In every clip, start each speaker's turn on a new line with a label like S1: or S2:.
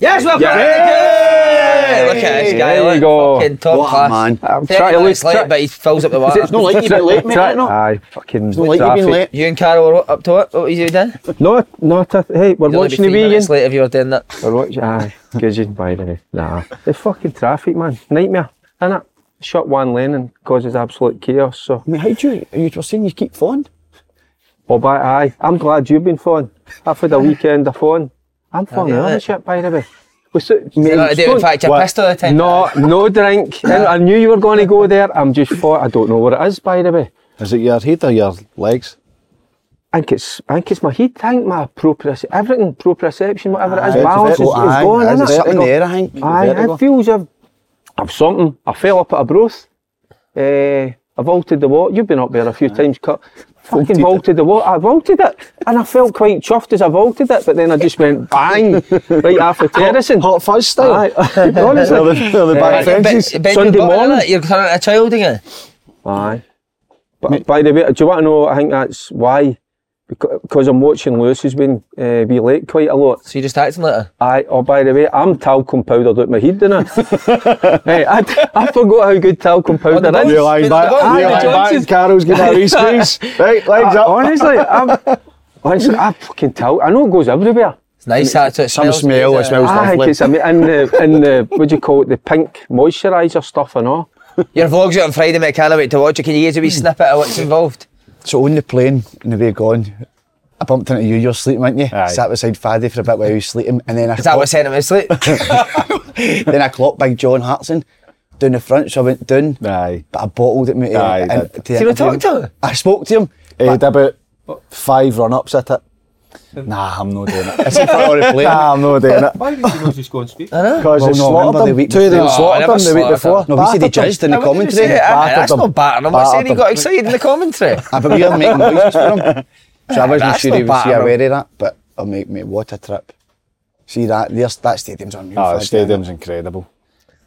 S1: Yes, welcome.
S2: Yay!
S1: Look at this guy.
S2: There you
S1: look,
S2: go.
S1: Fucking top
S3: What a
S1: class.
S3: man.
S2: I'm
S1: 30
S2: trying to
S1: minutes
S2: lose
S1: late,
S2: track.
S1: but he fills up the
S2: Is
S1: water.
S2: it-
S3: No, like you've been late, mate,
S2: Tra-
S3: I know.
S2: Aye, fucking
S3: No, like you've been
S2: traffic.
S3: late.
S1: you and Carol were up to it. What were you doing?
S2: No, no, t- hey, we're
S1: You'll only be
S2: watching the
S1: three minutes
S2: weekend.
S1: late if you were doing that.
S2: We're watching, aye, good you, by the way. Nah, the fucking traffic, man, nightmare, innit? Shut one lane and causes absolute chaos, so.
S3: I mean, how do you, you were saying you keep phone?
S2: Well, but aye, I'm glad you've been fun. I've had a weekend of fun. I'm fun
S1: yeah,
S2: now,
S1: mate.
S2: and shit, by the way. We so,
S1: You're not to do it. In fact, you're
S3: What?
S1: pissed all the time.
S2: no, no drink. And I knew you were going to go there. I'm just thought, I don't know what it is, by the way.
S3: Is it your head or your legs?
S2: I think it's, I think it's my heat, I think my proprioception, everything, proprioception, whatever it is,
S3: Aye,
S2: balance is, is
S3: vertigo, aye,
S2: gone,
S3: there's
S2: isn't it?
S3: vertigo there, I think,
S2: Aye,
S3: vertigo.
S2: it feels I've, I've something. I fell up at a broth. Eh, I've vaulted the water. You've been up there a few times, cut. Fucking
S3: Vaulted it.
S2: vaulted the water. I vaulted it. And I felt quite chuffed as I vaulted it, but then I just went bang, right off the terracing.
S3: Hot fuzz style.
S2: Aye,
S3: Honestly.
S2: honestly.
S3: the, or the back
S1: But-
S3: fences.
S1: but- but you're
S2: Sunday
S1: not,
S2: morning.
S1: innit? You're turning a child again.
S2: Aye. But by the way, do you want to know? I think that's why. Becau- Because I'm watching Lewis has been uh, be late quite a lot.
S1: So you're just acting like her.
S2: Aye, oh by the way, I'm talcum powdered out my head, didn't I? hey, I, I forgot how good talcum powder
S1: the
S2: is.
S1: nose.
S3: You're lying back.
S1: Aye,
S3: You're
S1: the
S3: lying back.
S2: Johnsons.
S3: and Carol's getting her wee squeeze. Right, legs
S2: I-
S3: up.
S2: honestly, I'm, honestly, I fucking tell. I know it goes Ah, everywhere.
S1: It's nice that it
S3: Some
S1: smells.
S3: smell, it
S1: uh,
S3: smells
S2: I think
S3: lovely.
S2: it's ama- in the in the what do you call it? The pink moisturiser stuff and all.
S1: Your vlog's out on Friday, mate. Can't wait to watch it. Can you give us a
S3: Hmm.
S1: wee snippet of what's involved?
S3: So on the plane, on the way gone, I bumped into you, you're sleeping, weren't you?
S2: Aye.
S3: Sat beside Faddy for a bit while he was sleeping, and then I
S1: Is that what sent him to sleep?
S3: then I clocked by John Hartson down the front, so I went down.
S4: Aye.
S3: But I bottled it, mate.
S4: Aye,
S3: and-
S4: that-
S3: the
S1: you not talk
S3: interview.
S1: to him?
S3: I spoke to him.
S4: He
S3: but-
S4: had about five run ups at it. Nah, I'm not doing it.
S3: It's in front of the plane.
S4: nah, I'm not doing it.
S5: Why did you not just go and speak?
S4: Because
S3: Well,
S4: they
S3: no, remember
S4: slaughteted
S3: the
S4: them.
S3: week Oh,
S4: Two of them
S1: before.
S4: slaughtered
S1: No, I
S4: them the
S1: never
S4: week before.
S1: slaughtered
S3: No, we said he
S4: Battered them.
S3: judged in the
S1: How would you
S3: commentary.
S1: say it? Aye,
S4: battered
S1: That's
S4: him.
S1: not battering. I'm not saying he
S4: Battered
S1: got
S4: him.
S1: excited in the commentary.
S3: Ah, but we were making noises for him. So I wasn't
S1: That's
S3: sure
S1: not
S3: he was
S1: bad,
S3: here aware of that, but oh, mate, mate, what a trip. See that, there's, that stadium's unreal.
S4: Ah, the
S3: Fadge.
S4: stadium's incredible.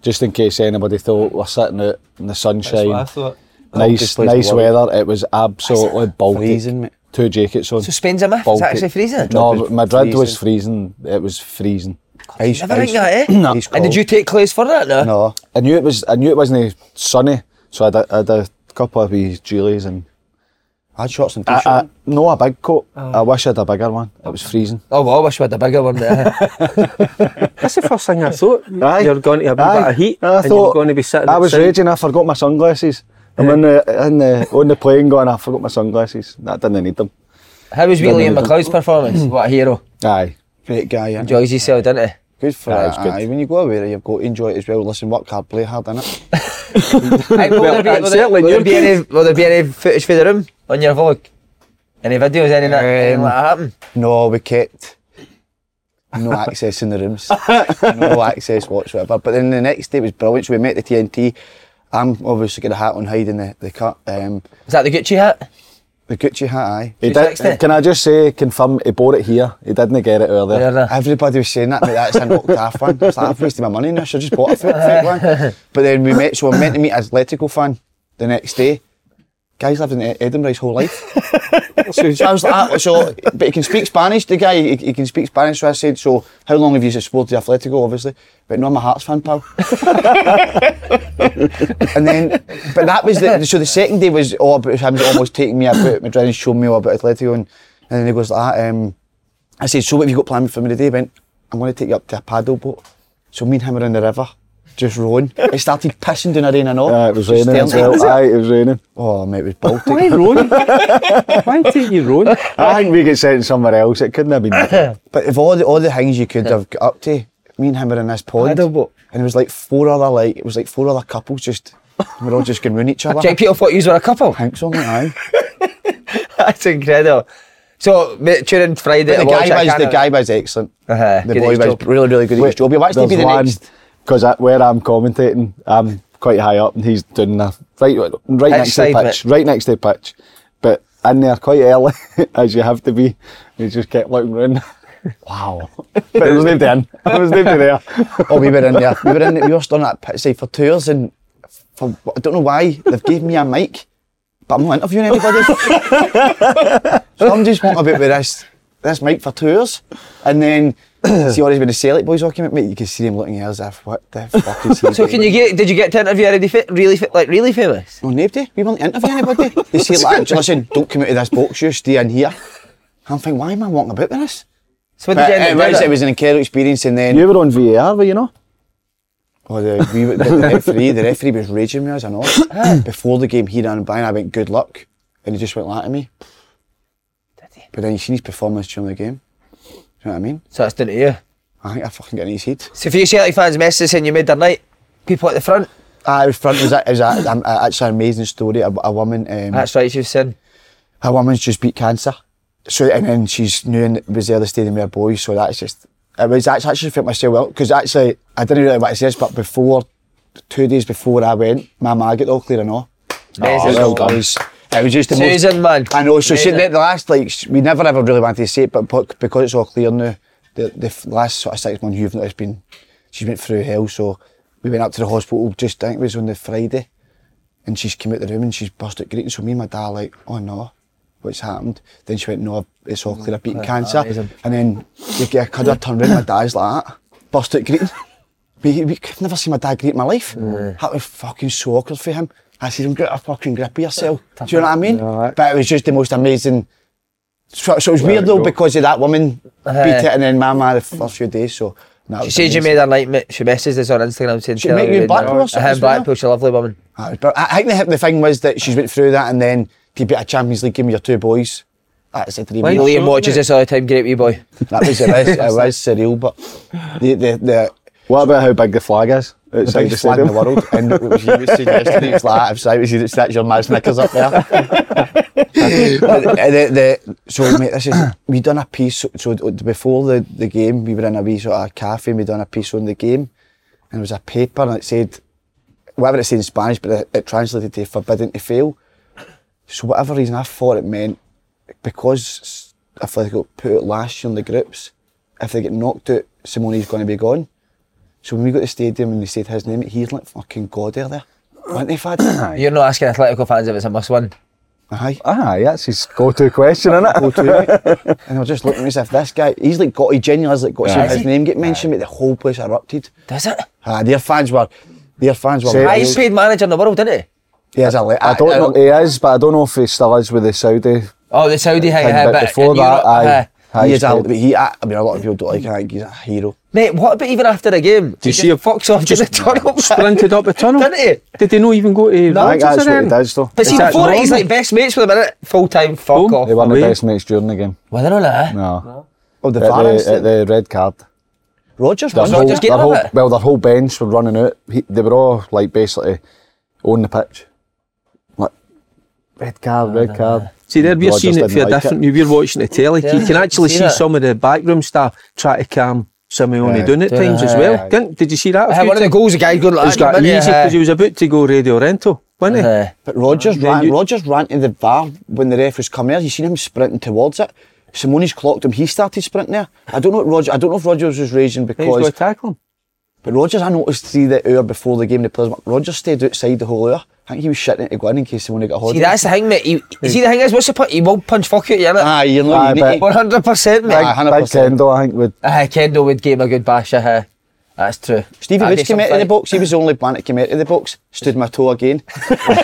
S4: Just in case anybody thought we're sitting out in the
S5: That's what I
S4: sunshine,
S5: thought.
S4: nice,
S3: place in the
S4: nice weather. It was absolutely Baltic.
S3: freezing, mate.
S4: Two jackets on.
S1: So Spain's a myth. It's
S4: Baltic.
S1: actually freezing.
S4: No,
S3: It was
S4: Madrid was freezing. It was freezing.
S3: Ice-
S1: Never think
S3: ice-
S1: that, eh?
S3: ice
S1: And did
S3: cold.
S1: you take Clays for that, no?
S3: No.
S4: I knew it was. I knew it wasn't sunny. So I had a, I had a couple of these Julies and
S3: I had shorts and
S4: I,
S3: t-shirt. Oh.
S4: I, no a big coat. I wish I had a bigger one. It was freezing.
S1: Oh, well, I wish we had a bigger one. uh, there.
S2: That's the first thing I thought.
S4: Aye.
S2: You're going to have a wee bit of heat,
S4: I
S2: and you're
S4: thought-
S2: going to be sitting.
S4: I was
S2: outside.
S4: raging. I forgot my sunglasses. I'm in the, in the, on the plane going. I forgot my sunglasses. I didn't need them.
S1: How was William
S4: no, no.
S1: McLeod's performance? what a hero.
S4: Aye.
S3: Great guy, yeah.
S1: Enjoys himself, didn't he?
S3: Good for
S4: Aye,
S3: that.
S4: Ah, it's good.
S3: Aye, when you go away, you've got to enjoy it as well. Listen, work hard, play hard, innit?
S1: Aye, will, there be, will, there,
S2: and certainly
S1: will, there
S2: your
S1: be any, will there be any footage for the room on your vlog? Any videos, any that, anything
S3: Um,
S1: like that happen?
S3: No, we kept no access in the rooms, no access whatsoever. But then the next day was brilliant. So we met the TNT. I'm obviously got a hat on hiding the, the cut. Um,
S1: Is that the Gucci hat?
S3: the Gucci hat, aye.
S4: He
S1: Two sixty.
S4: did, can I just say, confirm, he bought it here. He didn't get it over
S1: Yeah, no.
S4: there.
S3: Everybody was saying that, mate, that's an Octaf one. I was like, I've wasted my money on this, I just bought a fake, fake one. But then we met, so I meant to meet an Atletico fan the next day. Guy's lived in Ed- Edinburgh his whole life. so, so I was like, ah, so, but he can speak Spanish, the guy, he, he can speak Spanish. So I said, so how long have you supported Atletico, obviously? But no, I'm a Hearts fan, pal. and then, but that was the, so the second day was all about him almost taking me about Madrid and showing me all about Atletico. And, and then he goes, like, ah, um, I said, so what have you got planned for me today? He went, I'm going to take you up to a paddle boat. So me and him were in the river, just rowing. It started pissing down a rain and all.
S4: Aye, it was raining
S3: Just
S4: as
S3: turning-
S4: well. Aye, it was raining.
S3: Oh, mate, it was Baltic.
S2: Why Rowan? Why take you Rowan?
S4: I think we get sent somewhere else. It couldn't have been.
S3: but of all the, all the things you could have got up to, me and him were in this pond.
S1: Paddle boat.
S3: And it was like four other, like, it was like four other couples just, we we're all just going round each other.
S1: Jack Peter thought you were a couple.
S3: Hanks on it, aye.
S1: That's incredible. So, mate, tune in Friday. to
S3: But the
S1: watch
S3: guy
S1: it,
S3: was, the
S1: can't
S3: guy was excellent.
S1: Uh-huh,
S3: The
S1: good
S3: boy
S1: at his
S3: was
S1: job.
S3: really, really good at his job. He'll actually be the next.
S4: Because where I'm commentating, I'm quite high up and he's doing the right, right next to
S1: Outside
S4: the pitch.
S1: bit.
S4: Right next to the pitch. But in there quite early, as you have to be. He just kept looking round.
S3: Wow.
S4: But there was nobody in. There was nobody there.
S3: oh, we were in there. We were in. We were stood on that pit side for tours, and for I don't know why they've gave me a mic, but I'm not interviewing anybody. so I'm just wanting about with this this mic for tours, and then see, always when the Celtic boys all came at me, you could see them looking at us as if, what the fuck is he
S1: So can you get? Did you get to interview anybody fa- really, fa- like really famous?
S3: No, nobody. We won't interview anybody. They say, like, listen, don't come out of this box, you stay in here. I'm thinking, why am I walking about with this?
S1: So what did
S3: But,
S1: you
S3: uh,
S1: end
S3: it,
S1: up
S3: was,
S1: doing?
S3: it was an incredible experience, and then
S4: You were on VAR, were you not?
S3: oh, the, we, were- the, the referee, the referee was raging me as I know. Before the game, he ran by, and I went, "Good luck," and he just went like at me. But then you seen his performance during the game. Do you know what I mean?
S1: So that's down to you.
S3: I think I fucking got in his head.
S1: So if you Celtic fans message saying you made their night, people at the front.
S3: Ah, it was front. It was, a, it was a, um, a, actually an amazing story. A, a woman. Um,
S1: That's right, you've said.
S3: a woman's just beat cancer. So and then she's new and was there the stadium with her boys. So that's just it was that's actually fit myself well because actually I didn't really like what it says, but before two days before I went, my Margaret all clear and all.
S1: Amazing.
S3: It was- It was just the most-
S1: Susan, man.
S3: I know. So she, the,
S1: Amazing.
S3: the last like sh- we never ever really wanted to say it, but, but because it's all clear now, the, the f- last sort of six months you've noticed been she's went through hell. So we went up to the hospital just I think it was on the Friday, and she's came out the room and she's burst out greeting. So me and my dad are like, oh no, what's happened? Then she went, no, it's all clear. I've beaten cancer.
S1: amazing.
S3: And then you get a cud, I turn round, my dad's like that, burst out greeting. We, we, I've never seen my dad greet in my life. That was fucking so awkward for him. I said, him get a fucking grip of yourself. Do you know what I mean? but it was just the most amazing. So, so it was weird though because of that woman beat it and then my man the first few days. So that
S1: She
S3: was
S1: said you
S3: amazing.
S1: made her night, mate. She messaged us on Instagram saying
S3: She
S1: tell
S3: met
S1: her made
S3: you in
S1: their
S3: Blackpool or
S1: night.
S3: something
S1: Uh-huh,
S3: as well?
S1: Blackpool, she's a lovely woman.
S3: That was brilliant. I, I think the, the thing was that she's went through that and then to beat a Champions League game with your two boys. That's a dream.
S1: Liam watches this all the time, great wee boy.
S3: That was it. Was, it was surreal, but the the the.
S4: What about how big the flag is?
S3: The
S4: Outside the
S3: biggest flag in
S4: stadium.
S3: the world, and it was you were saying yesterday, it's like I've seen it's that's your man's knickers up there. But, uh, the, the, so mate, this is we done a piece. So, so before the, the game, we were in a wee sort of cafe. and We done a piece on the game, and it was a paper, and it said whatever it said in Spanish, but it, it translated to "forbidden to fail." So whatever reason, I thought it meant because if they got put out last year in the groups, if they get knocked out, Simone's going to be gone. So when we got to the stadium and they said his name, he's like fucking God out there. Weren't they, Fad? Aye.
S1: You're not asking Atletico fans if it's a must win.
S3: Aye.
S4: Aye, that's his go-to question, isn't it?
S3: Go to, mate. and they were just looking at us if this guy, he's like got, he genuinely has like got to see his name get mentioned, mate. The whole place erupted.
S1: Does it?
S3: Ah, their fans were, their fans were.
S1: Aye,
S3: wild.
S1: he's paid manager in the world, didn't he?
S3: He has a le-
S4: I don't know. He is, but I don't know if he still is with the Saudi.
S1: Oh, the Saudi thing.
S4: thing,
S1: aye,
S4: but
S1: but
S4: before
S1: in
S4: that,
S1: Europe,
S4: aye.
S1: aye.
S3: uh, He
S4: Aye,
S3: is a,
S4: he's
S3: he, I, I mean, a lot of people don't like him. I think he's a hero.
S1: Mate, what about even after the game? Do
S2: you see him
S1: fucks off to the tunnel? man.
S2: sprinted up the tunnel.
S1: Didn't he?
S2: Did they not even go to
S4: I think
S2: Manchester
S4: that's what
S2: then?
S4: he does, though.
S1: But see,
S2: that
S1: before it, he's
S2: normal?
S1: like best mates with a minute, full time, fuck
S2: Boom.
S1: off.
S4: They weren't the
S2: Away.
S4: best mates during the game.
S1: Were they not like that?
S4: No.
S3: Oh, the
S4: At
S3: VAR
S4: the, at
S3: incident.
S4: the red card.
S3: Rogers
S4: Their
S3: was
S1: not
S4: whole,
S1: just
S4: their
S1: getting
S4: whole-
S1: on it?
S4: well, their whole bench were running out. He, they were all like basically on the pitch. Like red
S1: Oh,
S4: card, red card.
S2: See, there we're
S4: Rogers
S2: seeing it
S4: didn't
S2: for
S4: like it.
S2: different. We were watching the telly.
S1: Yeah,
S2: you can actually
S1: see
S2: see,
S1: that.
S2: some of the backroom staff try to calm Simeone
S3: Yeah.
S2: down at
S1: Yeah, Uh,
S2: times as
S1: yeah,
S2: well. Didn't, did you see that? a
S1: Aye,
S2: few
S1: one of the
S2: times?
S1: goals, the guy going
S2: It was
S1: like
S2: got easy because he
S1: that. Uh,
S2: was about to go Radio Rental, wasn't he?
S1: Aye.
S3: But Rogers
S2: then
S3: ran,
S2: you-
S3: Rogers ran to the bar when the ref was coming there. You seen him sprinting towards it. Simone's clocked him. He started sprinting there. I don't know. What Roger, I don't know if Rogers was raging
S2: He's got to
S3: because.
S2: tackle him.
S3: But Rogers, I noticed through the hour before the game, the players. went- Rogers stayed outside the whole hour. I think he was shitting to go in in case Simone got a hold.
S1: See,
S3: of him.
S1: that's the thing, mate. He, see, the thing is, what's the point? He won't punch fuck at you, innit?
S3: Aye, you know.
S4: Aye,
S3: you need
S4: but-
S3: to-
S1: 100%, mate.
S3: Aye.
S1: Aye,
S3: 100%.
S4: Big Kendall, I think, would
S1: Kendall would give him a good bash, aye. That's true.
S3: Stevie
S1: That'd be
S3: Woods came out of the
S1: something.
S3: box. He was the only man that came out of the box. Stood my toe again.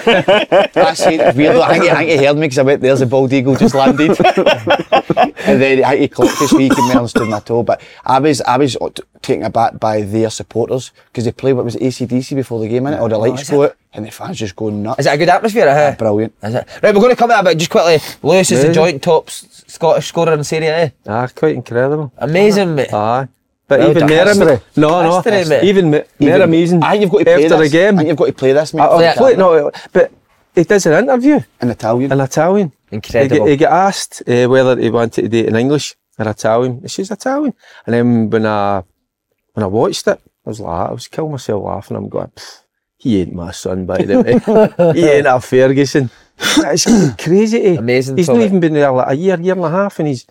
S3: I said, it's weird. I think, he- I think he heard me because I went, there's a bald eagle just landed. and then I think he clocked us. He came out and stood my toe. But I was, I was t- taken aback by their supporters because they play what was it, ACDC before the game, innit? Or the lights
S1: Oh, is
S3: go out and the fans just go nuts.
S1: Is it a good atmosphere,
S2: Ah,
S1: aye?
S3: Brilliant.
S1: Is it? Right, we're going to come at it, but just quickly. Lewis is the
S2: Yeah.
S1: joint top s- Scottish scorer in Serie A.
S2: Ah, quite incredible.
S1: Amazing, mate.
S2: Aye. But
S1: Well
S2: even
S1: done.
S2: more
S1: History.
S2: amazing. No,
S1: History,
S2: no.
S1: mate.
S2: Even ma- more amazing.
S3: I think you've got to play
S2: after
S3: this.
S2: a game.
S3: I think you've got to play this, mate.
S2: I-
S1: Yeah.
S2: I've played- no, but he does an interview
S3: Oh, in Italian.
S2: in Italian. He
S1: Incredible.
S2: get, he get asked uh, whether he wanted to do it in English or Italian. And she's Italian. And then when I when I watched it, I was like, I was killing myself laughing. I'm going, "Pff, he ain't my son, by the way. he ain't a Ferguson. It's crazy. eh?
S1: Amazing
S2: He's not
S1: talent.
S2: even been there like a year, year and a half, and he's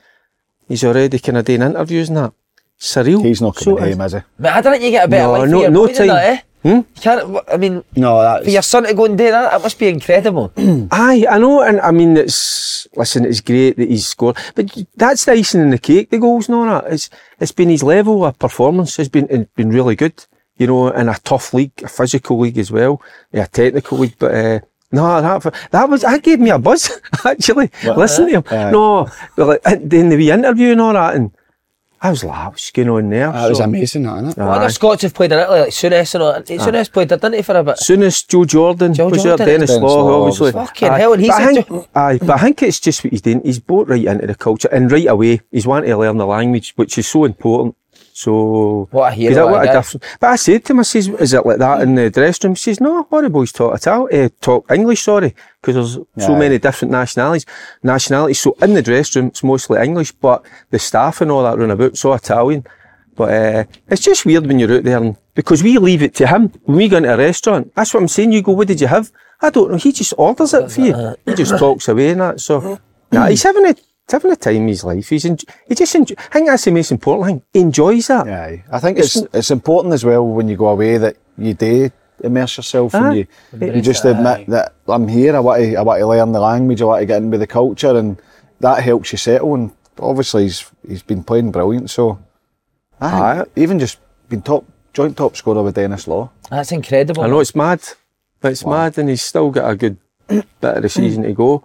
S2: he's already kind of doing interviews and that. Surreal.
S4: he's not
S2: So
S4: coming home, is he?
S1: Mate, I didn't you get a better
S2: No,
S1: life for
S2: no-
S1: your
S2: no
S1: boy than
S2: time. Hmm?
S1: That, eh? You can't, I mean,
S3: no,
S1: for your
S3: that's.
S1: son to go and do that, that must be incredible.
S2: Aye, I know, and I mean it's listen, it's great that he's scored. But that's the icing in the cake, the goals and all that. It's, it's been his level of performance has been, it's been really good, you know, in a tough league, a physical league as well, yeah, a technical league, but, uh, no, that, that was, that gave me a buzz, actually, listen to him. no, but like, at the- in the wee interview and all that, and I was like, what's going on there?
S3: That was
S2: So-
S3: amazing, that, innit?
S1: Well, other Scots have played in Italy, like Souness and all.
S2: Ah.
S1: Souness played there, didn't he, for a bit?
S2: soon as Joe Jordan
S1: Joe
S2: was
S1: Jordan.
S2: there, Dennis
S4: Dennis
S2: Law,
S4: Law,
S2: obviously.
S4: obviously.
S1: Fucking hell, and he's
S2: but I
S1: a
S2: think, aye, but I think it's just what he's doing. He's bought right into the culture, and right away he's wanting to learn the language, which is so important. So
S1: What a hero,
S2: 'Cause that-
S1: what a guy.
S2: difference. But I said to him, I says, "Is it like that in the dressing room?" He says, "No, all the boys talk Ital- uh, talk English, sorry, because there's so
S4: Aye.
S2: many different nationalities. Nationalities. So in the dressing room, it's mostly English, but the staff and all that run about so Italian." But uh, it's just weird when you're out there and because we leave it to him. When we go into a restaurant, that's what I'm saying. You go, what did you have? I don't know. He just orders it for you. He just talks away and that. So nah, he's having a he's having a time in his life. He's enj- he just enjoy- I think that's the most important thing. He enjoys that.
S4: Aye. I think it's it's important as well when you go away that you do immerse yourself
S2: Aye.
S4: and you you just admit that I'm here. I want to I want to learn the language. I want to get in with the culture, and that helps you settle. And obviously he's he's been playing brilliant. So, aye,
S2: Aye.
S4: even just been top joint top scorer with Dennis Law.
S1: That's incredible.
S2: I know it's mad. It's mad, and he's still got a good bit of the season to go.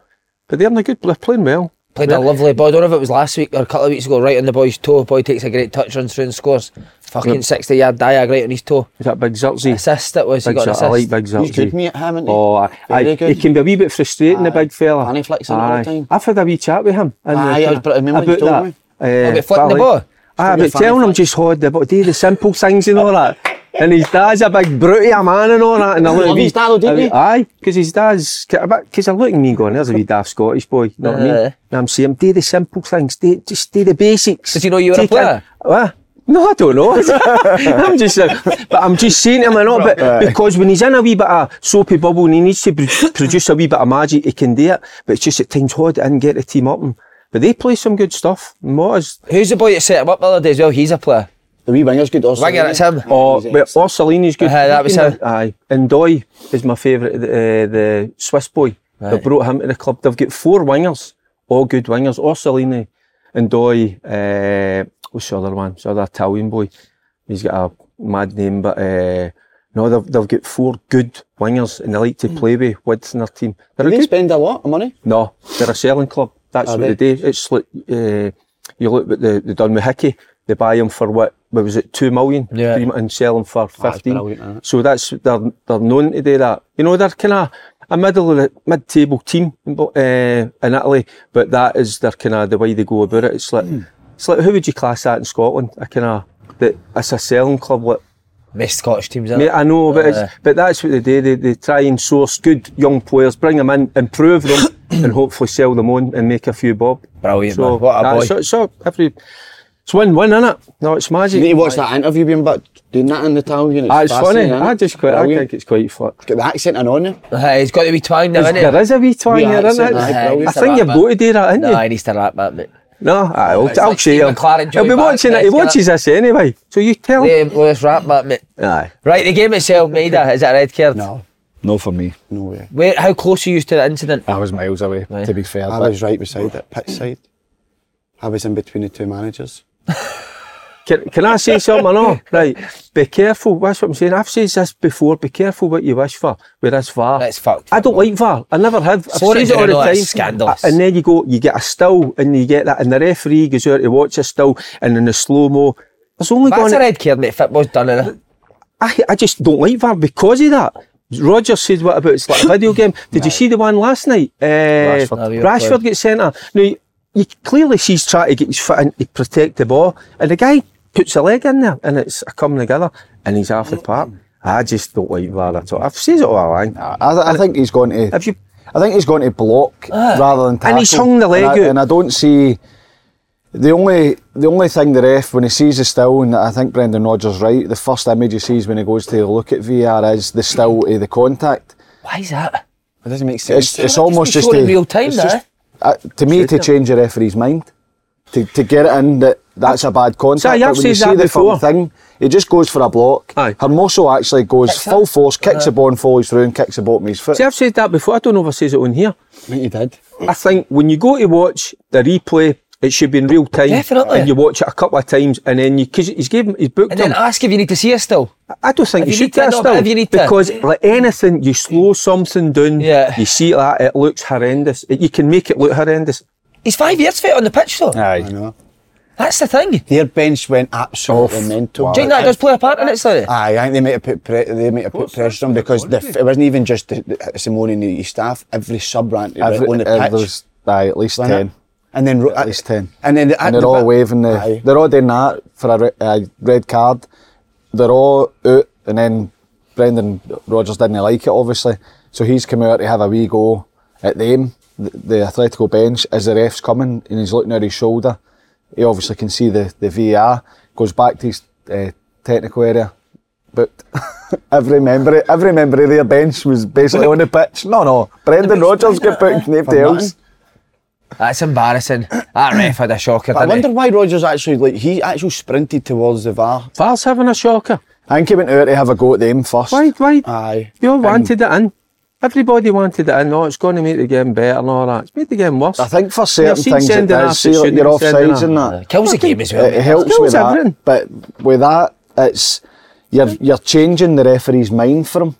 S2: But they're in a good. They're playing well.
S1: Played a lovely ball. I don't know if it was last week or a couple of weeks ago, right on the boy's toe. Boy takes a great touch, runs through and scores. Fucking 60 yard dive right on his toe.
S2: Is that big Zirkzee?
S1: Assist it was, he
S2: Big
S1: got an
S2: Zirkzee. I like
S1: assist.
S2: big
S3: He's good,
S2: Zirkzee.
S3: mate, him, isn't he?
S2: Oh, aye.
S3: Very
S2: Aye,
S3: good.
S2: he can be a wee bit frustrating, the
S3: Aye.
S2: big fella.
S3: And he flicks it all the
S2: Aye.
S3: time.
S2: I've had a wee chat with him. and
S3: Aye, I was- but I remember you
S2: about
S3: told
S2: that. Ah,
S3: me.
S2: Uh,
S1: About flicking the
S2: ballet.
S1: ball?
S2: Aye,
S3: It's
S2: but
S3: gonna be a
S2: telling
S3: funny
S2: him just hold the ball, do the simple things and all that. And his dad's a big brute of a man and all that. And I look at
S3: Love
S2: me-
S3: his dad though, didn't
S2: I-
S3: he?
S2: Aye, because his dad's because I look at me going, there's a wee daft Scottish boy. You know what I mean?
S3: Eh.
S1: Aye.
S2: And I'm saying, do the simple things, do, just do the basics.
S1: Did you know you were a
S2: Take
S1: player?
S2: What? No, I don't know. I'm just, uh, but I'm just saying to him, I know, but because when he's in a wee bit of soapy bubble and he needs to pro- produce a wee bit of magic, he can do it. But it's just at times hard and get the team up. And, but they play some good stuff. And what is
S1: Who's the boy that set him up the other day as well? He's a player.
S3: The wee winger's good also.
S1: Winger, it's him.
S2: Oh, but Orsolini's good.
S1: Aye, that was him.
S2: Aye. And Doy is my favourite, uh, the Swiss boy. They
S1: Right.
S2: brought him to the club. They've got four wingers, all good wingers. Orsolini and Doy, uh, what's the other one? It's the other Italian boy. He's got a mad name, but uh, no, they've, they've got four good wingers and they like
S1: Hmm.
S2: to play with width in their team. They're
S3: Do
S2: a
S3: they
S2: good
S3: spend a lot of money?
S2: no, they're a selling club. That's
S3: Are
S2: what they do. It's like uh, you look at the they done with Hickey. They buy him for what? What was it? Two million.
S1: Yeah.
S2: Three mi- and sell him for fifteen.
S3: Ah, brilliant, isn't it?
S2: so that's they're they're known to do that. You know they're kind of a middle of the mid table team in, Bo- uh, in Italy, but that is their kind of the way they go about it. It's like
S3: Hmm.
S2: it's like who would you class that in Scotland? A kind of that it's a selling club. Like
S1: Missed Scottish teams, isn't
S2: Mate,
S1: it?
S2: I know, but,
S1: Uh,
S2: it's, but that's what they do. They, they try and source good young players, bring them in, improve them, and hopefully sell them on and make a few bob.
S1: Brilliant,
S2: So,
S1: man. What a
S2: aye,
S1: boy.
S2: So, so every, it's win-win, innit? No, it's
S3: You need to
S2: magic.
S3: watch that interview being about doing that in the Italian. It's,
S2: Ah, it's funny.
S3: fascinating, innit?
S2: I just quite. I
S3: Brilliant.
S2: think it's quite fun.
S3: Get the accent in on you.
S1: Aye, he's got to be twang now,
S2: There's-
S1: isn't he?
S2: There is a wee twang
S3: Wee
S2: there, isn't
S3: accent,
S2: it?
S3: aye,
S2: I
S1: brilliant.
S2: think you've got to do that, ain't
S1: No,
S2: you?
S1: he needs to rap that, mate.
S2: No, aye, I'll,
S1: It's
S2: I'll
S1: like
S2: say
S1: Steve
S2: him.
S1: McLaren,
S2: He'll be
S1: Joey
S2: watching it. He
S1: Barton, isn't
S2: watches this anyway. So you tell him.
S1: Liam Lewis rap that, mate.
S2: Aye.
S1: Right, the game itself, Maida, is it a red card?
S3: No,
S4: No, for me,
S3: no way.
S1: Where, how close are you to the incident?
S4: I was miles away.
S1: Aye.
S4: To be fair,
S3: I
S4: but
S3: was right beside it, pitch side. I was in between the two managers.
S2: Can, can I say something or not? Right. Be careful. That's what I'm saying. I've said this before. Be careful what you wish for with this VAR.
S1: That's fucked.
S2: I don't like VAR. I never have. I've
S1: So
S2: said
S1: does
S2: it all
S1: it
S2: the
S1: not?
S2: time.
S1: It's scandalous.
S2: And then you go, you get a still, and you get that, and the referee goes out to watch a still, and in the slow mo, there's only
S1: That's
S2: going.
S1: a red card, mate. Football's done in it.
S2: I, I just don't like VAR because of that. Roger said what about it's like a video game. Did you see the one last night? Uh,
S4: Rashford.
S1: No, we were
S2: Rashford
S1: playing.
S2: gets sent off. Now you, you clearly sees trying to get his foot in to protect the ball, and the guy puts a leg in there, and it's a coming together, and he's half the part. I just don't like VAR at all. I've said it all along.
S4: I, I think he's going to.
S2: If you
S4: I think he's going to block rather than tackle.
S2: Ah. And he's hung the leg
S4: and I,
S2: out.
S4: And I don't see the only the only thing the ref when he sees the still, and I think Brendan Rodgers right. The first image he sees when he goes to look at VR is the still of the contact.
S1: Why is that?
S3: It doesn't make sense.
S4: It's, it's almost
S1: be
S4: just
S1: shown
S4: a,
S1: in real time
S4: it's
S1: there.
S4: just- uh, to me to change the referee's mind. to, to get it in that that's a bad contact.
S2: See, I have
S4: but when you
S2: said
S4: see
S2: that
S4: the
S2: before.
S4: fucking thing, he just goes for a block.
S2: Aye. Uh-huh.
S4: Hermoso actually goes
S1: Kicks
S4: full
S1: it.
S4: force, kicks the ball and follows through and kicks the bottom of his foot.
S2: See, I've said that before. I don't know if I says it on here.
S3: you did.
S2: I think when you go to watch the replay, it should be in real time.
S1: Definitely.
S2: And you watch it a couple of times, and then you because he's given he's booked
S1: And
S2: him.
S1: then ask if you need to see it still.
S2: I don't
S1: If
S2: think you,
S1: you
S2: should
S1: need to,
S2: get
S1: no,
S2: still
S1: if you need to.
S2: because like anything, you slow something down.
S1: Yeah.
S2: You see that it looks horrendous. It- you can make it look horrendous.
S1: He's five years fit on the pitch though.
S4: Aye.
S3: I know.
S1: That's the thing. Do
S3: Their bench went absolutely mental.
S1: you think that does play a part in it, sorry?
S3: Aye, I think they might have put pre- they might have put
S2: course,
S3: pressure on
S2: that's
S3: because
S2: what
S3: the,
S2: it
S3: f- it wasn't even just the, the Simone and the staff. Every sub ran
S4: Every-
S3: on the
S4: uh,
S3: pitch.
S4: there's- aye, at least
S3: ran
S4: ten.
S3: it. And then ro-
S4: At least ten.
S3: And then
S4: and they're all waving the.
S3: Aye.
S4: They're all doing that for a, re- a red card. They're all out, and then Brendan Rodgers didn't like it, obviously. So he's come out to have a wee go at them, the, the Atletico bench, as the ref's coming, and he's looking at his shoulder. He obviously can see the, the VAR, goes back to his uh, technical area, booked. every member, every member of their bench was basically on the pitch. No, no, Brendan Rodgers got booked, nobody
S3: For
S4: else.
S1: That's embarrassing. That ref had a shocker,
S3: But I
S1: didn't
S3: wonder why Rogers actually like he actually sprinted towards the VAR.
S2: Val's having a shocker.
S4: I think he went out to have a go at them first.
S2: Why? Why?
S3: Aye.
S2: We all wanted it in. Everybody wanted it in. Oh, it's going to make the game better and all that. It's made the game worse.
S4: I think for
S2: Yeah,
S4: certain
S2: seen
S4: things it
S2: sending off,
S4: does, see
S2: it
S4: like
S2: shouldn't
S4: your
S2: be sending
S4: offsides
S2: off.
S4: and that.
S1: Kills the game as well.
S2: uh,
S4: It, it helps
S2: Kills
S4: with that,
S2: everything.
S4: but with that, it's you're you're changing the referee's mind for him.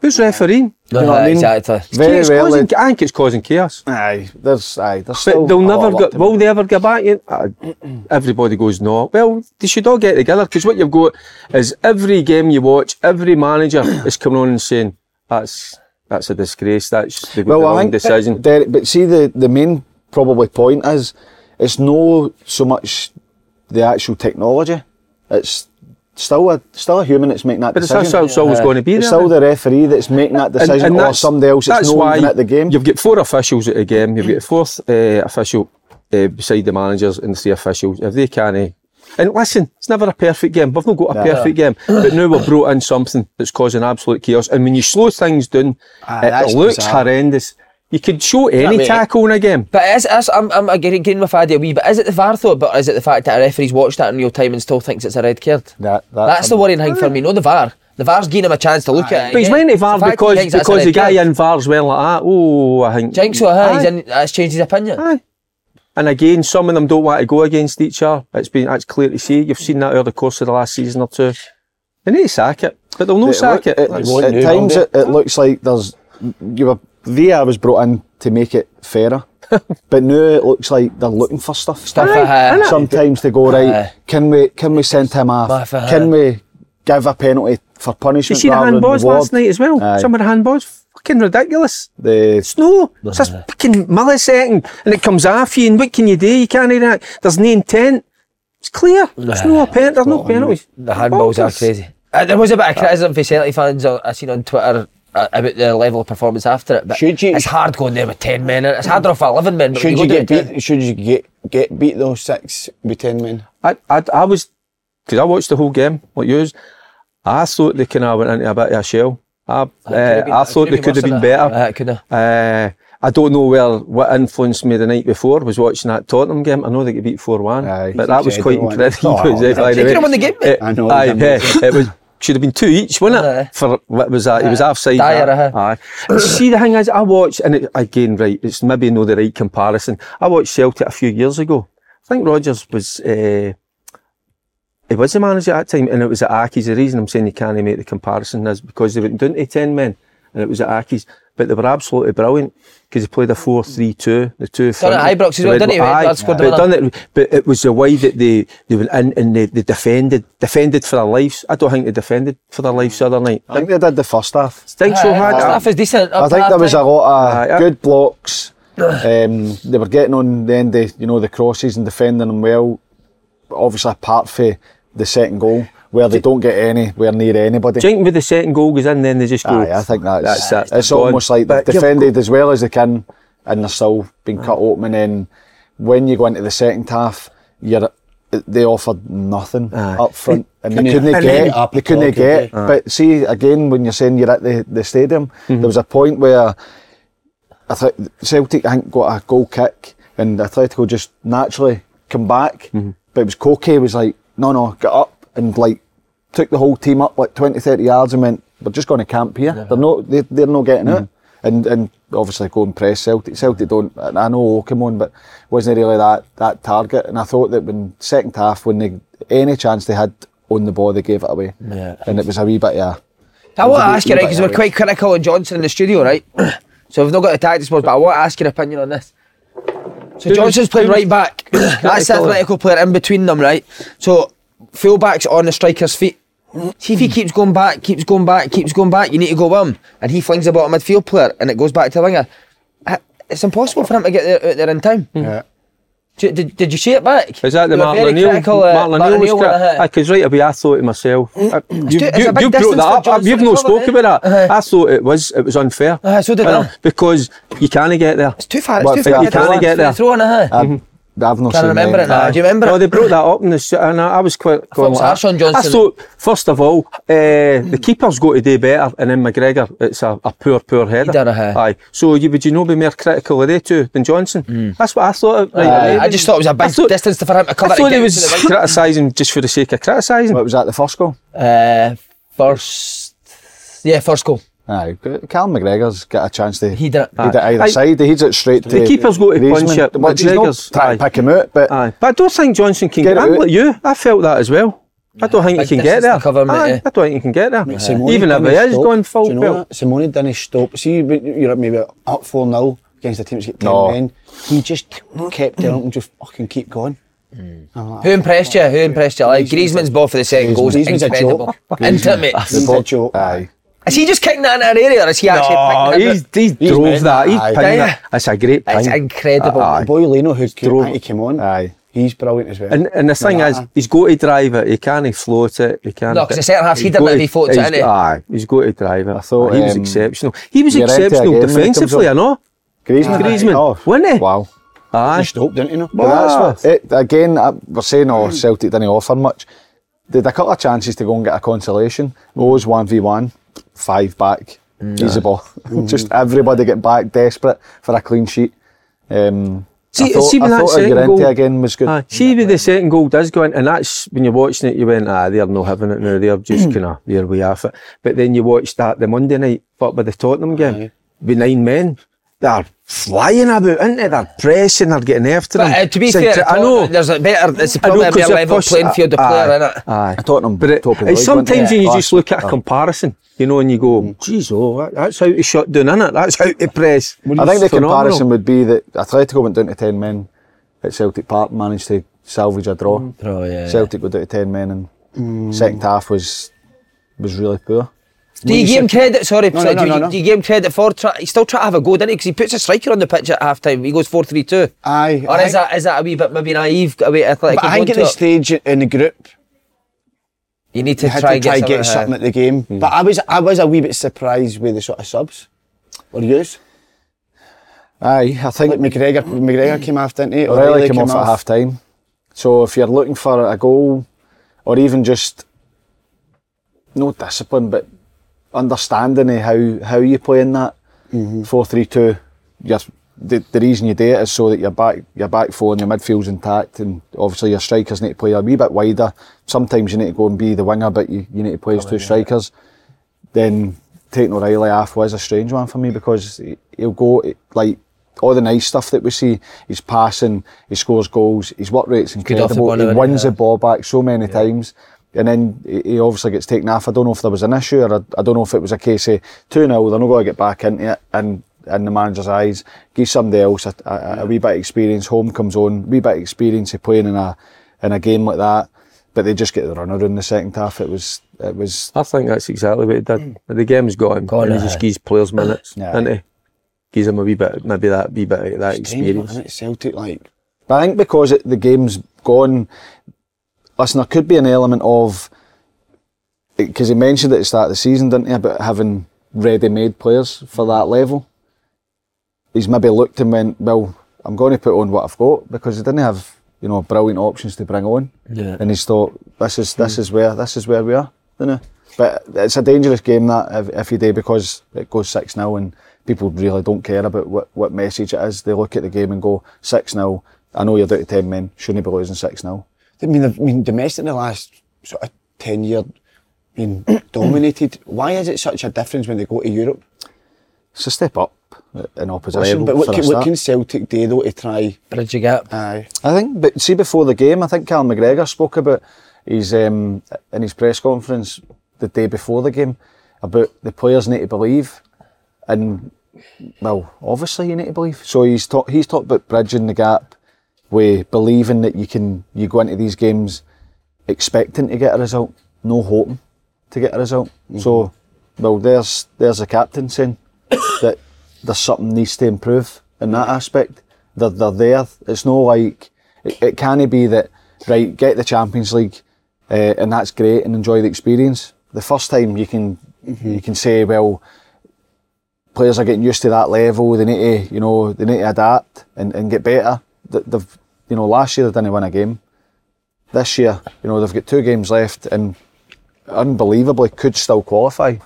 S2: Who's refereeing?
S1: No,
S4: You know what I mean?
S1: Uh, exactly.
S4: Very
S2: it's causing,
S4: rarely.
S2: I think it's causing chaos.
S4: Aye, there's aye, there's
S2: But
S4: still.
S2: they'll
S4: a lot
S2: never
S4: of
S2: get,
S4: work to
S2: will they ever get back? in? Uh, everybody goes, no. Well, they should all get together because what you've got is every game you watch, every manager is coming on and saying, that's that's a disgrace, that's the,
S4: do.
S2: the wrong decision.
S4: Derek, but see the the main probably point is it's no so much the actual technology. It's still a still a human that's making that
S2: But it's,
S4: decision.
S2: that's how it's always going to be
S4: It's
S2: there.
S4: still the referee that's making that
S2: And-
S4: decision,
S2: and
S4: or
S2: that's-
S4: somebody else that's,
S2: that's
S4: not
S2: why
S4: even at the game.
S2: You've got four officials at the game. You've got a fourth uh, official uh, beside the managers and the three officials. If they can't. eh. And listen, it's never a perfect game. We've not got a
S4: No.
S2: perfect game. But now we've brought in something that's causing absolute chaos. And when you slow things down,
S4: Ah,
S3: Aye,
S2: it
S3: that's
S2: looks
S3: bizarre.
S2: horrendous. You could show any
S3: I mean,
S2: tackle in a game.
S1: But is, is, I'm, I'm agreeing with Addy a wee bit. Is it the VAR thought, but is it the fact that a referee's watched that in real time and still thinks it's a red card?
S4: That- that's
S1: that's the
S4: a-
S1: worrying thing for me. No, the VAR. The VAR's giving him a chance to look at it.
S2: Uh. But he's
S1: again.
S2: went to
S1: It's the
S2: VAR
S1: fact he
S2: because,
S1: thinks it's a
S2: because
S1: red
S2: the guy
S1: card.
S2: in VAR's went like that. Oh, I think.
S1: Jinx, so aye, he's
S2: Aye.
S1: in, that's changed his opinion.
S2: Aye. And again, some of them don't want to go against each other. It's been that's clear to see. You've seen that over the course of the last season or two. They need to sack it, but they'll no
S4: It
S2: sack it.
S4: look- it's-
S3: won't
S4: at
S3: do, will
S4: times
S3: they?
S4: it, it looks like there's you were VAR was brought in to make it fairer, but now it looks like they're looking for stuff.
S1: Stuff for her.
S4: Sometimes they go
S1: Aye.
S4: right. Can we can we send him
S1: Aye,
S4: off?
S1: for her.
S4: Can we give a penalty for
S2: Did you
S4: punishment
S2: see the
S4: rather than
S2: handballs
S4: reward?
S2: last night as well?
S4: Aye.
S2: Some of the handballs, fucking ridiculous.
S4: The
S2: It's no, it's just fucking millisecond, and it comes off you. And what can you do? You can't do that. There's no intent. It's clear. There's no pen. There's no penalties.
S1: The handballs are
S2: Bonkers.
S1: crazy. Uh, there was a bit of criticism for Celtic fans uh, I seen on Twitter uh, about the level of performance after it. But
S3: Should you-
S1: it's hard going there with ten men. in it. It's harder for eleven men. But
S3: Should
S1: when
S3: you
S1: go
S3: get
S1: down to-
S3: beat? Should you get get beat those six with ten men?
S2: I, I, I was, because I watched the whole game, like yours, I thought they kind of went into a bit of a shell. I, uh, I thought they could have been better.
S1: Uh, could have.
S2: Uh, I don't know where what influenced me the night before was watching that Tottenham game. I know they got beat four one,
S4: Aye.
S2: but that was
S3: Said
S2: quite
S3: one.
S2: incredible.
S3: Oh,
S2: by
S1: They
S2: the
S1: could
S2: way.
S1: have won the game, mate.
S2: Eh,
S3: I know,
S2: Aye,
S3: I'm
S2: eh,
S3: amazing.
S2: it was should have been two each, wouldn't
S1: Aye.
S2: it? For what was that? He was
S1: Aye.
S2: offside.
S1: Dyer,
S3: uh-huh.
S2: that.
S1: aye.
S2: Aye. See, the thing is, I watched, and it, again, right, it's maybe not the right comparison. I watched Celtic a few years ago. I think Rogers was. Uh, he was the manager at that time, and it was at Aki's. The reason I'm saying you can't make the comparison is because they went down to 10 men, and it was at Aki's. But they were absolutely brilliant because they played a 4 3 2, the two. front-
S1: Ibrox as
S2: the
S1: well,
S2: red-
S1: done it,
S2: Aye,
S1: Edward scored
S2: but
S1: another.
S2: done it, but it was the way that they, they went in and they, they defended defended for their lives. I don't think they defended for their lives the other night.
S4: I think they did the first half.
S2: Think so
S1: Aye,
S2: hard.
S1: first half is decent. up
S4: I
S1: to
S4: think
S1: half
S4: there was a
S1: time.
S4: lot of
S2: Aye, I-
S4: good blocks. um, they were getting on the end of you know the crosses and defending them well. But obviously, apart from the second goal where they don't get anywhere near anybody.
S2: Do you think with the second goal goes in, then they just go?
S4: Aye, I think that's,
S2: That's- that's
S4: it's
S2: gone.
S4: almost like
S2: But
S4: they've
S2: you've
S4: defended as well as they can and they're still being cut
S3: Mm.
S4: open and then when you go into the second half you're they offered nothing
S2: Aye.
S4: up front and
S3: Couldn't
S4: they couldn't
S3: get-
S4: get
S3: couldn't get
S4: they couldn't
S3: up,
S4: get
S3: could they?
S4: but see again when you're saying you're at the, the stadium
S2: Mm-hmm.
S4: there was a point where I think Celtic I think got a goal kick and Atletico just naturally come back.
S1: Mm-hmm.
S4: But it was Koke was like, no, no, get up and like took the whole team up like 20, 30 yards and went, we're just going to camp here. They're not, they, they're not getting
S1: Mm-hmm.
S4: out. And and obviously go and press Celtic. Celtic don't. And I know Okamon, but wasn't really that that target. And I thought that when second half, when they any chance they had on the ball, they gave it away.
S1: Yeah.
S4: And it was a wee bit yeah.
S1: I want to
S4: Bit-
S1: ask you, right,
S4: bit
S1: because we're
S4: early.
S1: quite critical of Johnson in the studio, right? so we've not got the tactics board, but I want to ask your opinion on this. So Johnson's playing right back. That's the
S2: critical?
S1: athletic player in between them, right? So full back's on the striker's feet. See if he keeps going back, keeps going back, keeps going back, you need to go with him. And he flings the bottom midfield player and it goes back to the winger. Uh, It's impossible for him to get there, out there in time.
S2: Hmm.
S3: Yeah.
S1: Did, did, did you see it back?
S2: Is that the
S1: You were
S2: Martin
S1: very
S2: O'Neill?
S1: critical, uh,
S2: Martin O'Neill was
S1: when it hit.
S2: crap. Because right away I thought to
S1: Mm.
S2: myself, uh, you've,
S1: too- it's a
S2: you,
S1: big
S2: you've
S1: distance
S2: brought that
S1: for
S2: up.
S1: Johnson
S2: I've- You've
S1: to
S2: not
S1: cover,
S2: spoke
S1: eh?
S2: about that.
S1: Uh-huh.
S2: I thought it was it was unfair.
S1: Aye, Ah, so did I.
S2: Because you can't get there.
S1: It's too far, it's
S4: Well,
S1: too
S4: if
S1: far.
S4: you
S2: can't get Ah, there.
S1: Throw in a hit.
S4: I, I've not
S1: Mm-hmm. Can't
S4: seen
S1: remember
S4: many.
S1: it now. Ah, Do you remember
S2: No,
S1: it?
S2: they brought that up in the sh- and I I was
S1: thought
S2: quite.
S1: it was
S2: going like
S1: harsh on
S2: that.
S1: Johnson. Mm.
S2: I thought first of all, uh, the keepers got to do better, and then McGregor, it's a, a poor, poor header.
S1: done a hair.
S2: Aye, so you would you know be more critical of they two than Johnson? That's what I thought. Right,
S1: Mm. Aye,
S2: away.
S1: I just thought it was a
S2: Oh, I
S1: big
S2: thought-
S1: distance for him to cover.
S2: I
S1: to
S2: thought
S1: get
S2: he
S1: to
S2: was
S1: the wing.
S2: criticising just for the sake of criticising.
S4: What was that? The first goal.
S1: Uh, first, yeah, first goal.
S4: Aye, Cal McGregor's got a chance to
S1: He
S4: hit
S1: did.
S4: it either
S2: Aye.
S4: side. He hits it straight to
S2: The keeper's got to
S4: Griezmann,
S2: punch it,
S4: Which he's not
S2: McGregor's-
S4: trying to
S2: aye.
S4: pick him out, but
S2: Aye, but I don't think Johnson can.
S4: Get it
S2: I'm
S4: out.
S2: like you. I felt that as well. I don't think
S1: Big
S2: he can get
S1: distance to
S2: there.
S1: cover, mate,
S2: Aye,
S1: yeah.
S2: I don't think he can get there.
S3: Simone
S2: Even if
S3: didn't
S2: he is
S3: stop.
S2: going
S3: Do
S2: full
S3: you know
S2: tilt.
S3: that? Simone didn't stop. See, you- you're maybe up 4 0 against a team that's got 10
S4: No.
S3: men. He just kept telling them to fucking keep going.
S2: Ah.
S1: Who impressed you? Who impressed you? Like Griezmann's ball for the second goal was
S3: Griezmann's a
S1: incredible.
S3: joke.
S1: Intimate.
S3: He's a joke.
S4: aye.
S1: Is he just kicking that in an area, or is he actually
S2: Oh,
S1: picking
S2: he's,
S1: it?
S2: he's, drove
S3: been-
S2: that. He's
S3: aye.
S2: pinged
S1: Yeah.
S2: that. That's a great
S1: It's
S2: ping.
S1: incredible.
S2: Ah,
S3: The boy Leno who came, I think he came on,
S4: Aye.
S3: he's brilliant as well.
S2: And, and the thing is, he's got to drive it. He can't float it. He can't.
S1: No, 'cause the centre halves, he
S2: He's
S1: didn't
S2: got
S1: have
S2: to-
S1: he floats it,
S2: he's-
S1: innit?
S2: Aye, he's got to drive it. I
S4: thought,
S2: thought he was
S4: um,
S2: exceptional. He was
S4: Llorente again
S2: exceptional
S4: when he comes
S2: defensively,
S4: on.
S2: I know.
S4: Griezmann, Oh,
S2: Griezmann, wasn't he?
S4: Wow.
S3: he
S2: Aye,
S3: stopped, didn't he? No?
S4: But
S2: Ah.
S4: that's what, it, again, I, we're saying, oh, Celtic didn't offer much. They had a couple of chances to go and get a consolation. Mo's 1v1, five back,
S2: Mm.
S4: easy ball. Just everybody getting back, desperate for a clean sheet. Um,
S2: See-
S4: I thought,
S2: see
S4: I
S2: when that
S4: thought a
S2: second
S4: Llorente
S2: goal-
S4: again was good.
S2: aye. See with Ah, the second goal does go in, and that's when you're watching it. You went, ah, they're not having it now. They're just kind of they're way off it. But then you watch that the Monday night, but with the Tottenham game, with nine men. They're flying about, aren't they? They're pressing, they're getting after
S1: But
S2: them.
S1: uh, to be
S2: It's
S1: fair,
S2: incre- I know.
S1: there's a better. It's
S2: I know
S1: probably a
S2: 'cause
S1: better
S2: they're Ah,
S1: level
S2: push-
S1: playing field to
S2: aye,
S1: player in it.
S2: Aye.
S4: Tottenham
S2: But it,
S4: top of the
S2: it's
S4: league, weren't they?
S2: sometimes when you
S4: Last
S2: just look at a
S1: Oh.
S4: year.
S2: comparison, you know, and you
S1: Mm.
S2: go, geez, oh, that- that's how to shut down, innit? That's how to press.
S4: I think the
S2: Phenomenal.
S4: comparison would be that Atletico went down to 10 men at Celtic Park, managed to salvage a draw.
S1: Draw, yeah.
S4: Celtic went down to 10 men, and second half was was really poor.
S1: Do you give him credit? Sorry,
S3: No,
S1: sorry,
S3: no,
S1: do,
S3: no,
S1: you,
S3: no.
S1: do you give him credit for? Try, he's still trying to have a go, didn't he? Because he puts a striker on the pitch at half time. He goes 4 3 2.
S3: Aye,
S1: Or
S3: I
S1: is that, is that a wee bit maybe naive? A wee athletic
S3: But I think
S1: component
S3: at the
S1: to it?
S3: stage in the group,
S1: You need to
S3: you had
S1: try
S3: to
S1: and get,
S3: try and
S1: something out
S3: get
S1: of Hmm.
S3: something at the game. But I was, I was a wee bit surprised with the sort of subs. Or yous?
S4: Aye, I think
S3: Like McGregor, McGregor came after, didn't he?
S4: O'Reilly came off at half time. So if you're looking for a goal or even just no discipline but understanding of how, how you play in that four three two, you're, the, the reason you do it is so that your back your back four and your midfield's intact and obviously your strikers need to play a wee bit wider. Sometimes you need to go and be the winger but you, you need to play as two strikers. Then taking O'Reilly off was a strange one for me because he- he'll go like all the nice stuff that we see. He's passing, he scores goals, his work rate's
S1: good off the
S4: incredible.
S1: ball,
S4: He
S1: isn't he?
S4: wins
S1: Yeah.
S4: the ball back so many times. And then he he obviously gets taken off. I don't know if there was an issue or I, I don't know if it was a case of 2 0, they're not going to get back into it. And in the manager's eyes, give somebody else a, a, a wee bit of experience. Home comes on, wee bit of experience of playing in a in a game like that. But they just get the runner in the second half. It was it was
S2: I think that's exactly what he did. The game's got him.
S1: Got
S2: and he
S1: it, aye.
S2: just gives players minutes,
S4: Yeah.
S2: doesn't he? Gives him a wee bit, maybe that wee bit of that experience.
S3: Celtic, like,
S4: But I think because it, the game's gone, listen, there could be an element of because he mentioned at the start of the season, didn't he, about having ready-made players for that level. He's maybe looked and went, well, I'm going to put on what I've got because he didn't have you know brilliant options to bring on,
S1: Yeah.
S4: and he's thought this is this is where this is where we are, didn't he? But it's a dangerous game that if, if you do because it goes six 0 and people really don't care about what, what message it is. They look at the game and go six 0 I know you're down to 10 men, shouldn't be losing 6 0.
S3: I mean, they've- I mean, domestic in the last sort of 10 year been dominated. Why is it such a difference when they go to Europe?
S4: It's a step up in opposition.
S3: but what
S4: for a
S3: can, what
S4: start.
S3: can Celtic do though to try?
S1: Bridge a gap.
S3: Aye.
S4: I think, but see, before the game, I think Cal McGregor spoke about his um, in his press conference the day before the game about the players need to believe, and well, obviously you need to believe. So he's talk, he's talked about bridging the gap, with believing that you can you go into these games expecting to get a result, no hoping to get a result. So,
S3: Mm-hmm.
S4: well, there's there's a captain saying that there's something needs to improve in that
S3: Mm-hmm.
S4: aspect. They're, they're there. It's no like it, it can't be that right. Get the Champions League, uh, and that's great, and enjoy the experience. The first time you can
S3: Mm-hmm.
S4: you can say, well, players are getting used to that level. They need to you know they need to adapt and, and get better. Th- They've you know last year they didn't win a game. This year, you know, they've got two games left, and unbelievably could still qualify.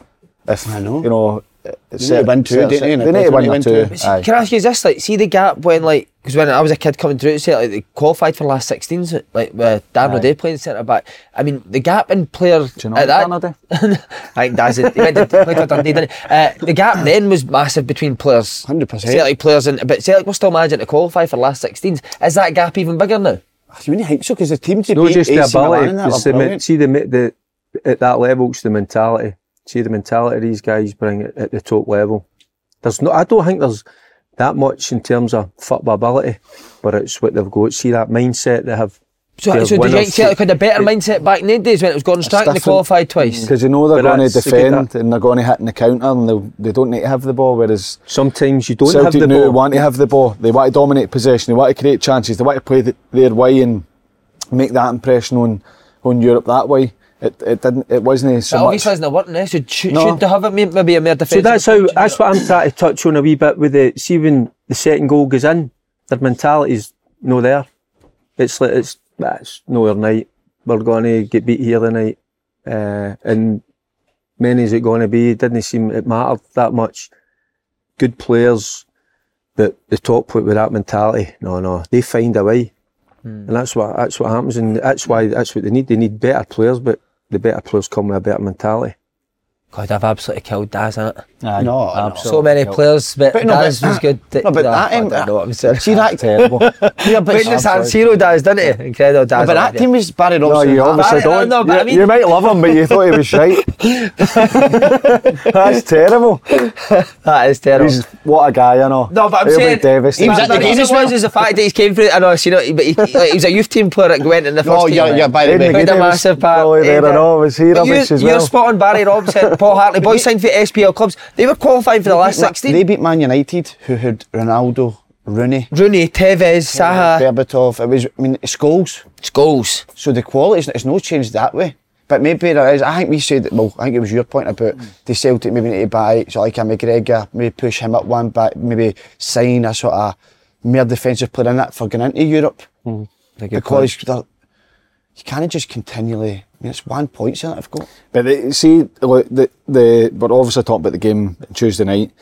S4: If
S3: I know.
S4: you know,
S3: They need to win two,
S4: certain-
S3: don't they, in a
S4: They need to
S3: qualifier,
S4: win
S3: win
S4: or
S3: two.
S4: two.
S3: But
S1: See,
S4: aye.
S1: can I ask you, is this like, see the gap when like, because when I was a kid coming through, say like they qualified for the last 16s, like uh, Dan O'Day playing centre back. I mean, the gap in players
S4: Do you know
S1: at that,
S4: Dan O'Day?
S1: I think Daz, he went to play for Dundee, didn't he? Uh, the gap then was massive between players.
S3: 100%.
S1: Celtic players, and but Celtic were still managing to qualify for the last 16s. Is that gap even bigger now?
S3: You wouldn't think so because the team to
S2: Not
S3: beat
S2: just the
S3: AC Milan
S2: ability,
S3: and that
S2: it's
S3: were
S2: the, men-
S3: brilliant.
S2: see the, men- the at that level, it's the mentality. See the mentality these guys bring at, at the top level. There's no, I don't think there's that much in terms of football ability, but it's what they've got. See that mindset they have.
S1: So,
S2: They're
S1: so do you think
S2: winners.
S1: Celtic had a better mindset back in the days when it was Gordon Strachan they
S4: different.
S1: qualified twice?
S4: Because you know they're
S2: But
S4: going to
S2: that's- they get
S4: defend and they're going to hit in the counter and they'll- they don't need to have the ball. Whereas
S2: Sometimes you don't have
S4: Celtic
S2: the
S4: now
S2: ball.
S4: want to have the ball. They want to dominate possession. They want to create chances. They want to play th their way and make that impression on on Europe that way. It, it didn't. It wasn't so
S1: That
S4: much.
S1: obviously isn't working, eh? So should,
S4: No.
S1: should they have it may- maybe a mere
S2: So
S1: defensive?
S2: that's how.
S1: approach?
S2: That's what I'm trying to touch on a wee bit with the. See when the second goal goes in, their mentality's no there. It's like it's that's nowhere night. We're going to get beat here tonight, uh, and many is it going to be? It didn't seem it mattered that much. Good players, that the top put with that mentality. No, no, they find a way, and that's what that's what happens, and that's why that's what they need. They need better players, but the better players come with a better mentality.
S1: God, I've absolutely killed Daz, innit?
S4: Aye.
S3: No, I know.
S1: So many players, but,
S3: But no, but
S1: Daz was
S3: that-
S1: good.
S3: no, but that
S1: I
S3: ain't-
S1: don't know what I'm saying.
S3: See that
S4: terrible.
S3: Yeah, but,
S1: Witness San Siro Daz, didn't he? Incredible Daz.
S3: but that team was Barry
S4: No,
S3: Robson.
S4: you obviously
S1: I don't
S4: don't.
S1: know, but I
S4: You-
S1: mean-
S4: you might love him, but you thought he was shite. That's terrible.
S1: That is terrible.
S4: He's, what a guy, you know.
S1: No, but I'm
S4: He'll
S1: saying
S4: be devastated.
S1: But the reason was is the fact that he came through. I know, you know, he- but he, like, he was a youth team player that went in the first
S3: Oh,
S1: team.
S3: yeah, yeah, by the
S4: Aidan
S3: way.
S1: Played a
S4: McGuinness
S1: massive part.
S4: probably there
S1: in
S4: and
S1: it.
S4: all, was he
S1: But you,
S4: rubbish as
S1: You're
S4: well?
S1: spot on, Barry Robson, Paul Hartley. Boys signed for SPL clubs. They were qualifying for the last
S3: They
S1: 16.
S3: beat Man United, who had Ronaldo, Rooney,
S1: Rooney, Tevez, Saha,
S3: Berbatov. It was, I mean, Scholes.
S1: Scholes.
S3: So the quality, it's- it's no change that way. But maybe there is. I think we said, well, I think it was your point about the Celtic maybe need to buy, so like a McGregor, maybe push him up one back, maybe sign a sort of mere defensive player in that for going into Europe.
S1: Hmm.
S3: Because they're- you can't just continually, I mean, it's one point that I've got.
S4: But they, see, look, the, the, we're obviously talking about the game Tuesday night.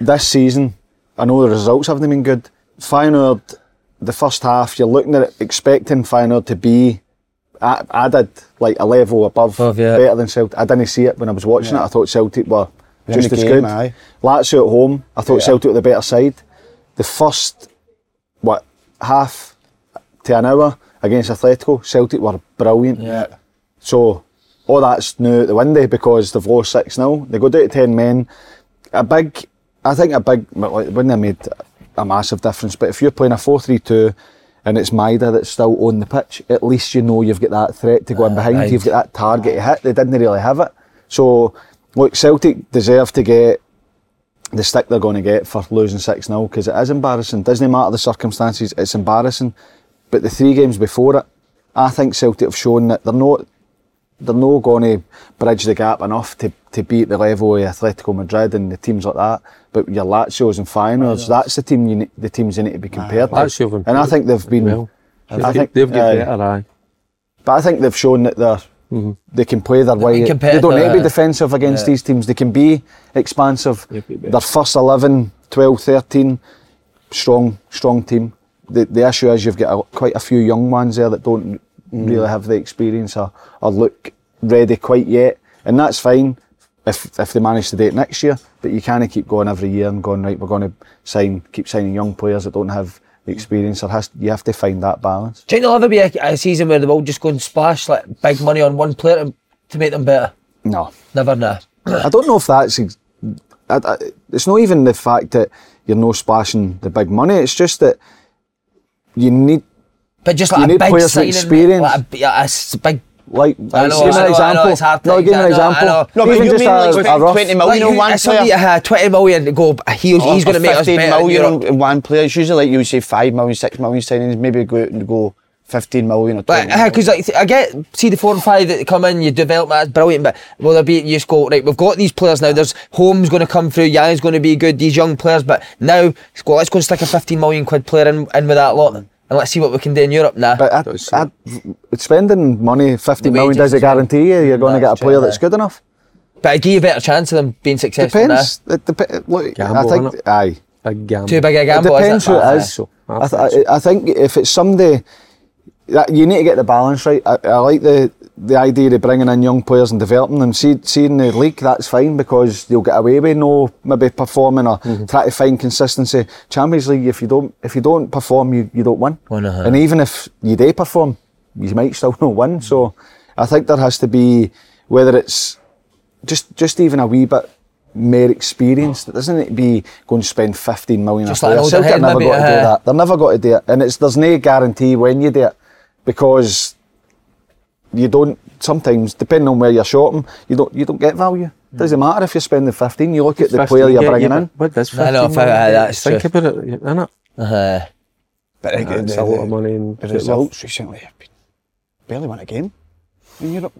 S4: This season, I know the results haven't been good. Feyenoord, the first half, you're looking at it, expecting Feyenoord to be a- added like a level above,
S1: Above, yeah.
S4: better than Celtic. I didn't see it when I was watching it. I thought Celtic were
S3: in
S4: just
S3: the
S4: as
S3: game,
S4: good.
S3: aye.
S4: Lazio at home, I thought
S3: Yeah.
S4: Celtic were the better side. The first, what, half to an hour against Atletico, Celtic were brilliant. So all that's now out the window because they've lost 6 0. They go down to 10 men. A big, I think a big, well, like, wouldn't have made a massive difference, but if you're playing a 4 3 2 and it's Maida that's still on the pitch, at least you know you've got that threat to go in behind,
S1: right.
S4: you've got that target to hit. They didn't really have it. So, look, Celtic deserve to get the stick they're going to get for losing 6 0 because it is embarrassing. Doesn't matter the circumstances, it's embarrassing. But the three games before it, I think Celtic have shown that they're not they're not going to bridge the gap enough to, to be at the level of Atletico Madrid and the teams like that. But your Lazios and Feyenoords, that's the team you need, the teams you need to be compared to.
S2: Lazio have
S4: and I think they've been.
S2: well.
S4: I
S2: They've-
S4: think
S2: they've got
S4: aye.
S2: better. Aye.
S4: But I think they've shown that they're. They can uh, play their way. Mm-hmm. They
S1: competitive,
S4: don't need to
S1: aye.
S4: be defensive against these teams. They can be expansive.
S2: They'll be better.
S4: Their first 11, 12, 13, strong, strong team. the, the issue is you've got a, quite a few young ones there that don't really have the experience or, or look ready quite yet, and that's fine if if they manage to do it next year. But you can't keep going every year and going right. We're going to sign, keep signing young players that don't have the experience. There has you have to find that
S1: Do
S4: balance.
S1: you think there'll ever be a, a uh, season where they will just go and splash like big money on one player to, to make them better?
S4: No,
S1: Never, nah.
S4: I don't know if that's. Ex- I, I, it's not even the fact that you're no splashing the big money. It's just that you need
S1: But just
S4: You
S1: like a
S4: need
S1: big
S4: players with
S1: signing,
S4: experience.
S1: like a, b- yeah, a s- big.
S4: like.
S1: I know,
S4: give me
S1: I
S4: an
S1: know,
S4: example.
S1: I know, it's hard to-
S4: no, give me
S1: I
S4: an
S1: know, I
S4: example.
S1: know.
S3: No, but
S4: even
S3: you
S4: just
S3: mean
S4: a,
S3: like
S4: a
S3: spending
S4: rough-
S3: 20
S1: Like,
S3: million on
S1: you-
S3: one
S1: if somebody
S3: player?
S1: had 20 million to go, he's,
S3: Or
S1: he's going to make us
S3: 15
S1: better. in
S3: million
S1: Europe.
S3: on one player. It's usually like you would say 5 million, 6 million signings, maybe go out and go 15 million or 20
S1: Like,
S3: million.
S1: because like, I get see the four and five that come in, you develop that's brilliant, but will there be you just go right? We've got these players now. There's Holmes going to come through, Yang's going to be good. These young players, but now let's go, let's go and stick a 15 million quid player in, in with that lot, and let's see what we can do in Europe. Nah,
S4: But
S2: Don't see
S4: I, I, spending money,
S1: The
S4: fifty million,
S1: wages
S4: does it
S1: as well.
S4: guarantee you you're going to
S1: That's
S4: get a
S1: true,
S4: player that's
S1: aye.
S4: good enough?
S1: but I give you a better chance of them being successful.
S4: Depends. It dep- look,
S2: Gamble,
S4: I think.
S2: innit?
S4: Aye.
S2: Big
S1: Nah.
S2: gamble.
S1: Too big a
S4: It
S1: gamble. Uh-huh.
S4: depends who it
S1: Aye.
S4: is.
S2: so.
S4: I,
S2: I
S4: th- I, I think if it's somebody, that you need to get the balance right. I, I like the the idea of bringing in young players and developing them. See, seeing the league, that's fine because you'll get away with no maybe performing or try to find consistency. Champions League, if you don't if you don't perform, you, you don't win. uh-huh.
S1: Well, no, aye.
S4: And even if you do perform, you might still not win. So, I think there has to be whether it's just just even a wee bit more experience. It doesn't need to be going to spend 15 million
S1: Oh. Just
S4: a
S1: like an
S4: player.
S1: older
S4: Celtic
S1: head,
S4: are never
S1: maybe,
S4: got to do
S1: uh,
S4: that. They're never got to do it. And it's there's no guarantee when you do it because you don't sometimes depending on where you're shopping, you don't you don't get value.
S1: Hmm.
S4: Doesn't matter if you're spending 15, you look at the player you're bringing in.
S2: What does 15
S1: I know, if I-
S2: million
S1: aye,
S2: get?
S1: that's
S2: Think
S1: true.
S2: about it, innit?
S1: Uh-huh.
S3: But I-
S2: It's a
S3: the-
S2: lot of
S3: the-
S2: money. and
S3: The
S2: get worth.
S3: results recently have been barely won a game in Europe.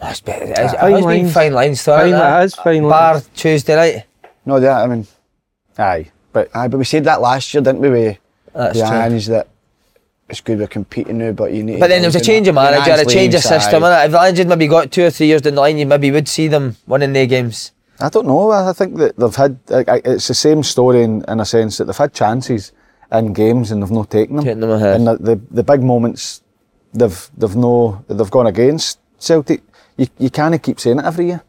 S1: That's better. It's,
S2: Fine
S1: it's been
S2: lines.
S1: fine lines throughout.
S2: Fine,
S1: that.
S2: it is fine
S1: Bar
S2: lines.
S1: Tuesday night.
S3: No, yeah, I mean,
S4: Aye. But
S3: aye, but we said that last year, didn't we? With
S1: That's
S3: the
S1: true.
S3: Irons that it's good we're competing now, but you need.
S1: But then there was a change of manager, a change of system. innit? If the manager maybe got two or three years down the line, you maybe would see them winning their games.
S4: I don't know. I I think that they've had. I- I- It's the same story in, in a sense that they've had chances in games and they've not taken them.
S1: Taken them ahead.
S4: And the, the the big moments, they've they've no they've gone against Celtic. You you can't keep saying it every year.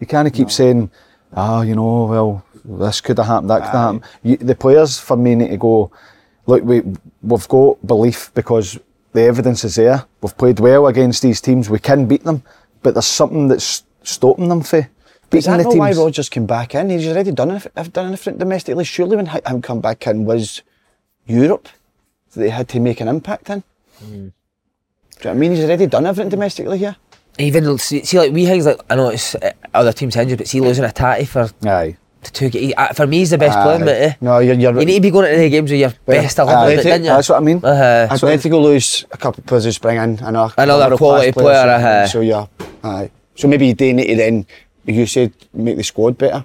S4: You can't keep saying, ah, you know, well, this could have happened, that could have happened. You, the players for me need to go. Look, we we've got belief because the evidence is there. We've played well against these teams. We can beat them, but there's something that's stopping them for.
S3: Is
S4: beating
S3: that
S4: the
S3: not
S4: teams.
S3: why Rogers came back in? He's already done enough- have done anything domestically. Surely when hi- him come back in was Europe that they had to make an impact in.
S1: Mm.
S3: Do you know what I mean? He's already done everything domestically here.
S1: Even l- see, see like wee things like I know it's uh, other teams injured, but see losing a tatty for
S4: Aye.
S1: to two ga- uh, for me he's the best
S3: Aye.
S1: player, mate. eh?
S3: No, you're- you're-
S1: you need to be going into the games with your best
S3: aye,
S1: eleven,
S3: that's
S1: didn't
S3: it,
S1: you?
S4: that's what I mean.
S1: Uh-huh.
S3: Atletico lose a couple of players who spring in and are
S1: Another
S3: another
S1: quality player, uh-huh. aye.
S3: So yeah, aye. So maybe you do need to then, you said, make the squad better,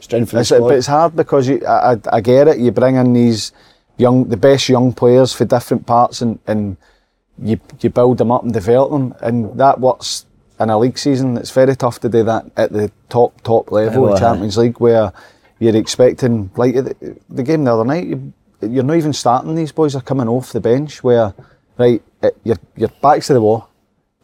S3: strengthen the
S4: It's, but
S3: squad.
S4: it's hard because you, I, I, I get it. You bring in these young, the best young players for different parts, and, and you you build them up and develop them, and that works in a league season. It's very tough to do that at the top top level,
S1: Aye,
S4: of
S1: aye.
S4: Champions League, where you're expecting like the, the game the other night. You, you're not even starting. These boys are coming off the bench. Where right, eh, it, your your backs to the wall.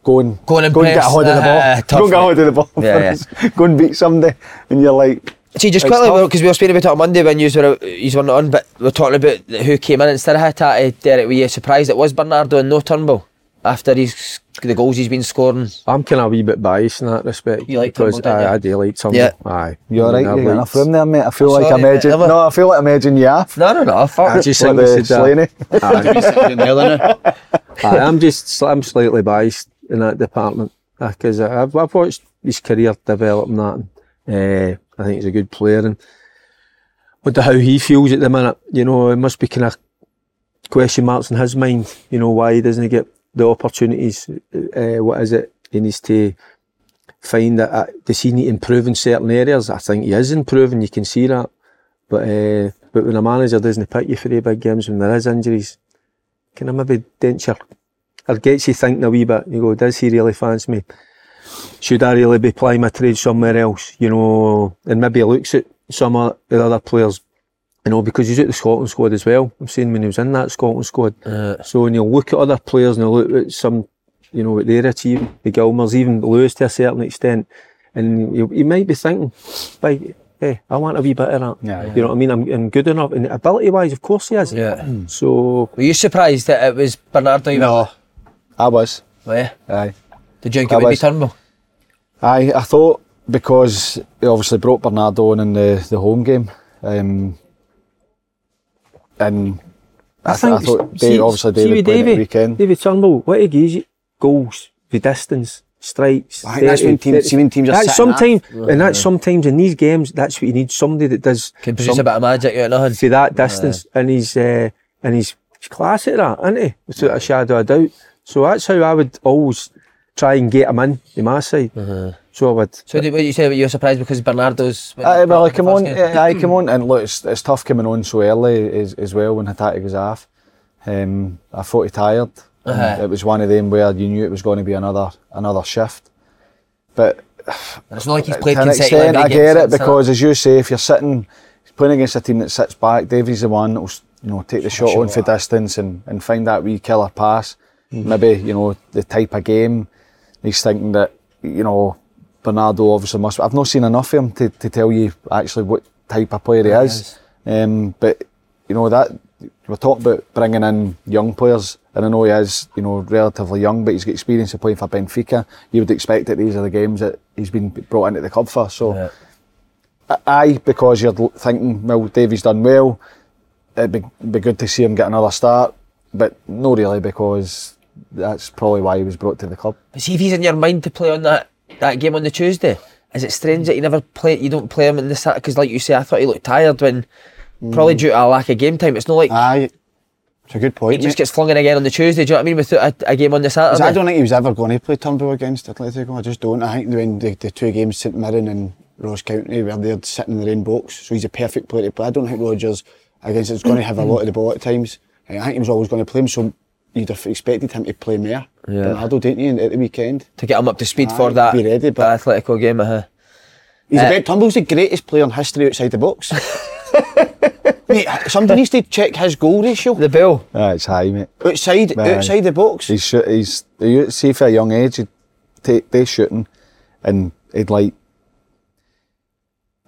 S4: Go and,
S1: Go and
S4: get a
S1: impress.
S4: hold of the ball.
S1: Aye, aye,
S4: go and get a
S1: tough,
S4: hold of the ball.
S1: Yeah,
S4: go and beat somebody, and you're like,
S1: See, just
S4: It's
S1: quickly,
S4: tough.
S1: because we were speaking about it on Monday when you were you were not on, but we are talking about who came in instead of Hitati, Derek. Were you surprised it was Bernardo and no Turnbull after he's the goals he's been scoring?
S2: I'm kind of a wee bit biased in that respect.
S1: You like
S2: because
S1: Turnbull, don't you?
S2: I, I do like Turnbull.
S1: Yeah.
S2: Aye.
S4: You're
S2: I mean,
S4: right, you
S2: I've
S4: got
S2: liked-
S4: enough room there, mate. I feel like
S1: Sorry,
S4: I'm edging.
S1: never-
S4: No, I feel like I'm edging you off.
S1: No, no, no. I
S2: I
S1: thought
S2: just
S4: Like
S2: think uh,
S4: the
S2: this is a-
S4: Slaney.
S2: Aye, I'm just sl- I'm slightly biased in that department because I've, I've watched his career develop and that. And, uh, I think he's a good player and wonder how he feels at the minute. You know, it must be kind of question marks in his mind. You know, why doesn't he get the opportunities? Uh, what is it he needs to find? That uh, does he need to improve in certain areas? I think he is improving. You can see that, but uh, but when a manager doesn't pick you for the big games when there is injuries, can I maybe dent your or gets you thinking a wee bit. You go, does he really fancy me? Should I really be playing my trade somewhere else? You know, and maybe looks at some of the other players you know, because he's at the Scotland squad as well. I'm saying when he was in that Scotland squad. So when you look at other players and you look at some, you know, what they're achieving, the Gilmers, even Lewis to a certain extent, and you, you might be thinking, by, hey, I want a wee bit of that.
S4: Yeah, yeah.
S2: You know what I mean? I'm, I'm good enough. And ability wise, of course he is.
S1: Yeah.
S2: So,
S1: Were you surprised that it was Bernardo? you
S3: No.
S4: I was.
S1: were? Yeah.
S4: Aye.
S1: Did you think
S4: I
S1: it would be
S4: was-
S1: Turnbull?
S4: Aye, I thought because he obviously brought Bernardo on in the, the home game, um, and I, th- I thought Dave, obviously
S2: see with
S4: David played at the
S2: Davy-
S4: weekend.
S2: David Turnbull, what he gives you, goals, the distance, strikes.
S3: Aye, that's
S2: 30,
S3: when teams-
S2: 30.
S3: see when teams are
S2: that's
S3: sitting up.
S2: sometimes, and that's sometimes in these games. That's what you need. Somebody that does
S1: Can produce
S2: some-
S1: a bit of magic out of nothing.
S2: for that distance, and he's uh, and he's he's class at that, isn't he? Without a shadow of doubt. So that's how I would always try and get him in to my side. So I would.
S1: So did, what you said, you were surprised because Bernardo's.
S4: Aye, Uh, well, I come on, eh,
S1: Yeah.
S4: aye, come on, and look, it's, it's tough coming on so early as, as well when Hattati goes off. Um, I thought he tired. and
S1: Uh-huh.
S4: It was one of them where you knew it was going to be another another shift, but
S1: It's not like he's played
S4: to an
S1: consecutively.
S4: extent, I get it
S1: since, huh?
S4: because, as you say, if you're sitting playing against a team that sits back, Davy's the one that'll you know take the shot on for distance and, and find that wee killer pass. Maybe you know the type of game he's thinking that you know Bernardo obviously must. I've not seen enough of him to, to tell you actually what type of player he is. Um, but you know that we're talking about bringing in young players, and I know he is you know relatively young, but he's got experience of playing for Benfica. You would expect that these are the games that he's been brought into the club for. So.
S1: Yeah.
S4: Aye, because you're l- thinking, well, Davy's done well. It'd be, be good to see him get another start, but no, really, because that's probably why he was brought to the club.
S1: But see if he's in your mind to play on that, that game on the Tuesday. Is it strange that you never play? You don't play him in the Saturday because, like you say, I thought he looked tired when
S3: Mm.
S1: probably due to a lack of game time. It's not like
S3: Aye. It's a good
S1: he
S3: point.
S1: just
S3: Mate.
S1: gets flung in again on the Tuesday. Do you know what I mean? Without a, a game on the
S3: 'Cause
S1: Saturday.
S3: I don't think he was ever going to play Turnbull against Atletico. I just don't. I think when the, the two games, St Mirren and Ross County, where they're sitting in their own box, so he's a perfect player to play. I don't think Rogers against it's going to have a lot of the ball at times. I think he was always going to play him, so you'd have expected him to play more.
S1: Yeah.
S3: Bernardo, didn't you, at the weekend?
S1: to get him up to speed
S3: Aye,
S1: for that,
S3: be ready, but-
S1: that Atletico game. Uh-huh.
S3: He's
S1: Uh,
S3: a bit, Turnbull's the greatest player in history outside the box. Mate, somebody needs to check his goal ratio.
S1: The bill.
S4: Ah, it's high, mate.
S3: Outside,
S4: Aye.
S3: outside the box.
S4: He's shoot, he's you see for a young age, he'd take day shooting, and he'd like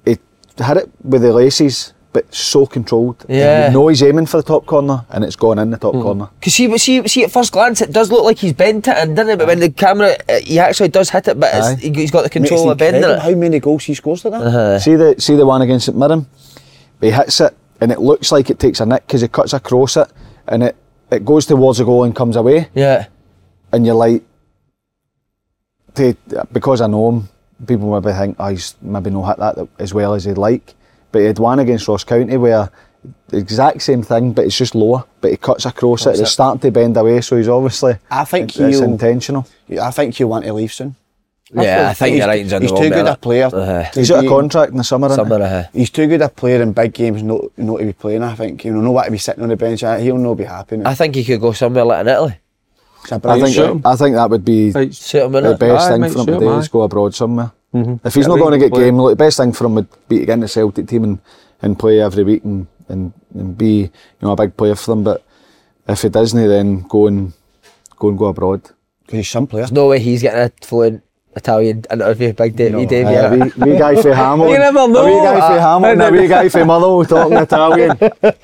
S4: he had it with the laces, but so controlled. And
S1: Yeah.
S4: you know he's aiming for the top corner, and it's gone in the top corner.
S1: Because see, see, see, at first glance, it does look like he's bent it and done it, but when the camera, uh, he actually does hit it, but
S4: Aye.
S1: it's, he- he's got the
S3: Mate, it's
S1: control of bending
S3: incredible
S1: it.
S3: How many goals he scores to that?
S1: Uh-huh.
S4: See the see the one against St Mirren. He hits it, and it looks like it takes a nick because he cuts across it, and it it goes towards the goal and comes away,
S1: Yeah.
S4: and you're like, to, because I know him, people maybe think, oh, he's maybe not hit that as well as he'd like, but he had one against Ross County where. The exact same thing, but it's just lower. But he cuts across it. It's starting to bend away, so he's obviously.
S3: I think
S4: it- it's
S3: he'll-
S4: intentional.
S3: I think he'll want to leave soon.
S1: Yeah, I think
S3: he's,
S1: you're right, he's on the wrong
S3: too good
S1: bit,
S3: a player.
S1: Uh-huh.
S3: to
S4: He's got
S3: be-
S4: a contract in the summer. isn't he?
S1: Somewhere, uh-huh.
S3: He's too good a player in big games not, not to be playing. I think you know, not what to be sitting on the bench. I- He'll not be happy.
S1: I think he could go somewhere like in Italy.
S4: I think. I think that would be
S2: Like,
S1: Suit him in
S4: The
S1: it.
S4: best
S2: Aye,
S4: thing
S2: mate,
S4: for him
S2: sure,
S4: to do
S2: aye.
S4: is go abroad somewhere.
S1: Mhm.
S4: If he's
S2: Yeah,
S4: not
S2: we
S4: going to
S2: can
S4: get
S2: play.
S4: game, look, the best thing for him would be to get in the Celtic team and, and play every week and, and, and be you know a big player for them. But if he doesn't, then go and go and go abroad.
S3: because he's some player.
S1: There's no way he's getting a fluent Italian interview, Big Davey.
S3: No.
S1: Davey.
S4: Aye, a wee, wee guy for Hamilton,
S1: You never know.
S4: a wee guy for
S1: Ah,
S4: Hamilton, a wee guy for Motherwell talking Italian.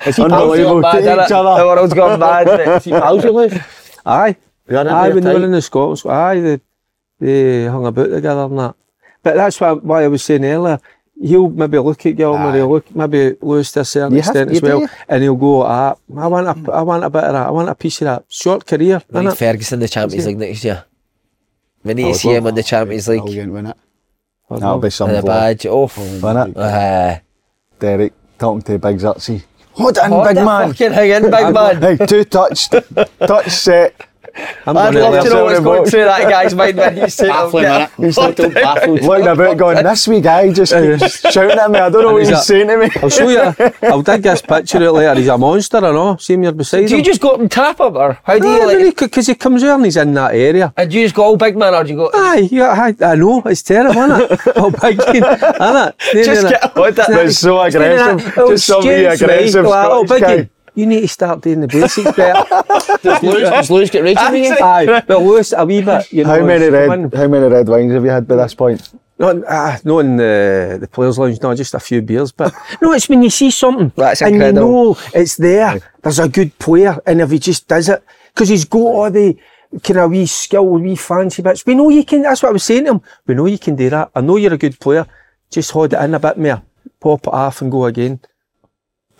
S4: It's unbelievable.
S1: Mad,
S4: To
S1: innit?
S4: each other.
S1: The world's gone mad. innit?
S2: aye,
S3: had
S2: aye.
S3: it
S2: When they
S3: tight.
S2: were in the Scots, aye, they, they hung about together and that. But that's why, why I was saying earlier. He'll maybe look at Gilmore, he'll look maybe lose to a certain
S4: You have-
S2: extent
S4: you
S2: as well,
S4: do.
S2: and he'll go, ah, I want a, I want a bit of that, I want a piece of that. Short career,
S1: We need
S2: innit?
S1: Ferguson in the Champions League next year. We need
S3: I
S1: to
S3: would
S1: see him
S3: love-
S1: in the Champions
S3: Oh,
S1: League.
S3: yeah, win it.
S2: I don't
S4: That'll
S2: know.
S4: be some
S1: And a
S4: vlog,
S1: badge. Oh,
S4: won't it?
S1: uh,
S4: Derek talking to Big Zertsy. What in,
S1: what
S4: big
S1: the
S4: man?
S1: Fucking hang in, big man.
S4: Hey, two touched, touch set,
S2: I'm
S1: I'd
S2: gonna
S1: love
S2: let
S1: to know what's
S2: someone
S1: going through that guy's mind when he's saying
S3: Baffling,
S1: that.
S3: innit? Total baffled.
S4: Looking about going, this wee guy just keeps shouting at me. I don't know what
S2: Is
S4: he's
S2: that-
S4: saying to me.
S2: I'll show you. I'll dig this picture out later. He's a monster, I know. See him here beside
S1: Do you
S2: him.
S1: just go up and tap him, or how do
S2: Ah,
S1: you like?
S2: Because he comes here and he's in that area.
S1: And do you just go all big man, or do you go?
S2: Aye, yeah, I, I know, it's terrible, isn't it? oh, big kid, isn't it?
S1: Just get on that.
S4: That's so aggressive. Just some wee aggressive
S2: oh,
S4: Scottish
S2: big
S4: guy.
S2: kid, you need to start doing the basics better.
S1: Does Lewis, does Lewis get raging with you?
S2: Aye, but Lewis, a wee bit, you know.
S4: How many
S2: Oh, it's
S4: red
S2: one-
S4: how many red wines have you had by this point?
S2: Not, ah, not in the, the players' lounge, no, just a few beers. But no, it's when you see something
S1: That's
S2: and
S1: incredible.
S2: you know it's there. There's a good player, and if he just does it, because he's got all the kind of wee skill, wee fancy bits. We know you can. That's what I was saying to him. We know you can do that. I know you're a good player. Just hold it in a bit more, pop it off, and go again.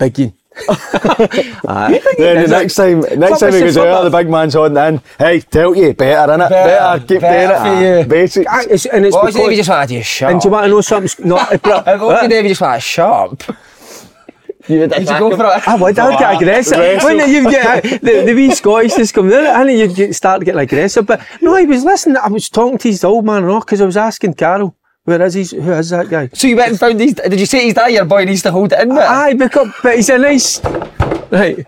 S2: Biggie. Aye.
S4: Then
S2: Is
S4: the
S2: it-
S4: next time next
S2: Fuck
S4: time he
S2: us,
S4: goes
S2: fuck
S4: out,
S2: us.
S4: the big man's on then. Hey, tell you, better innit? Better, keep
S1: better
S4: doing
S1: for
S4: it. Basics.
S2: Aye, Ah, it's- and it's
S1: What was it if you
S2: because,
S1: just wanted to shut
S2: and do you want to know something? Not,
S1: If what was it if you just wanted to shut up? You would Ah, you go for it.
S2: I would, I would get aggressive. Wouldn't you get, the, the wee Scottish just come in, and you'd get, start getting aggressive. But no, I was listening, I was talking to his old man and all, because I was asking Carol, where is he, who is that guy?
S1: So you went and found these. Did you say he's that your boy and he's to hold it in there?
S2: Aye, because, but he's a nice, right.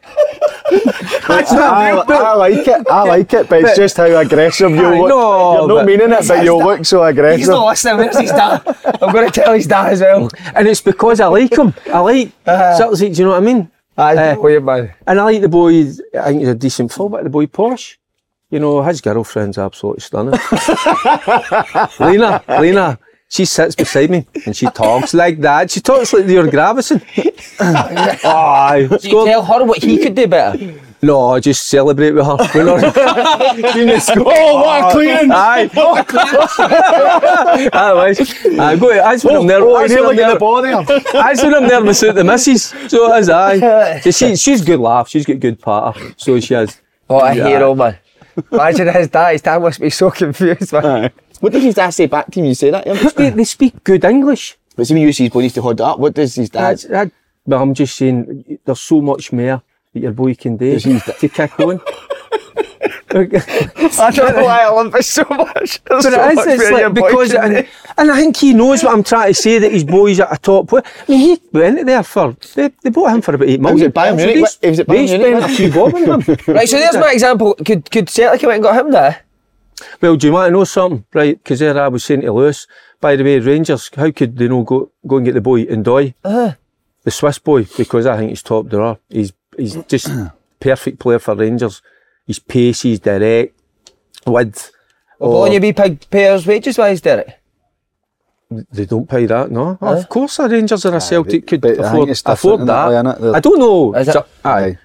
S2: That's
S4: I,
S2: not,
S4: I like it, I like it, but, it's just how aggressive you
S2: Aye,
S4: look.
S2: no,
S4: You're not
S2: but-
S4: meaning it, but you
S1: that-
S4: look so
S1: He's
S4: aggressive.
S1: not listening. Where's his dad? I'm going to tell his dad as well.
S2: and it's because I like him. I like,
S4: Uh-huh.
S2: sorts of- do you know what I mean?
S1: Aye,
S2: Eh.
S1: weird man.
S2: And I like the boy, I think he's a decent fullback, the boy Posh. You know, his girlfriend's absolutely stunning. Lena, Lena, she sits beside me and she talks like that. She talks like you're Gravison. Aye.
S1: Do you
S2: scored-
S1: tell her what he could do better?
S2: No, I just celebrate with her. We're not- She didn't score.
S3: Oh, what a clean!
S2: Aye. I wish. I go. That's when I'm
S4: Oh,
S2: nervous.
S4: you
S2: That's
S4: look
S2: when
S4: at
S2: I'm
S4: the
S2: ner-
S4: ball there.
S2: That's when I'm nervous at the missus. So is I. So She, she's good laugh. She's got good patter. So she is.
S1: What a
S2: Yeah.
S1: hero, man. Imagine his dad. His dad must be so confused, man.
S3: What did his dad say back to him? You say that? Yeah?
S2: They, they speak good English.
S3: But see when you see his boy needs to hold it up, what does his dad
S2: That's, that, but I'm just saying, there's so much more that your boy can do to kick on.
S1: I don't know why I love it so much. There's
S2: But
S1: so
S2: it is,
S1: much
S2: it's
S1: where your
S2: like,
S1: boy
S2: because,
S1: can
S2: and,
S1: be.
S2: and I think he knows what I'm trying to say, that his boy's at a top player. I mean, he went there for, they, they bought him for about eight million.
S3: was at Bayern
S2: So
S3: Munich,
S2: they
S3: wa-
S2: s-
S3: he was at
S2: They
S3: Bayern Munich,
S2: spent a
S3: wasn't
S2: few bob on him.
S1: Right, so there's my example. Could could Celtic have went and got him there?
S2: Well, do you want to know something? Right, because there I was saying to Lewis, by the way, Rangers, how could they not go, go and get the boy Ndoy?
S1: Uh-huh.
S2: The Swiss boy, because I think he's top drawer. He's, he's just perfect player for Rangers. He's pace, he's direct, width.
S1: Well, blowing your wee pig payers wages wise, Derek.
S2: They don't pay that, no. Of course, the Rangers and a Celtic could
S4: but I think
S2: afford,
S4: it's different,
S2: afford
S4: isn't it,
S2: that.
S4: Lee, innit? The-
S2: I don't know.
S1: Is
S2: So-
S1: it?
S2: aye.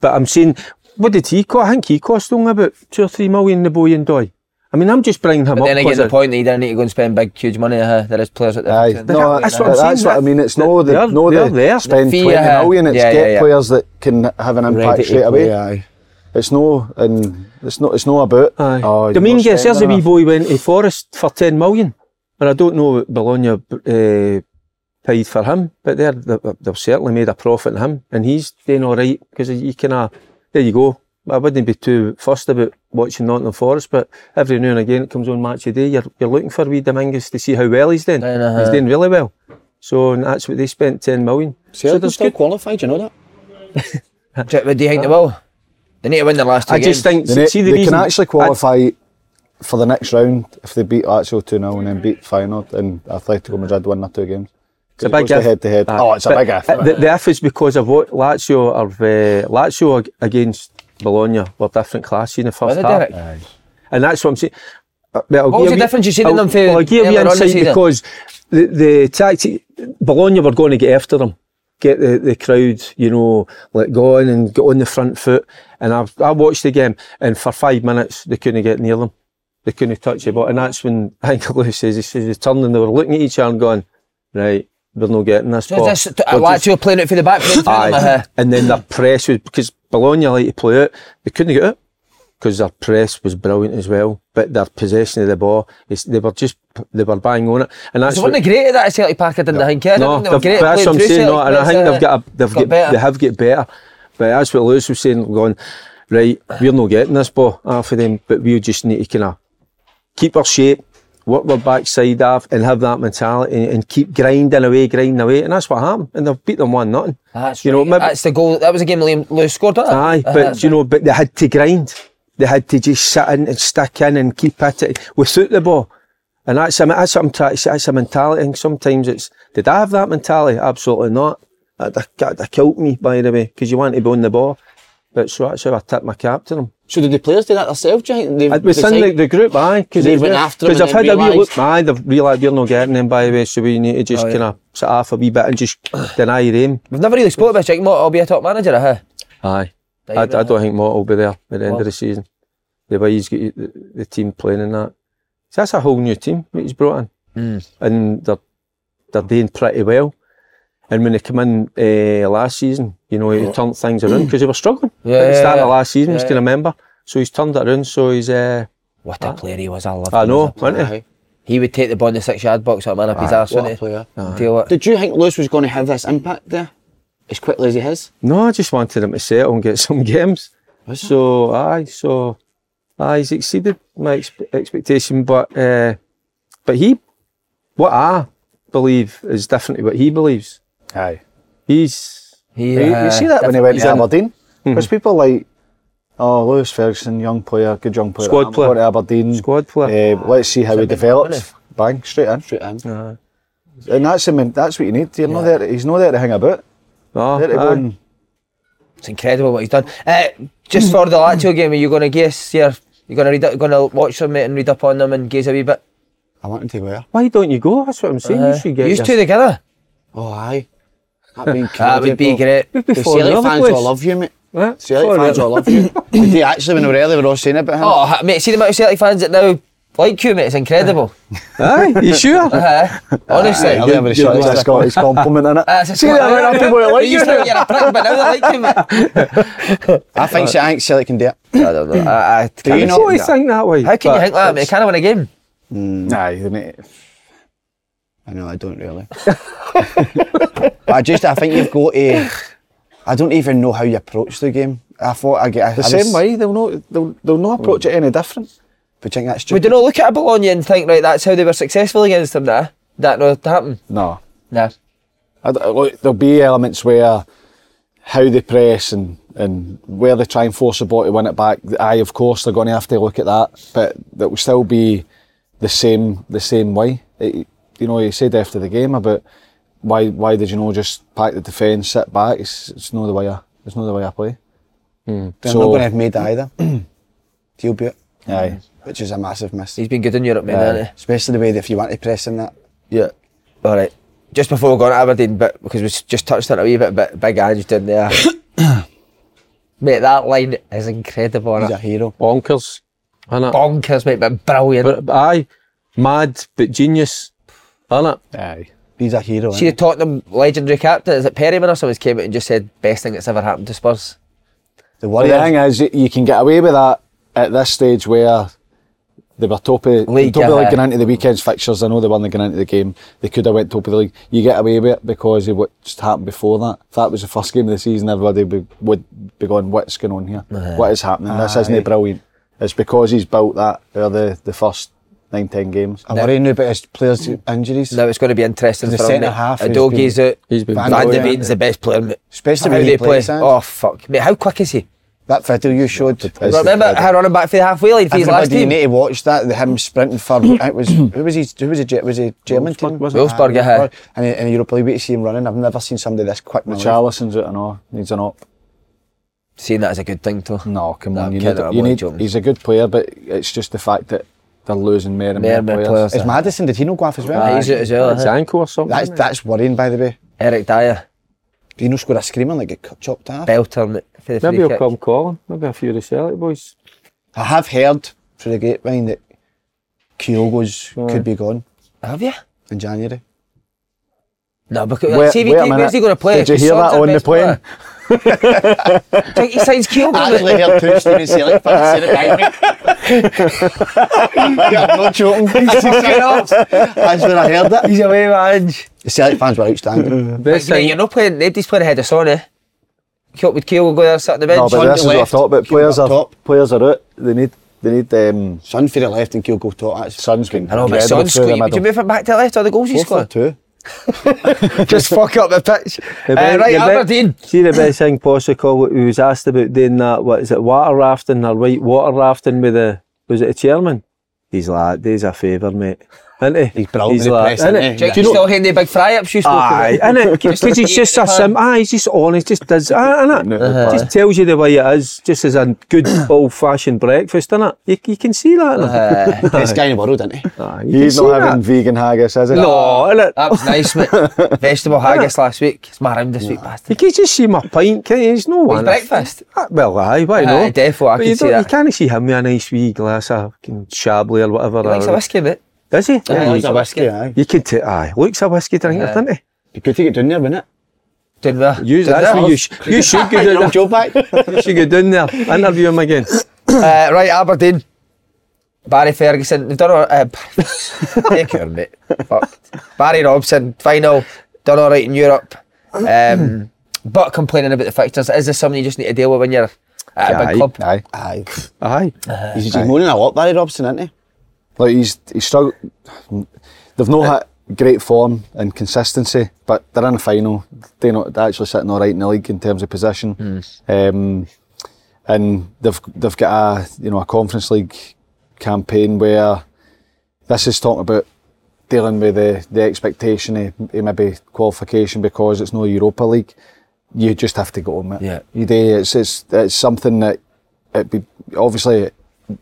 S2: But I'm saying, what did he cost? I think he cost only about two or three million, the boy Ndoy. I mean, I'm just bringing him
S1: But
S2: up.
S1: then again,
S2: 'cause
S1: the
S2: I-
S1: point that you don't need to go and spend big, huge money. Uh, there is players at the
S4: Aye,
S1: front end.
S4: no,
S2: that's
S4: that's,
S2: what I'm
S4: what,
S2: saying,
S4: I mean. It's
S2: that-
S4: no the
S2: they're-
S4: no the
S2: they're there.
S4: spend
S1: Fee,
S4: twenty million.
S1: uh,
S4: It's
S1: yeah,
S4: get
S1: yeah, yeah.
S4: players that can have an impact
S3: Ready to
S4: straight away.
S3: play, aye.
S4: It's no, and it's not. It's no about.
S2: Aye.
S4: Oh, you're not
S2: Dominguez, there's a
S4: spending
S2: wee
S4: enough.
S2: boy went to Forest uh, for 10 million. And I don't know what Bologna uh, paid for him, but they're, they've they've certainly made a profit in him. And he's doing all right because you can, uh, there you go. I wouldn't be too fussed about watching Nottingham Forest, but every now and again it comes on match a day. You're, you're looking for wee Dominguez to see how well he's doing.
S1: Aye, aye.
S2: He's doing really well. So and that's what they spent 10 million. so
S3: Celtic
S2: there's
S3: still
S2: good.
S3: qualified, you know that?
S1: Do, you- do you think they will? They need to win the last two
S2: I just
S1: games.
S2: think,
S4: They,
S2: see the
S4: they
S2: reason.
S4: can actually
S2: I-
S4: qualify for the next round if they beat Lazio two 0 and then beat Feyenoord and Atletico Madrid win their two games.
S2: It's a big if.
S4: head to head.
S2: Aye.
S4: Oh, it's a
S2: But
S4: big if.
S2: uh, The, the if is because of what Lazio are. Uh, Lazio ag- against Bologna were different class in the
S1: Were
S2: first
S1: they,
S2: half,
S1: Derek?
S2: and that's what I'm saying. Uh, but I'll
S1: What
S2: give
S1: was the
S2: you-
S1: difference you seen in
S2: I'll-
S1: them for
S2: I'll give you
S1: earlier on this
S2: insight
S1: season?
S2: because the, the tactic Bologna were going to get after them, get the, the crowd, you know, let go on and get on the front foot. And I, I watched the game, and for five minutes they couldn't get near them, they couldn't touch the ball, and that's when I think Lewis says he says they turned and they were looking at each other and going, right, we're not getting this
S1: So
S2: ball.
S1: is this,
S2: We're just-
S1: Lazio playing it for the back? playing through them, uh,
S2: Aye. and then their press was because Bologna like to play out. They couldn't get out because their press was brilliant as well. But their possession of the ball, is, they were just they were bang on it, and that's
S1: So
S2: what-
S1: weren't they great at that at Celtic Park? I didn't think. I
S2: no,
S1: didn't think
S2: they've,
S1: they were great.
S2: but
S1: at
S2: that's what
S1: playing
S2: I'm
S1: through
S2: saying. No,
S1: Celtic
S2: and I
S1: Parks,
S2: think
S1: uh,
S2: they've got a, they've
S1: got
S2: get,
S1: better.
S2: they have get better. But that's what Lewis was saying. Going, right, we're not getting this ball half of them, but we just need to kind of keep our shape, work their backside off, and have that mentality and, and keep grinding away, grinding away. And that's what happened. And they've beat them 1 nothing.
S1: That's
S2: you know,
S1: right.
S2: maybe,
S1: that's the goal. That was a game Liam Lewis scored, wasn't it?
S2: Aye,
S1: Uh,
S2: but
S1: that's
S2: you know, but they had to grind. They had to just sit in and stick in and keep at it without the ball. And that's a, that's what I'm trying to say. That's a mentality. And sometimes it's, did I have that mentality? Absolutely not. That, that, that, that killed me, by the way, because you want to be on the ball. But so that's how I tipped my cap to them.
S5: So did the players do that themselves? Do you think? They've
S2: I'd be sending the,
S5: decided-
S2: the group, aye, because
S5: They went after 'em
S2: Because
S5: and
S2: I've had
S5: then
S2: a wee
S5: realised-
S2: look, aye, they've realised we're not getting them, by the way, so we need to just
S1: Oh, yeah.
S2: kind of sit off a wee bit and just deny them.
S1: We've never really spoke about Jake Mott. I'll be a top manager, huh?
S2: Aye. I, I don't think Mott will be there at the end of the season. The way he's got the, the team playing and that. So that's a whole new team that he's brought in.
S1: Mm.
S2: And they're, they're doing pretty well. And when they come in uh, last season, you know, he turned things around because they were struggling.
S1: Yeah,
S2: at the
S1: yeah,
S2: start
S1: yeah.
S2: of last season,
S1: Yeah,
S2: you can remember. So he's turned it around. So he's, uh,
S1: What a player he was. I love
S2: I know, wasn't he?
S5: Aye.
S1: He would take the ball in the six yard box like a man up his arse,
S5: What a
S1: wouldn't he?
S5: player.
S1: Deal it.
S5: Did you think Lewis was going to have this impact there as quickly as he has?
S2: No, I just wanted him to settle and get some games. So, aye, so, aye, he's exceeded my expe- expectation, but, uh, but he, what I believe is different to what he believes.
S4: Aye.
S2: He's,
S1: He,
S4: You,
S1: uh,
S4: you see that when
S1: definitely-
S4: he went to
S1: yeah.
S4: Aberdeen?
S2: Mm-hmm.
S4: Because people like, oh, Lewis Ferguson, young player, good young player.
S2: Squad
S4: I'm
S2: player.
S4: Going to Aberdeen.
S2: Squad player.
S4: Uh, let's see how he
S1: isn't
S4: develops. Bang, straight in. Uh,
S5: Straight in.
S4: Uh-huh. And that's, the men- that's what you need. You're not there, he's not there to hang about.
S2: no,
S4: There to go
S2: Ah, aye,
S4: and
S1: It's incredible what he's done. Uh, just for the Lazio game, are you going to guess? You're, you're going to read, up, going to watch them mate, and read up on them and gaze a wee bit.
S3: I wanted to wear.
S2: why don't you go? That's what I'm saying.
S1: Uh,
S2: you should get
S1: used
S2: your-
S1: two together.
S5: Oh, aye. That'd be
S1: Ah,
S5: incredible.
S1: That would be great.
S2: be
S5: The
S2: falling
S5: Celtic
S2: over the
S5: fans
S2: place.
S5: will love you, mate.
S2: Right?
S5: Celtic
S2: Sorry.
S5: fans will love you.
S3: Did he actually, when we were early, we were all saying about him?
S1: Oh, ha- mate, see the amount of Celtic fans that now like you, mate. It's incredible.
S2: Aye, you sure?
S4: Uh-huh.
S1: Uh, honestly.
S3: Aye, I remember the shot.
S4: That's a Scottish compliment in it.
S1: That's a
S4: see the
S1: Scotland-
S4: amount of people that
S1: They
S4: like you
S1: used to think you're a prick, but now they like you, mate.
S3: I think so, I think Celtic can do it.
S1: I don't
S4: Uh,
S1: know. I, I
S3: you
S2: You
S1: can't
S3: know-
S2: know,
S1: see it.
S2: always think that way.
S1: How can you
S2: but
S1: think that, mate? Can I win a game?
S4: Aye, they need-
S3: I know, I don't really. but I just, I think you've got to. I don't even know how you approach the game. I thought I get. I,
S4: the
S3: I
S4: same
S3: was-
S4: way. They'll not, they'll, they'll not approach it any different.
S3: But you think that's
S1: We
S3: stupid?
S1: do not look at a Bologna and think, right, that's how they were successful against them, nah. That not happen.
S4: No.
S1: Nah.
S4: I d- look, there'll be elements where how they press and, and where they try and force the ball to win it back. Aye, of course they're going to have to look at that, but that will still be the same the same way. It, you know, you said after the game about why why did you know just pack the defence, sit back? It's it's not the way I it's not the way I play.
S3: They're not
S4: so-
S3: going to have made that either. Deal be it.
S4: Aye,
S3: Which is a massive miss.
S1: He's been good in Europe, mate,
S4: Aye.
S1: hasn't he?
S3: Especially the way that if you want to press in that.
S1: Yeah. All right. Just before we go on to Aberdeen, but because we s- just touched on it a wee bit, but Big Ange down there. uh? mate, that line is incredible.
S3: He's
S1: isn't
S3: a
S1: it?
S3: hero.
S2: Bonkers. Innit?
S1: Bonkers, mate, but brilliant.
S2: But, but aye, mad, but genius. Innit?
S4: aye.
S3: He's a hero.
S1: See the
S3: Isn't
S1: Tottenham legendary captain, is it Perryman or someone came out and just said, best thing that's ever happened to Spurs?
S3: he? The
S4: But the
S3: warrior.
S4: thing is, you- you can get away with that at this stage where they were top of
S1: League,
S4: league, uh-huh. top of
S1: aye.
S4: the league going into the weekend's fixtures. I know they weren't going into the game. They could have went top of the league. You get away with it because of what just happened before that. If that was the first game of the season, everybody be, would be going, "What's going on here? What is happening? This
S3: Aye.
S4: isn't brilliant." It's because he's built that over the, the first nine ten games.
S3: I worry now about his players' injuries.
S1: Now it's going to be interesting
S3: The
S1: for him.
S3: centre
S1: mate.
S3: half has
S1: Adogi's out.
S2: He's been
S1: Van
S3: Van
S1: de
S3: Dijk.
S1: Veen's the best player, mate.
S3: Especially
S1: How
S3: when he
S1: they play.
S3: plays. Ange.
S1: Oh, fuck. Mate, how quick is he?
S3: That video you showed.
S4: It's
S1: Remember
S4: incredible.
S1: how running back for the halfway line for his last
S3: Everybody you
S1: team?
S3: need to watch that. the- Him sprinting for it was who was he? Who was he? Ge- Was he German
S2: Wolfsburg,
S3: team?
S2: was it?
S1: Wolfsburg,
S3: Ah,
S1: yeah.
S3: Wolfsburg. And in- in the Europa League, we see him running. I've never seen somebody this quick. in my life.
S4: Charlison's out and all needs an op.
S1: Seeing that as a good thing, too.
S4: No, Oh, come
S1: No,
S4: on,
S1: I'm
S4: you
S1: kidding,
S4: need,
S1: I'm
S4: you
S1: only
S4: need
S1: joking.
S4: he's a good player, but it's just the fact that they're losing more and
S1: More
S4: more,
S1: and more
S4: players.
S1: players.
S3: Is Madison? Did he not go off as well?
S1: Aye, he's out as well.
S2: His
S1: isn't he?
S2: ankle or something.
S3: That's that's worrying, by the way.
S1: Eric Dyer,
S3: Did he not score a screamer and like get cut- chopped off?
S1: belter mate, for the free
S2: Maybe he'll
S1: kick.
S2: come calling. Maybe a few of the Celtic boys.
S3: I have heard through the grapevine that Kyogo's could be gone
S1: Have you?
S3: in January.
S1: No, uh, because
S4: Wait-
S1: see if he
S4: wait a
S1: take-
S4: minute.
S1: where's he going to play?
S4: Did you hear
S1: Son's
S4: that
S1: our
S4: on the
S1: best
S4: plane? Ah,
S1: player. Think he signs Keogh.
S3: I actually heard two students say like, "Fuck, sit it down." Yeah, I'm not joking. That's when I heard that.
S1: He's away, man.
S3: The Celtic fans were outstanding.
S2: Best
S1: Mate, you're
S2: thing,
S1: not playing. Nobody's playing ahead of Sonny. Kyle, would Kyle go there, sit on the bench?
S4: No, but
S3: Son
S4: this
S3: to
S4: is what I
S3: left,
S4: thought. But
S3: Keane
S4: players
S3: up
S4: are
S3: top.
S4: players are out. They need they need um,
S3: Son for the left and Keel go top. That's
S4: Son's been
S1: I know, but
S4: incredible
S1: Son's
S4: through the
S1: squeaky. Would you
S4: middle.
S1: move him back to the left or the goals he
S3: four for
S1: scored?
S3: two.
S1: Just fuck up the pitch.
S2: The
S1: Uh,
S2: be-
S1: right,
S2: the be-
S1: Aberdeen.
S2: See the best thing Postecoglou who was asked about doing that. What is it? Water rafting or white water rafting with the was it a chairman? He's like, "There's a favour, mate." Isn't he?
S3: He's brilliant with the press,
S2: isn't
S3: isn't he?
S1: Do
S3: Do
S1: you
S3: you
S1: still know Henry Big Fry ups you spoke
S2: eh?
S4: Ah,
S2: Aye,
S1: about?
S2: innit? Because he's just Uh-huh. a sim. Aye, he's just honest. Just does. Aye, innit? Just tells you the way it is. Just as a good old-fashioned breakfast, innit? You, you can see that. innit?
S1: Uh,
S3: Best guy in the world, isn't he?
S2: Aye, you
S4: He's
S2: can
S4: not
S2: see
S4: having
S2: that.
S4: vegan haggis, is it?
S2: No, innit?
S1: that was nice, mate. Vegetable haggis last week. It's my round this week, bastard.
S2: You can just see my pint, can't you? There's no
S1: Well,
S2: one.
S1: breakfast.
S2: Ah, Well, aye, why
S1: Aye,
S2: not?
S1: defo, I can
S2: But you
S1: see
S2: don't- You
S1: that.
S2: can't see him with a nice wee glass of fucking Chablis or whatever.
S1: He likes
S2: or-
S1: a whiskey, mate.
S2: Does he?
S1: Aye,
S3: He's
S1: he's
S3: a whiskey, aye.
S2: You could take, aye, Luke's a whiskey drinker,
S1: Aye.
S2: doesn't he?
S3: You could take it down there, wouldn't
S1: Doing the.
S2: You,
S1: doing
S2: that's
S1: the-
S2: what you, sh- you should go
S3: it?
S2: down
S3: Get
S2: there.
S3: Joe back.
S2: You should go down there. Interview him again.
S1: Uh, right, Aberdeen. Barry Ferguson. They've done all uh, Take care, mate. Fuck. Barry Robson, final. Done all right in Europe. Um, but complaining about the fixtures. Is this something you just need to deal with when you're at a
S2: Aye.
S1: big club?
S4: Aye.
S3: Aye.
S2: Aye.
S3: He's just moaning a lot, Barry Robson, isn't he?
S4: Like he's he's struggled. They've
S3: Uh,
S4: not hit great form and consistency, but they're in the final. They're not they're actually sitting all right in the league in terms of position.
S3: Hmm.
S4: Um, and they've they've got a you know a Conference League campaign where this is talking about dealing with the, the expectation of, of maybe qualification because it's no Europa League. You just have to go on it.
S1: Yeah.
S4: You do. It's it's it's something that it be obviously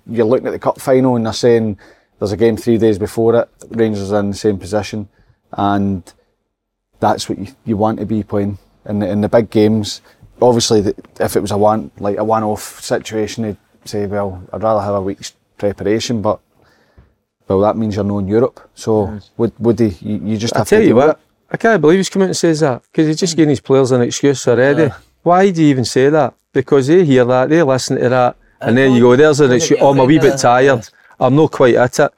S4: you're looking at the cup final and they're saying there's a game three days before it. Rangers are in the same position, and that's what you, you want to be playing in the, in the big games. Obviously, the, if it was a one like a one-off situation, they'd say, "Well, I'd rather have a week's preparation," but well, that means you're known Europe. So would would he? You, you just
S2: I
S4: have to
S2: tell you
S4: deal with
S2: what, I can't believe he's come out and says that because he's just giving his players an excuse already. Why do you even say that? Because they hear that, they listen to that, and then you go, there's an excuse. Oh, I'm a wee bit tired. I'm not quite at it.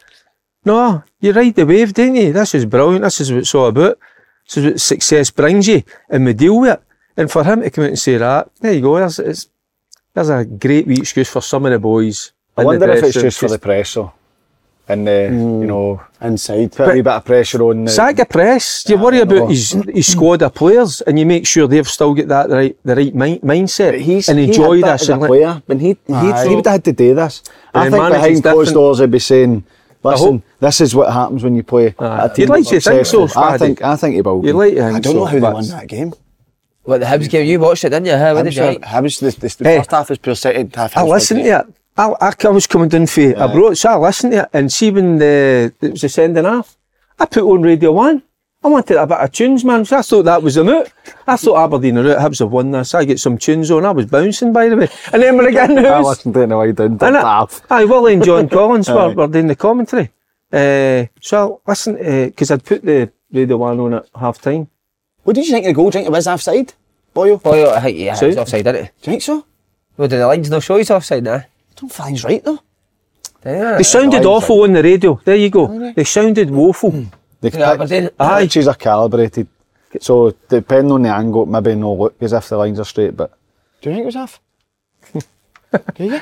S2: No, you ride the wave, don't you? This is brilliant. This is what it's all about. This is what success brings you, and we deal with it. And for him to come out and say that, there you go. There's, it's, there's a great wee excuse for some of the boys.
S4: I
S2: in the
S4: wonder
S2: dressing
S4: if
S2: Mm.
S4: it's
S2: room,
S4: just for the press, though. and uh, you know
S3: Inside.
S4: put a wee bit of pressure on. The,
S2: Sack the press. You worry about his, his squad of players, and you make sure they've still got that right the right mi- mindset and enjoy
S4: he had that
S2: this.
S4: as a
S2: and let-
S4: player, and he
S3: Aye.
S4: he, he would have had to do this. I
S2: And
S4: think
S2: manager's
S4: behind closed
S2: different.
S4: doors, they'd be saying,
S2: hope-
S4: "Listen, this is what happens when you play."
S2: Aye.
S4: at a team
S2: You'd like
S4: that's
S2: to think so,
S4: successful." I
S2: Faddy.
S4: think I think he will.
S2: you like to think
S3: I don't know
S2: so,
S3: how they
S2: but-
S3: won that game.
S1: What, the Hibs game? You watched it, didn't you? Huh? What
S3: I'm
S1: did
S3: sure
S1: you
S3: Hibs, the, the, the
S2: Hey.
S3: first half is pure second half.
S2: I
S3: Hibs were
S2: listened
S3: great.
S2: to it. I, I, I was coming down for I brought so I listened to it and see when the it was the sending off. I put on Radio One. I wanted a bit of tunes, man. So I thought that was them out. I thought Aberdeen are out. Hibs have won this. I get some tunes on. I was bouncing, by the way. And then when I get in the
S4: I
S2: house,
S4: listened to it on the way down to
S2: Aye,
S4: half.
S2: Aye, Willie and John Collins were, were doing the commentary. Uh, so I listened, because eh, I'd put the Radio 1 on at half time.
S3: What did you think of the goal? Do you think it was offside? Boyo? Do
S1: Boy, I think yeah,
S2: So-
S1: he's offside, didn't it?
S3: you think so?
S1: Well, did the lines no show he's offside now?
S3: I don't think he's right, though.
S1: Yeah.
S2: They sounded
S1: Yeah,
S2: awful on the radio. There you go. They sounded woeful.
S1: Yeah,
S4: The pitch-
S1: but then-
S4: the pitches are calibrated, so depending on the angle, it maybe no look as if the lines are straight. But
S3: Do you think it was off? Do you?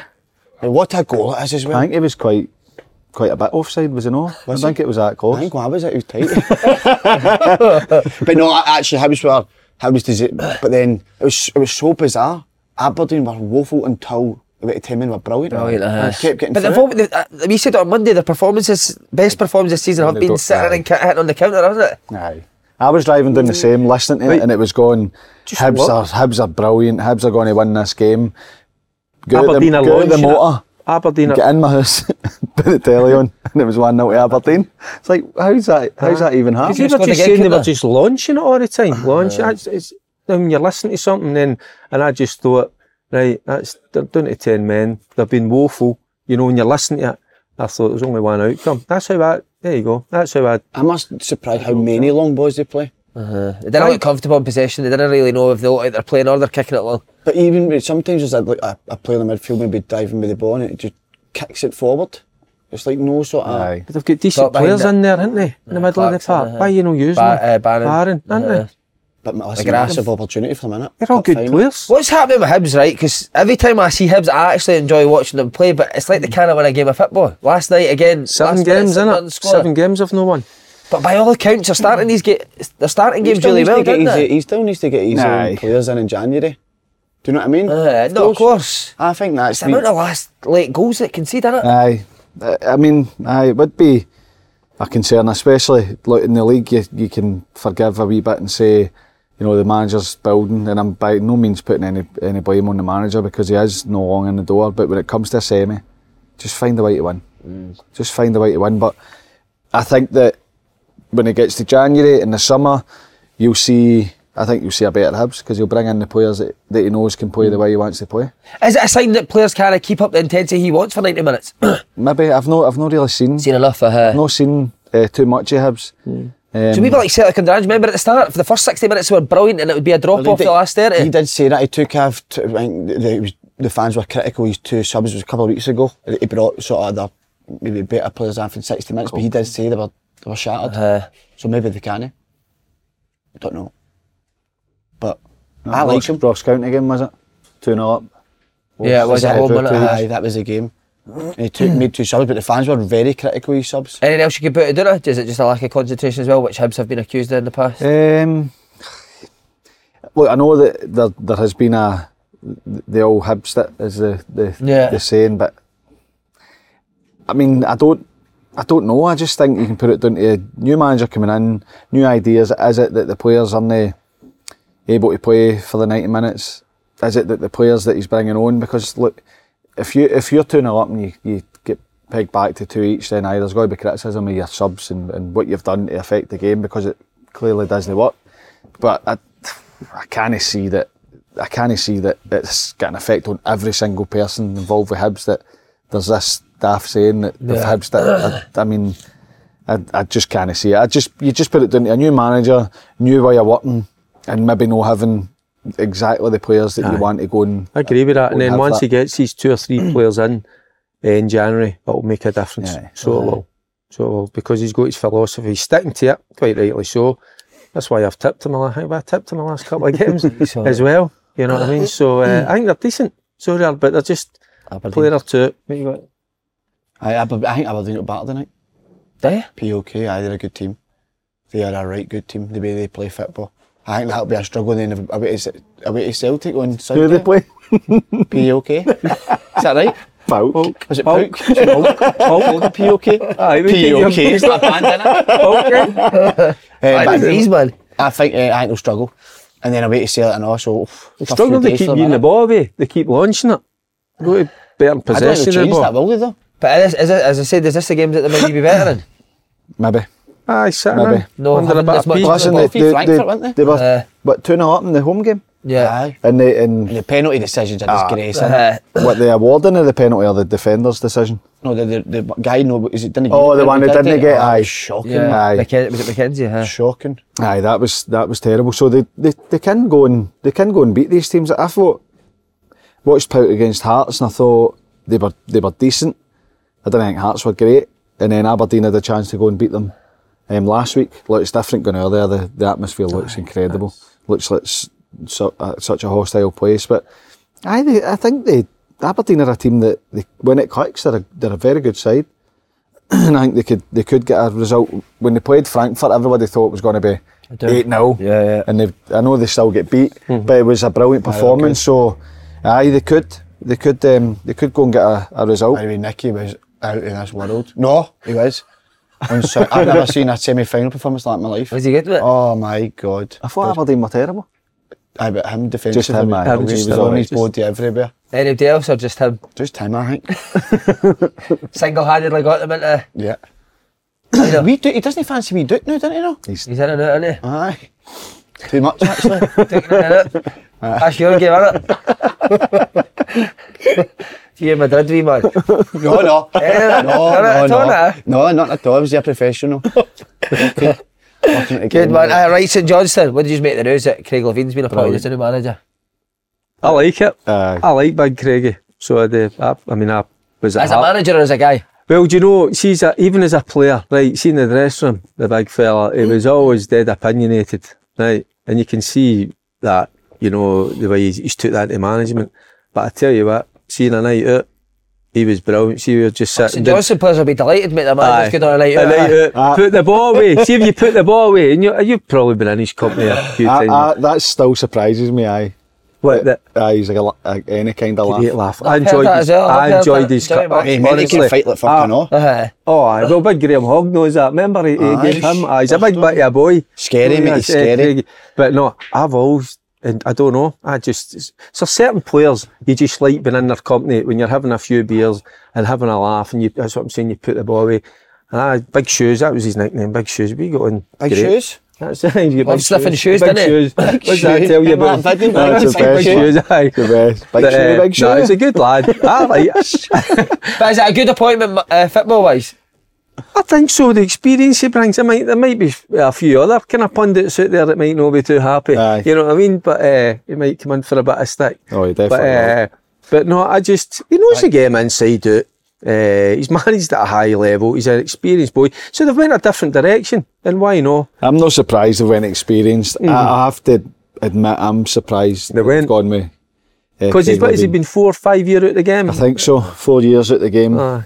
S3: And what a goal it is as well.
S4: I think it was quite quite a bit offside, was it not? I
S3: Was
S4: think
S3: it?
S4: it was that close.
S3: I think what was it? It was tight. but no, I- actually, Hibs were Hibs. Does it? But then it was it was so bizarre. Aberdeen were woeful until about ten minutes were brilliant.
S1: Brilliant, aye.
S3: And kept getting.
S1: Oh, uh, But they've
S3: through it.
S1: all, they, uh, we said on Monday the performances, best performances this season have
S4: They've
S1: been
S4: got-
S1: sitting
S4: aye.
S1: and ca- hitting on the counter, hasn't it?
S4: Aye. I was driving down the same, listening to it, and it was going, Hibs
S2: what?
S4: are, Hibs are brilliant, Hibs are going to win this game. Go out
S2: Aberdeen
S4: the,
S2: are
S4: go out the
S2: launching it.
S4: motor,
S2: Aberdeen are
S4: get in my house, put the telly on, and it was 1 0 to Aberdeen. It's like, how's that, how's that even
S2: They
S4: happening?
S2: were
S1: Just gotta
S2: just
S1: get
S2: saying they
S1: kicked
S2: were
S1: off.
S2: just launching it all the time. Launching. That's, it's, then when you're listening to something, then and I just thought, right, that's they're down to ten men. They've been woeful. You know, when you're listening to it, I thought there's only one outcome. That's how I. There you go. That's how I.
S3: I must surprised how many long balls they play.
S1: They didn't look comfortable in possession. They didn't really know if they look like they're playing or they're kicking it long.
S3: But even with- sometimes there's a, like a, a player in the midfield maybe diving with the ball and it just kicks it forward. It's like no sort of.
S4: Aye.
S2: But they've got decent
S1: Got behind
S2: players
S1: it.
S2: in there, haven't they? In the middle of the
S1: Clarkson,
S2: park.
S1: uh-huh.
S2: Why you no using
S1: Ba-
S2: them?
S1: uh, Barron.
S2: Barron, aren't
S1: Uh-huh.
S2: they?
S3: But listen,
S1: Like
S3: massive
S1: Graham.
S3: opportunity for them, innit?
S2: They're all
S3: Cup
S2: good
S3: final.
S2: players.
S1: What's happening with Hibs, right? Because every time I see Hibs, I actually enjoy watching them play, but it's like they can't win a game of football. Last night again,
S2: Seven
S1: last
S2: games,
S1: minute,
S2: innit?
S1: scorer.
S2: Seven games of no one.
S1: But by all accounts, they're starting these ga- they're starting
S3: He
S1: games
S3: still
S1: really
S3: needs
S1: well,
S3: to get
S1: don't
S3: his,
S1: they?
S3: he still needs to get his
S4: Aye.
S3: own players in in January. Do you know what I mean?
S1: Uh, no, of course.
S3: I think that's
S1: It's the amount
S3: been-
S1: of last late goals that concede, isn't it?
S2: Uh.
S4: Aye. I- I mean, aye, it would be a concern, especially like in the league. You, you can forgive a wee bit and say, you know, the manager's building, and I'm by no means putting any any blame on the manager because he is no long in the door. But when it comes to a semi, just find a way to win. Just find a way to win. But I think that when it gets to January in the summer, you'll see. I think you'll see a better Hibs because he'll bring in the players that, that he knows can play the way he wants to play.
S1: Is it a sign that players can't keep up the intensity he wants for 90 minutes?
S4: Maybe I've not I've not really seen
S1: Seen enough of her.
S4: I've not seen uh, too much of Hibs. Um,
S1: Hmm. So we were like Celtic and Rangers, remember at the start, for the first 60 minutes they were brilliant and it would be a drop
S3: Well,
S1: off
S3: he
S1: the
S3: did-
S1: last 30.
S3: He did say that he took off. T- I think the, the, it was- the fans were critical. His two subs was a couple of weeks ago. He brought sort of the maybe better players on for 60 minutes, but he did say they were they were shattered.
S1: Uh,
S3: So maybe they can. I don't know. But
S4: no,
S3: I like
S4: Ross-
S3: him.
S4: Ross County game was it? Two 0 up.
S1: yeah, it was
S4: Was
S1: a
S4: it
S1: whole
S4: Edward
S1: minute.
S4: Taylor?
S1: aye.
S3: Aye, that was the game. And he took, made two subs, but the fans were very critical of his subs.
S1: Anything else you could put to do? it? Is it just a lack of concentration as well, which Hibs have been accused of in the past?
S4: Um, look, I know that there, there has been a the old Hibs that is the the,
S1: Yeah.
S4: the saying, but I mean, I don't. I don't know. I just think you can put it down to a new manager coming in, new ideas. Is it that the players aren't able to play for the ninety minutes? Is it that the players that he's bringing on? Because look, if you if you're two 0 up and you, you get pegged back to two each, then aye, there's got to be criticism of your subs and, and what you've done to affect the game because it clearly doesn't work. But I, I can't see that. I can't see that it's got an effect on every single person involved with Hibs. That there's this staff saying that the
S1: Yeah.
S4: Hibs. That I, I mean, I, I just can't see it. I just you just put it down to a new manager, new way of working, and maybe not having exactly the players that you want to go and.
S2: I agree with that. And
S4: Won't
S2: then
S4: have
S2: once
S4: that.
S2: he gets these two or three players in in January, it'll make a difference.
S4: Aye.
S2: So it will. So it will because he's got his philosophy. He's sticking to it, quite rightly so. That's why I've tipped him. a lot- I think I tipped him the last couple of games as well. You know what I mean? So uh, I think they're decent. So they are, but they're just a player or two. What you got?
S3: I, I, I think Aberdeen were better tonight.
S1: Did
S3: POK, aye, they're a good team. They are a right good team, the way they play football. I think that'll be a struggle then away to, away to Celtic on Sunday.
S4: Who they play?
S3: POK. Is that right?
S4: Folk.
S3: Was it Pauk? Pauk? POK?
S2: Aye, we can-
S3: POK. It's not banned, innit?
S2: Okay.
S3: Eh,
S1: Aye,
S3: but
S1: these man.
S3: I think, eh, I think they'll struggle. And then away to Celtic and also... They'll
S2: Struggle to keep using the ball away. They keep launching it. Go to better
S3: I don't think
S2: possession
S3: they'll
S4: eh,
S2: of the
S3: change
S2: ball.
S3: that, will they though?
S1: But is, is it, as I said, is this the game that they might be better in?
S4: Maybe.
S2: Aye, sitting
S4: Maybe.
S2: in,
S1: No,
S2: under a
S1: haven't
S2: bit
S1: as
S2: of
S1: much
S2: beat.
S1: Well,
S4: Listen,
S1: they
S4: they,
S3: were beat
S4: they, they,
S3: Frankfurt, weren't they?
S4: they were
S1: Uh,
S4: but two 0 up in the home game,
S1: Yeah.
S3: Aye.
S4: and they
S3: And
S4: and
S3: the penalty decisions are disgraceful.
S1: Uh,
S4: what the awarding of the penalty or the defender's decision.
S3: No, the, the, the guy, no, is it didn't
S4: Oh, the one
S3: who did
S4: that didn't
S3: it?
S4: get,
S3: Oh,
S4: aye.
S3: Shocking.
S1: yeah.
S4: Aye.
S1: McKen- was it Uh-huh. McKenzie? Huh?
S3: Shocking.
S4: Aye, that was that was terrible. So they, they, they can go and they can go and beat these teams. I thought watched Pout against Hearts and I thought they were they were decent. I didn't think Hearts were great, and then Aberdeen had a chance to go and beat them um, last week. Look, it's different going out there. The, the atmosphere looks incredible. Looks like s- su- uh, such a hostile place, but aye, they, I think they Aberdeen are a team that they, when it clicks, they're a, they're a very good side. and I think they could they could get a result when they played Frankfurt. Everybody thought it was going to be eight 0
S1: Yeah, yeah.
S4: And they, I know they still get beat,
S2: Mm-hmm.
S4: but it was a brilliant
S2: Oh,
S4: performance. so, aye, they could they could um, they could go and get a, a result.
S3: Anyway, Nicky was out in this world. No, he was. I'm sorry, I've never seen a semi-final performance like that in my life.
S1: Was he good with it?
S3: Oh my god!
S4: I thought Aberdeen were terrible.
S3: I but him defensively.
S4: Just him, aye.
S3: he
S4: Him
S3: was
S4: just
S3: on
S4: him, aye.
S3: his body everywhere.
S1: Anybody else or just him?
S3: Just him, I think.
S1: Single-handedly got them into...
S3: Yeah.
S1: know.
S3: we do. He doesn't fancy we Duke now, doesn't he? No.
S1: He's in and out, isn't
S3: Aye. Too much actually.
S1: he? Taking it out. That's your game, isn't it? you Madrid wee man.
S3: no, no.
S1: Eh,
S3: no,
S1: not
S3: no,
S1: at all,
S3: no.
S1: eh?
S3: No, not at all. I was a professional. Okay. Welcome to the
S1: Good
S3: game,
S1: man.
S3: mate.
S1: Uh, right, St Johnston. What did you make the news that Craig Levine's been appointed as the new manager?
S2: I like it.
S4: Aye.
S2: I like Big Craigie. So I, do. I, I mean, I was at
S1: As a
S2: Hearts.
S1: manager or as a guy?
S2: Well, do you know, she's a, even
S1: Mm.
S2: as a player, right, seeing the dressing room, the big fella, he was always dead opinionated, right? And you can see that, you know, the way he's, he's took that to management. But I tell you what, seeing a night out, he was brilliant. See, we were just
S1: St
S2: sitting down.
S1: Johnson players will be delighted, mate. The manager's good on a night
S2: A
S1: out. eh?
S2: night out. Put the ball away. See if you put the ball away. And you, you've probably been in his company a few
S1: Uh,
S4: I,
S2: times.
S4: I, that still surprises me. Aye,
S2: what, that,
S4: aye, he's like a, la- a, any kind of laugh.
S2: great laugh. I
S1: I've uh, heard
S2: enjoyed
S1: that
S2: his,
S1: as well. I've
S2: I
S1: heard
S2: enjoyed
S1: that.
S2: his
S1: Enjoy it,
S2: cut.
S1: mate.
S3: Hey, mate, he can fight like fucking all.
S1: Uh-huh.
S2: Oh, aye, well, big Graham Hogg knows that. Remember, he, he
S3: Aye,
S2: gave him. Aye, he's a big bitty a boy.
S3: Scary,
S2: Oh,
S3: mate, he's
S2: yes, eh,
S3: scary.
S2: Craig. But no, I've always, and I don't know, I just, so certain players, you just like being in their company when you're having a few beers and having a laugh, and you, that's what I'm saying, you put the ball away. And I, Big Shoes, that was his nickname, Big Shoes. We got on.
S3: Big
S2: great.
S3: shoes.
S2: That's it. you got
S1: Love
S2: big
S1: sniffing shoes,
S2: big
S1: didn't he?
S2: shoes. What does that tell you about?
S3: That video,
S4: That's
S3: man.
S4: the
S2: Big
S4: best
S2: shoes, aye.
S4: The best. Big
S2: But,
S4: shoe,
S2: eh,
S4: big shoe.
S2: No, he's a good lad. I like,
S1: But is it a good appointment uh, football wise?
S2: I think so. The experience he brings, there might, there might be a few other kind of pundits out there that might not be too happy.
S4: Aye.
S2: You know what I mean? But uh, he might come in for a bit of stick.
S4: Oh, he definitely
S2: But, uh, but no, I just he knows the game inside out. Uh, he's managed at a high level. He's an experienced boy, so they've went a different direction. And why not?
S4: I'm not surprised they went experienced. I, I have to admit, I'm surprised
S2: Mm-hmm. They went.
S4: gone with. uh,
S2: Because he's what has he been four, or five year out of the game?
S4: I think so. Four years at the game.
S2: Aye.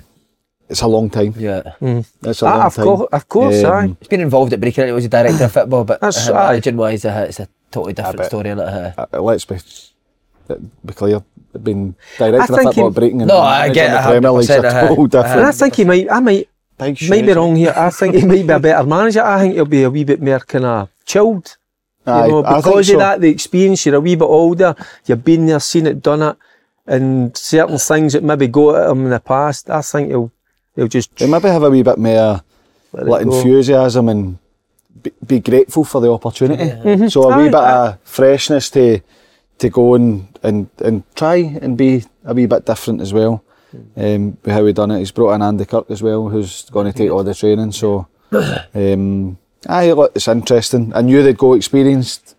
S4: It's a long time.
S1: Yeah.
S4: It's a long
S2: Ah, of,
S4: time.
S2: course, of course,
S4: Um,
S2: aye.
S1: He's been involved at breaking it. He was a director of football, but
S2: That's
S1: uh,
S2: aye.
S1: managing wise, uh, it's a totally different
S4: bet.
S1: story. innit, uh,
S4: Uh, let's be uh, be clear. Been director
S2: I
S4: of
S2: think
S4: football
S2: he-
S4: breaking and
S1: No, I
S4: managing
S1: get
S4: the
S1: it,
S4: Premier League's a
S1: 100%, uh-huh,
S4: total
S1: uh-huh.
S2: And I
S4: different.
S2: think he might. I might.
S3: Big shoes.
S2: Might be wrong here. I think he might be a better manager. I think he'll be a wee bit more kind of chilled.
S4: Aye,
S2: you know,
S4: I think
S2: because
S4: so.
S2: of that, the experience, you're a wee bit older, you've been there, seen it, done it, and certain things that maybe go at him in the past, I think he'll, he'll just
S4: They maybe have a wee bit more
S2: let it
S4: like
S2: go.
S4: enthusiasm and be, be grateful for the opportunity. So a wee
S2: Aye,
S4: bit
S2: aye.
S4: of freshness to to go and and, and try and be a wee bit different as well.
S2: Mm.
S4: Um, with how we done it, he's brought in Andy Kirk as well, who's going to take all the training. So, um, aye, look, it's interesting. I knew they'd go experienced,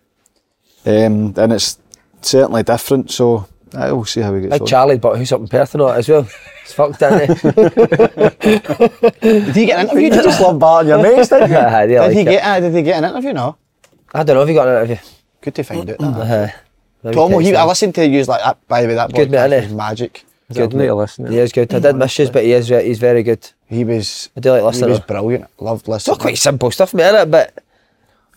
S4: um, and it's certainly different. So, aye, we'll see how we get
S1: Big
S4: on.
S1: Charlie, but who's up in Perth and all that as well? It's fucked, isn't he?
S3: Did he get an interview? Did you just love Bart and your mates, didn't you?
S1: Aye, they
S3: did,
S1: like
S3: he
S1: it.
S3: get, uh, did he get an interview? No.
S1: I don't know if you got an interview.
S3: Good to find out that.
S1: Uh, maybe
S3: Tom,
S1: text
S3: he, I
S1: him.
S3: listened to you like that, by the way, that
S1: Good
S3: boy
S1: man, eh?
S3: was magic.
S2: good need to listen.
S1: He is good. I did miss you, but he is. ve- He's very good.
S3: He was,
S1: I do like
S3: he
S1: listening.
S3: was
S1: It's
S3: brilliant. Loved listening.
S1: all quite simple stuff, mate, innit? But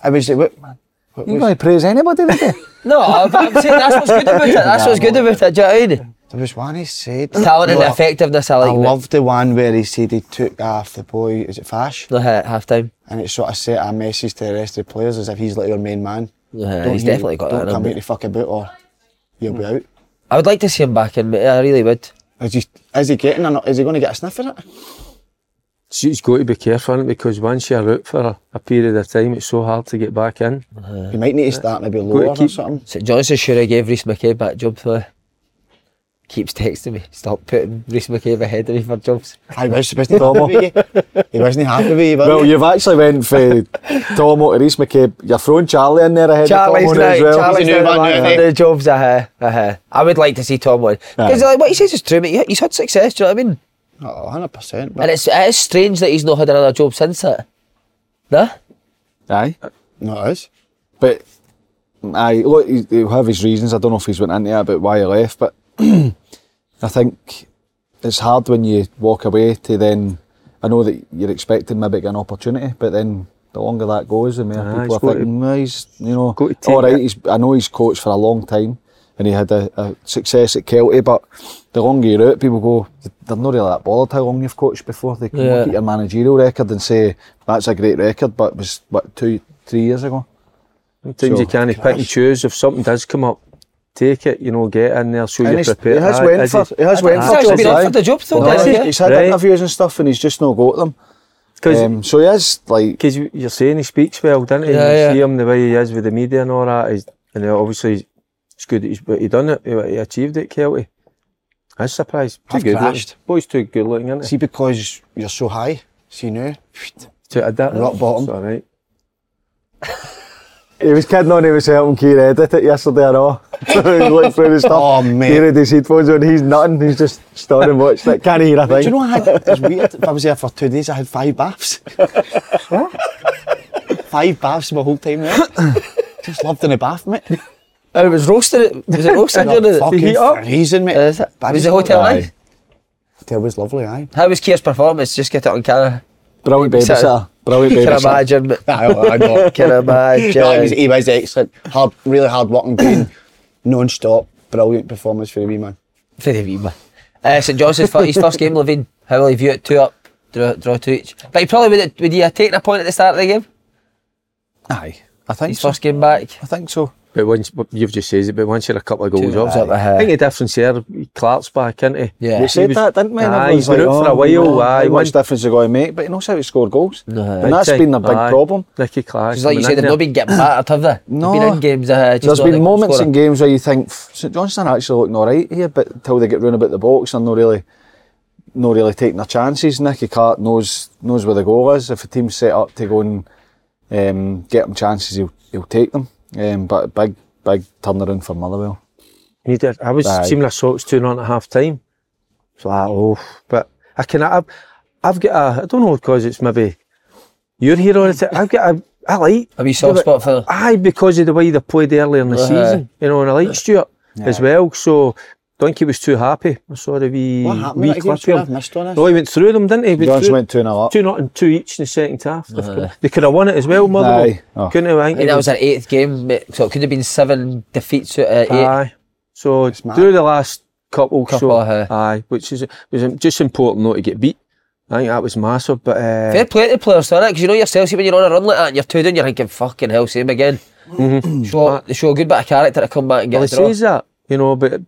S3: I was like, what, man? What
S4: You're
S3: was-
S4: going to praise anybody, today?
S1: no, I'm I'm saying that's what's good about it. That's what's good about it. Do you know what I mean?
S3: there was one he said.
S1: Talent and
S3: No, I-
S1: effectiveness, I
S3: I
S1: like. mate.
S3: loved the one where he said he took off the boy, is it Fash?
S1: Uh-huh, at half time.
S3: And it sort of sent a message to the rest of the players as if he's like your main man.
S1: Yeah,
S3: Don't
S1: he's
S3: you-
S1: definitely got
S3: don't
S1: that in him,
S3: come
S1: mate.
S3: here to fuck about or you'll be out.
S1: I would like to see him back in, mate. I really would.
S3: Is he, is he getting or not? Is he going to get a sniff at it?
S2: She's got to be careful isn't it? because once you're out for a, a period of time, it's so hard to get back in.
S3: He might need to start maybe lower or
S2: keep-
S3: something.
S1: St Johnson sure I gave Reese McCabe that job for. Keeps texting me. Stop putting Reese McCabe ahead of me for jobs.
S3: I was wasn't happy with you. He wasn't happy with you, was
S4: Well,
S3: he?
S4: you've actually went for Tomo to Reece McCabe. You're throwing Charlie in there ahead of Tomo now as well.
S1: Charlie's
S3: He's a new
S1: now
S3: man,
S1: the
S3: isn't
S1: man
S3: he?
S1: for the jobs. Uh-huh, uh-huh. I would like to see Tom one because
S4: Aye.
S1: like, what he says is true. Mate. He- He's had success. Do you know what I mean?
S3: Oh, 100%.
S1: And
S3: But
S1: it's it is strange that he's not had another job since it. Nah.
S4: Aye,
S3: no, it is.
S4: but aye, look, he- he'll have his reasons. I don't know if he's went into it about why he left, but I think it's hard when you walk away to then. I know that you're expecting maybe an opportunity, but then the longer that goes, the more
S2: Aye, he's
S4: people are
S2: got to-
S4: thinking, "Well, he's you know,
S2: got to take
S4: all right.
S2: it."
S4: He's, I know he's coached for a long time, and he had a, a success at Kelty, but the longer you're out, people go, they're not really that bothered how long you've coached before. They can
S1: Yeah.
S4: look at your managerial record and say that's a great record, but it was what two, three years ago.
S2: Sometimes
S4: So-
S2: you can't pick and choose. If something does come up, take it, you know, get in there, so
S4: And
S2: you're
S4: he's-
S2: prepared.
S4: he has
S2: Aye,
S4: went
S2: is
S4: for he has went
S1: He's
S4: for
S1: actually
S4: jobs,
S1: been
S4: aye.
S1: offered a job though.
S4: No,
S1: has he?
S4: he's, he's had
S2: Right.
S4: interviews and stuff, and he's just not got them.
S2: 'Cause-
S4: Um, so he is like
S2: Because you're saying he speaks well, doesn't he?
S1: Yeah,
S2: you
S1: yeah.
S2: see him the way he is with the media and all that. He's, and uh, obviously, it's good that he's, but he done it. He, he achieved it, Kelty. I was surprised. Too
S3: I've
S2: good
S3: crashed.
S2: looking. Boy's too good looking, isn't he?
S3: See, because you're so high, see now,
S2: To a dip.
S3: rock bottom.
S2: It's all right.
S4: he was kidding on. He was helping Keir edit it yesterday. I know. he looked through the stuff.
S3: Oh, mate.
S4: Keir had his headphones on. He's nothing. He's just stood and watched it. Can't hear a
S3: Do you
S4: thing.
S3: know I had, it was weird, if I was there for two days, I had five baths. five baths my whole time there. Just loved in the bath, mate.
S1: And it was roasted. Was it roasted?
S3: No,
S1: during the-
S3: fucking
S1: the heat up?
S3: freezing, mate.
S1: Is it?
S3: Barry's
S1: was the hotel
S4: Aye.
S1: nice?
S3: Hotel was lovely, aye.
S1: How was Keir's performance? Just get it on camera.
S4: Brilliant babysitter. Brilliant
S1: Can
S4: babysitter.
S1: imagine.
S3: I know.
S1: Can
S3: No, he was,
S1: imagine.
S3: he was excellent. Hard, really hard working, being non-stop, brilliant performance for the wee man.
S1: Very wee man. Uh, St Johnson's fir- his first game, Levine. How will he view it? Two up, draw, draw two each. But he probably would. Have, would he have taken a point at the start of the game?
S2: Aye. I think
S1: His
S2: so.
S1: first game back.
S2: I think so. But once but you've just said it, but once you're a couple of goals
S1: Two
S2: up,
S1: up, aye.
S2: I think the difference there, Clark's back, isn't he?
S1: Yeah. You
S2: He
S4: We said
S2: was-
S4: that, didn't we? And
S2: Aye,
S4: everyone's
S2: he's been out for a
S4: "Oh,
S2: while.
S4: no,
S2: Aye,
S4: how
S2: one
S4: much difference you got to make? But he knows how to score goals. and that's
S2: thing.
S4: been a big
S2: Aye.
S4: problem.
S2: Nicky Clark.
S1: Because like you said, they've not been getting battered, have they?
S4: No.
S1: They've been in games. Uh, just
S4: There's
S1: not
S4: been
S1: like
S4: moments
S1: scorer.
S4: in games where you think "Pff, St Johnston are actually looking all right here, but until they get round about the box, they're not really, not really taking their chances. Nicky Clark knows knows where the goal is. If a team's set up to go and um, get them chances, he'll he'll take them. Um, but a big big turnaround for Motherwell.
S2: He did. I was
S4: Aye.
S2: seeing a socks two on at half time. It's like, oh, but I can. I've, I've got a. I don't know because it's maybe you're here on it. I've got a. I like.
S1: A wee soft spot for them.
S2: Aye, because of the way they played earlier in the
S1: Aye.
S2: season, you know, and I like Stuart as well. So don't think he was too happy. I saw the wee,
S3: What happened
S2: wee
S3: in that game?
S2: clip
S3: Sorry,
S2: of
S3: I've
S2: him.
S3: missed on this.
S2: No, he went through them, didn't he? He went
S4: Johnson
S2: through-
S4: went two and a half.
S2: Two not and two each in the second half. They could- They could have won it as well, Motherwell.
S4: Aye. Oh.
S2: Couldn't have. I think
S1: And
S2: he
S1: that
S2: was-
S1: was our eighth game, mate, so it could have been seven defeats out of eight.
S2: Aye. So
S3: mad.
S2: through the last couple,
S1: Couple, uh,
S2: so,
S1: aye.
S2: aye, which is was just important not to get beat. I think that was massive, but uh,
S1: Fair play to the players, though, because you know yourself, see, when you're on a run like that and you're two down, you're thinking, fucking hell, same again.
S3: Mm-hmm.
S1: Show, they show a good bit of character to come back and get
S2: well, he
S1: a draw.
S2: says that, you know, but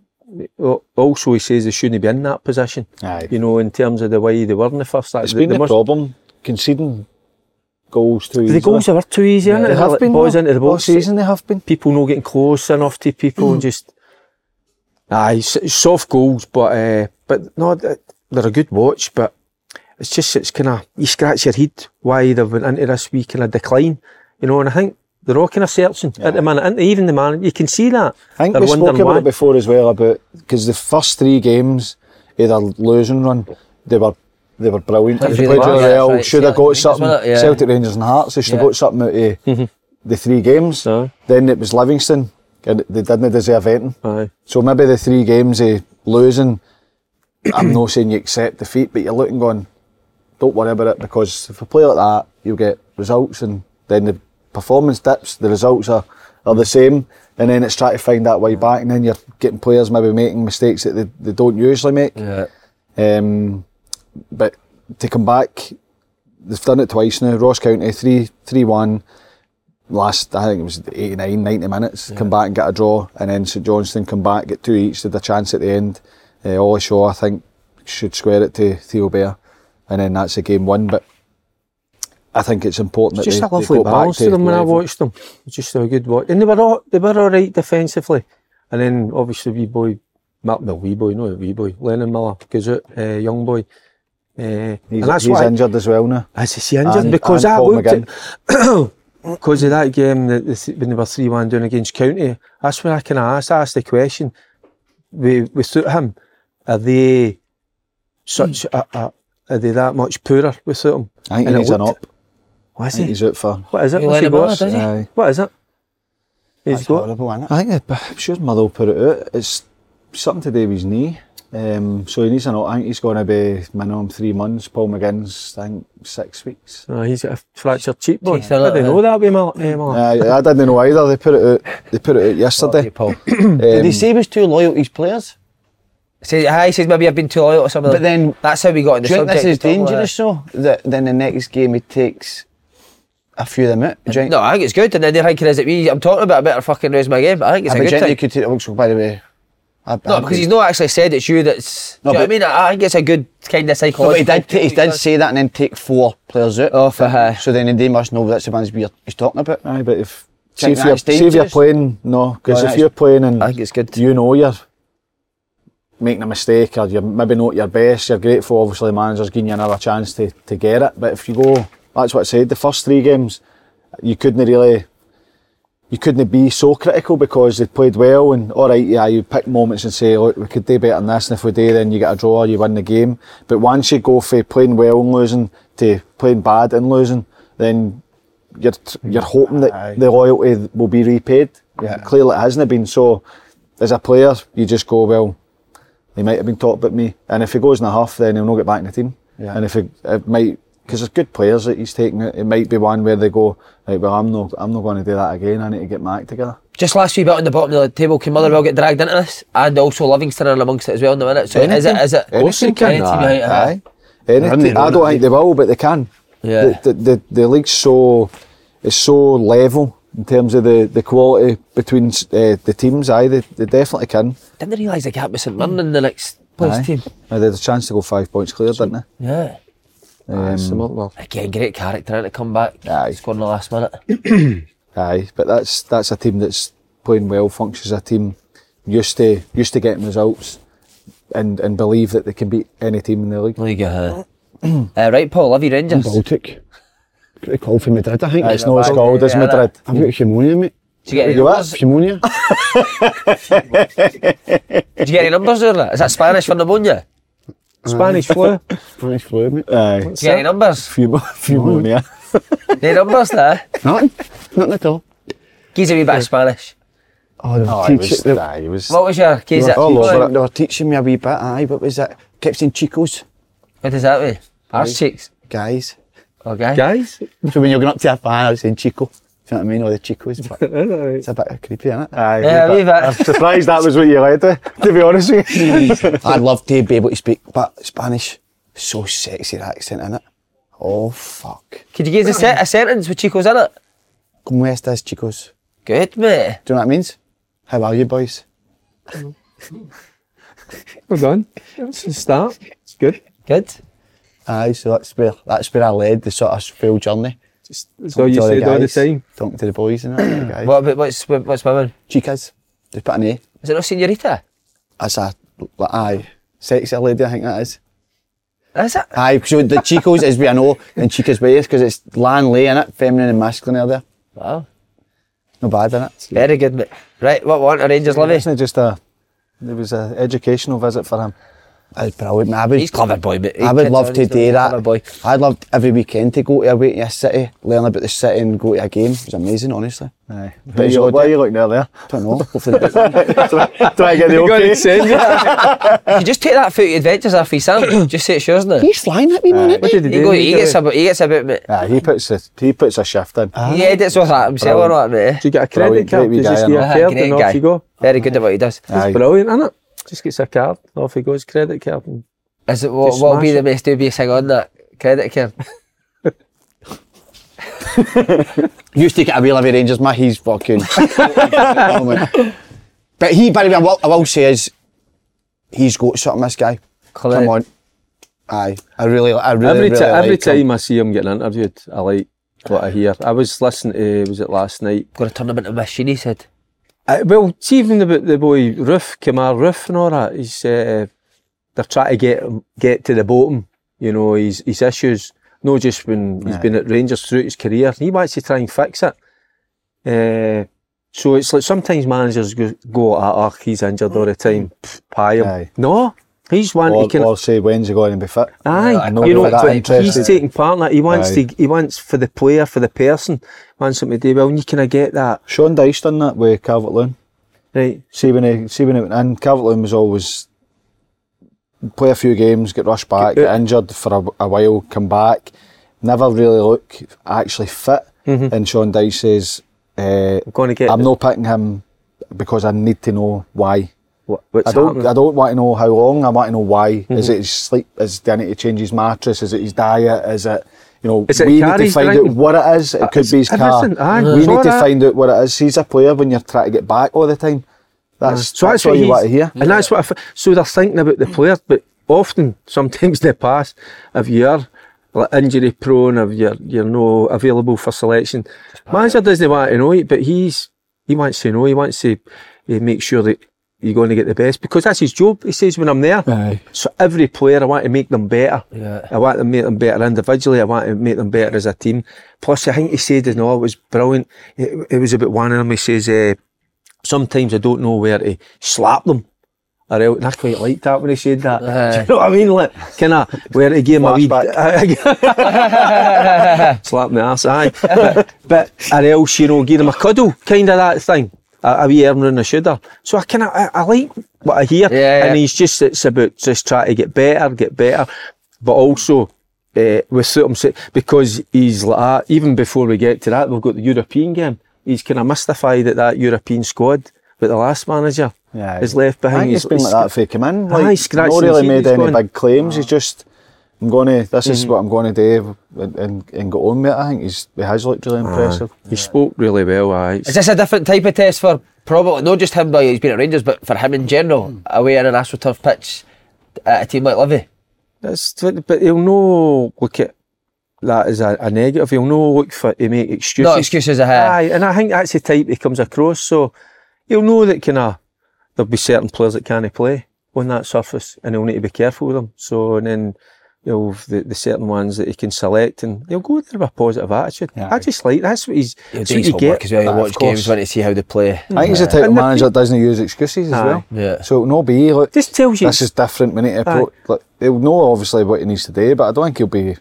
S2: al- also he says they shouldn't be in that position,
S4: Aye.
S2: you know, in terms of the way they were in the first.
S4: It's been
S2: they
S4: the problem conceding goals too
S2: The
S4: easily.
S2: goals were too easy, innit?
S4: they have
S2: Like,
S4: been
S2: boys
S4: though.
S2: into the
S4: All
S2: box.
S4: season. They have been.
S2: people not getting close enough to people
S4: Mm.
S2: and just aye s- soft goals but uh, but no th- they're a good watch but it's just it's kind of you scratch your head why they've went into this wee kind of decline you know and I think they're all kind of searching at the minute and even the man you can see that
S4: I think
S2: they're
S4: we spoke
S2: wondering
S4: about
S2: why
S4: it before as well about because the first three games, either losing run, they were they were brilliant.
S1: Played
S4: They
S1: really
S4: played really
S1: well, yeah,
S4: well.
S1: right.
S4: Should have
S1: Celtic
S4: got
S1: Rangers,
S4: something.
S1: wasn't it? Yeah.
S4: Celtic Rangers and Hearts. They should have
S1: Yeah. Mm-hmm.
S4: got something out of the three games.
S2: Aye.
S4: Then it was Livingston, and they didn't deserve anything.
S2: aye
S4: So maybe the three games of losing, I'm not saying you accept defeat, but you're looking going, don't worry about it because if you play like that, you'll get results and then the performance dips, the results are, are the same and then it's trying to find that way back and then you're getting players maybe making mistakes that they, they don't usually make.
S1: Yeah.
S4: Um, but to come back, they've done it twice now. Ross County, 3 3 1. Last, I think it was 89, 90 minutes. Come back and get a draw. And then St Johnston come back, get two each, did a chance at the end. Uh, Ollie Shaw, I think, should square it to Theo Bear. And then that's a game one. But I think it's important
S2: it's
S4: that
S2: just
S4: they,
S2: a lovely
S4: they got back
S2: balance
S4: to,
S2: to them when I
S4: level.
S2: watched them It's just a good watch and they were all they were all right defensively and then obviously wee boy Mark no wee boy no wee boy Lennon Miller goes out uh, young boy uh, and
S4: He's,
S2: that's
S4: he's
S2: why
S4: injured as well now.
S2: As he injured
S4: And-
S2: because
S4: and
S2: I
S4: Paul
S2: looked at because of that game that the, th- when they were three one down against County. That's when I kind of asked. I asked the question. We we thought him. Are they such? A, a, are they that much poorer without him?
S4: I
S2: And
S4: think he
S2: it
S4: needs an
S2: looked-
S4: up.
S2: Why
S4: I
S2: is
S4: think
S2: he?
S4: he's out for.
S2: What is it?
S1: He
S2: What's
S1: let
S2: he
S1: him
S2: got?
S1: out, does he?
S4: Aye.
S2: What is it? He's
S3: It's
S2: got.
S3: horrible, isn't it?
S4: I think I'm sure Motherwell put it out. It's something to do with his knee. Um, so he needs an. I think he's going to be minimum three months. Paul McGinn's, I think, six weeks.
S2: No, he's got a fractured cheekbone. I
S1: Teeth are like
S2: didn't know
S1: that.
S2: that. With Mal- eh,
S3: Oh.
S2: Mal-
S4: Uh, I, I didn't know either. They put it out. They put it out yesterday.
S1: Paul.
S4: Um,
S3: Did he say he was too loyal to his players?
S1: Say, aye, he says maybe I've been too loyal or something.
S3: But then-
S1: that's how we got in the
S3: Do you think
S1: subject.
S3: this is
S1: to talk about
S3: dangerous though? That then the next game he takes a few of them out. Do you
S1: that.
S3: think-
S1: No, I think it's good. And then they're thinking, is it me? I'm talking about a better fucking raise my game. But I think it's
S3: I
S1: a
S3: mean, do you
S1: good
S3: think
S1: thing.
S3: you could take. Oh, so by the way, I,
S1: No, because he's not actually said it's you that's.
S3: No,
S1: do you know what I
S3: but-
S1: mean? I I think it's a good kind of
S3: No,
S1: psychological.
S3: but he did. T- he did say that and then take four players out.
S1: Oh, for her.
S3: So then they must know that's the man's beer he's talking about.
S4: aye, but if see
S3: Think
S4: if, you're,
S3: that's
S4: see if you're
S3: dangerous?
S4: playing, no, because
S3: No,
S4: if
S3: that's-
S4: you're playing and
S1: I think it's good.
S4: you know you're making a mistake or you're maybe not your best, you're grateful. Obviously, the manager's giving you another chance to, to get it. But if you go, that's what I said. The first three games, you couldn't really, you couldn't be so critical because they played well and all right. Yeah, you pick moments and say, look, we could do better than this, and if we do, then you get a draw, you win the game. But once you go from playing well and losing to playing bad and losing, then you're t- you're hoping that the loyalty will be repaid.
S3: Yeah.
S4: Clearly, it hasn't been. So, as a player, you just go, well, he might have been talked about me, and if he goes in a huff, then he'll not get back in the team.
S3: Yeah.
S4: And if he, it might, because there's good players that he's taken, it might be one where they go, right, well, I'm not, I'm not going to do that again. I need to get my act together.
S1: Just last wee bit on the bottom of the table, can Motherwell get dragged into this? And also Livingston are amongst it as well in the minute. So is it,
S4: Anything.
S1: is it?
S4: Of course they
S1: Any
S2: can,
S1: team
S2: aye,
S1: behind it, aye.
S4: Aye. Any
S3: They're in
S4: te-
S3: their
S4: I
S3: own
S4: don't
S3: league.
S4: think they will, but they can.
S1: Yeah.
S4: The, the, the, the league's so it's so level in terms of the, the quality between uh, the teams. Aye, they, they definitely can.
S1: Didn't realise the gap with St Mirren in the next place
S4: Hmm. Aye.
S1: team.
S4: Now, they had a chance to go five points clear, didn't they?
S1: Yeah.
S2: Aye, Simon, well,
S1: Again, great character and to come back.
S4: Aye.
S1: Scored in the last minute.
S4: Aye, but that's that's a team that's playing well, functions as a team, used to used to getting results, and and believe that they can beat any team in the league.
S1: There you go. aye. uh, right, Paul, love you Rangers. Did
S3: Baltic. Got a call from Madrid, I think.
S4: Aye, it's not as
S1: back
S4: cold as
S1: there,
S4: Madrid.
S3: I've got pneumonia, mate.
S1: you get any
S4: You
S1: numbers?
S3: Pneumonia.
S1: Did you get any numbers there? Is that Spanish for pneumonia?
S2: Spanish flu.
S3: Spanish flu, mate.
S4: Aye,
S1: Did you get any numbers?
S4: few few more, yeah.
S1: any numbers there?
S3: Nothing. Nothing at all.
S1: Gives a wee bit of Spanish.
S3: Oh, they were
S4: Oh, it
S3: teach-
S4: was,
S3: they-
S4: aye, it was.
S1: What was your case?
S3: they were
S4: all
S3: teaching-
S4: over it.
S3: They were teaching me a wee bit, aye. What was that? Kept saying Chicos.
S1: What does that mean? Arse cheeks.
S3: Guys.
S1: Okay.
S2: Guys,
S3: So when you're going up to a fan, I was saying Chico. Do you know what I mean? Or the Chicos. But it's a bit creepy, isn't it?
S4: Aye,
S1: Yeah, uh,
S4: but
S1: leave it.
S4: I'm surprised that was what you led to, to be honest with you.
S3: I'd love to be able to speak, but Spanish, so sexy that accent, innit? Oh, fuck.
S1: Could you give us a, set, a sentence with Chico's in it?
S3: Como estas, Chicos?
S1: Good, mate.
S3: Do you know what it means? How are you, boys?
S2: well done. It's a start. It's good.
S1: Good.
S3: Aye, so that's where that's where I led the sort of full journey.
S2: Just, that's all you said all the time.
S3: Talking to the boys and that, the guys.
S1: What about what's what's women?
S3: Chicas, they put an A.
S1: Is it not Senorita?
S3: That's a, like, aye, sexy lady, I think that is.
S1: Is it?
S3: Aye, so the Chicos is we I know, and Chicas way because it's land lay in it, feminine and masculine are there.
S1: Wow.
S3: No bad in it.
S1: Very good, mate. Right, what want a Rangers Livy?
S4: Wasn't it just a, it was an educational visit for him.
S3: That's brilliant. man. I would,
S1: He's clever boy, mate. He
S3: I would
S1: gets
S3: love
S1: on,
S3: to
S1: he's
S3: do
S1: a clever
S3: that.
S1: Boy.
S3: I'd love every weekend to go to away to a city, learn about the city, and go to a game. It was amazing, honestly.
S4: Aye.
S3: But
S4: But
S3: it's
S4: you,
S3: odd,
S4: why are
S3: eh?
S4: you looking there? there?
S3: don't know. Hopefully, they do.
S4: Try to get the
S2: You got
S4: okay.
S2: it, Sam.
S1: you just take that footy adventures off his Sam. just say it's yours now.
S3: he's flying at me, man.
S2: What did he
S1: He,
S2: do?
S1: go, he gets about he gets about mate.
S4: Aye, he puts a, he puts a shift in.
S1: He edits all that himself or not, mate.
S2: Do you get a
S4: Brilliant,
S2: credit card?
S4: great wee
S2: You just
S4: guy,
S2: get a
S1: Aye,
S2: card
S1: great
S2: and
S1: guy.
S2: off you go.
S1: Very good at what he does.
S4: Aye.
S2: It's brilliant, isn't it? Just gets a card. Off he goes. Credit card. And
S1: Is it what
S2: Just
S1: what'll be
S2: smash
S1: the most dubious thing on that? Credit card.
S3: used to get a real heavy Rangers, man. He's fucking. but he, by the way, I will, I will say is he's got something. This guy.
S1: Clever.
S3: Come on. Aye, I really, I really,
S2: every
S3: really
S2: ti- every
S3: like him.
S2: time I see him getting interviewed, I like what I hear. I was listening to was it last night?
S1: Gonna turn him into a machine, he said.
S2: Uh, well, see, even about the boy Roof, Kamar Roof and all that, he's, uh, they're trying to get him, get to the bottom, you know, his, his issues, not just when he's been at Rangers throughout his career, he wants to try and fix it. Uh, so it's like sometimes managers go, go ah, ah, he's injured all the time, pff, pie him.
S4: Aye.
S2: No, he's one,
S4: Or,
S2: he can,
S4: or say when's he going to be fit?
S2: Aye,
S4: I know
S2: you
S4: they're
S2: know,
S4: that
S2: but
S4: interested.
S2: he's taking part in that. He wants
S4: Aye.
S2: to, he wants for the player, for the person, wants something to do well, and you can get that,
S4: Sean Dyche done that with Calvert Loon.
S2: right?
S4: See when he see when he went in, Calvert Loon was always play a few games, get rushed back, get injured for a, a while, come back, never really look actually fit. And Sean Dyche says, uh,
S2: Going to get
S4: Mm-hmm. "I'm not picking him because I need to know why.
S2: what, what's
S4: I don't.
S2: happening.
S4: I don't want to know how long. I want to know why. Is
S2: Mm-hmm.
S4: it his sleep? Is do I need to change his mattress? Is it his diet? Is it you know?
S2: Is it
S4: we need to
S2: Carri's
S4: find
S2: drinking?
S4: out what it is. It could
S2: Uh, it's
S4: be his car.
S2: everything, aye,
S4: we
S2: it's all
S4: need to
S2: that.
S4: find out what it is. He's a player when you're trying to get back all the time. That's
S2: So
S4: that's, all you
S2: he's-
S4: want to hear.
S2: And that's what I f- so they're thinking about the player, but often, sometimes in the past, if you're like injury prone, if you're you're no available for selection, manager doesn't want to know it, but he's he wants to know, he wants to eh, make sure that you're going to get the best because that's his job. He says when I'm there, so every player I want to make them better.
S1: Yeah.
S2: I want to make them better individually. I want to make them better as a team. Plus, I think he said in all it was brilliant. It, it was about one of them. He says. Uh, sometimes I don't know where to slap them Or else, and I quite liked that when he said that. Do you know what I mean? Like, kind of where he gave him a wee slap in the ass, aye. but, but or else, you know, gave him a cuddle, kind of that thing. A, a wee arm round the shoulder. So I kind of I, I like what I hear,
S1: Yeah, yeah.
S2: and he's just it's about just trying to get better, get better, but also. Uh, with certain se- because he's like that, even before we get to that, we've got the European game. He's kind of mystified at that European squad with the last manager
S4: Yeah,
S2: is left
S4: I
S2: behind.
S4: think he's been like that for he came in.
S2: Aye,
S4: Like,
S2: he's scratching
S4: not
S2: his
S4: really
S2: head,
S4: made
S2: he's Ah. Mm.
S4: any
S2: going-
S4: big claims. He's just, I'm going to, this is what I'm going to do and, and, and go on with it. I think he's, he has looked
S2: Ah.
S4: really impressive.
S2: He spoke really well. Aye.
S1: Is this a different type of test for probably not just him, but he's been at Rangers, but for him in general, away on an AstroTurf pitch at a team like Livy?
S2: That's, but he'll no look at that as a, a negative. He'll no look for to make excuses.
S1: No excuses uh, ahead.
S2: Aye, and I think that's the type he comes across. So he'll know that kind of there'll be certain players that can't play on that surface, and he'll need to be careful with them. So and then he'll have the, the certain ones that he can select, and he'll go there with a positive attitude. I just like that's what he's.
S1: He'll
S2: that's
S1: do
S2: what
S1: his
S2: you
S1: homework
S2: get.
S1: as well. He'll
S4: Aye, of
S1: watch games
S4: course.
S1: when to see how they play.
S4: I think he's the type of
S2: And the
S4: manager that doesn't use excuses as
S2: Aye.
S4: well.
S1: Yeah.
S4: So it'll not be, look,
S2: Just tells you.
S4: this is different. We need to approach, like, he'll know obviously what he needs to do, but I don't think he'll be, you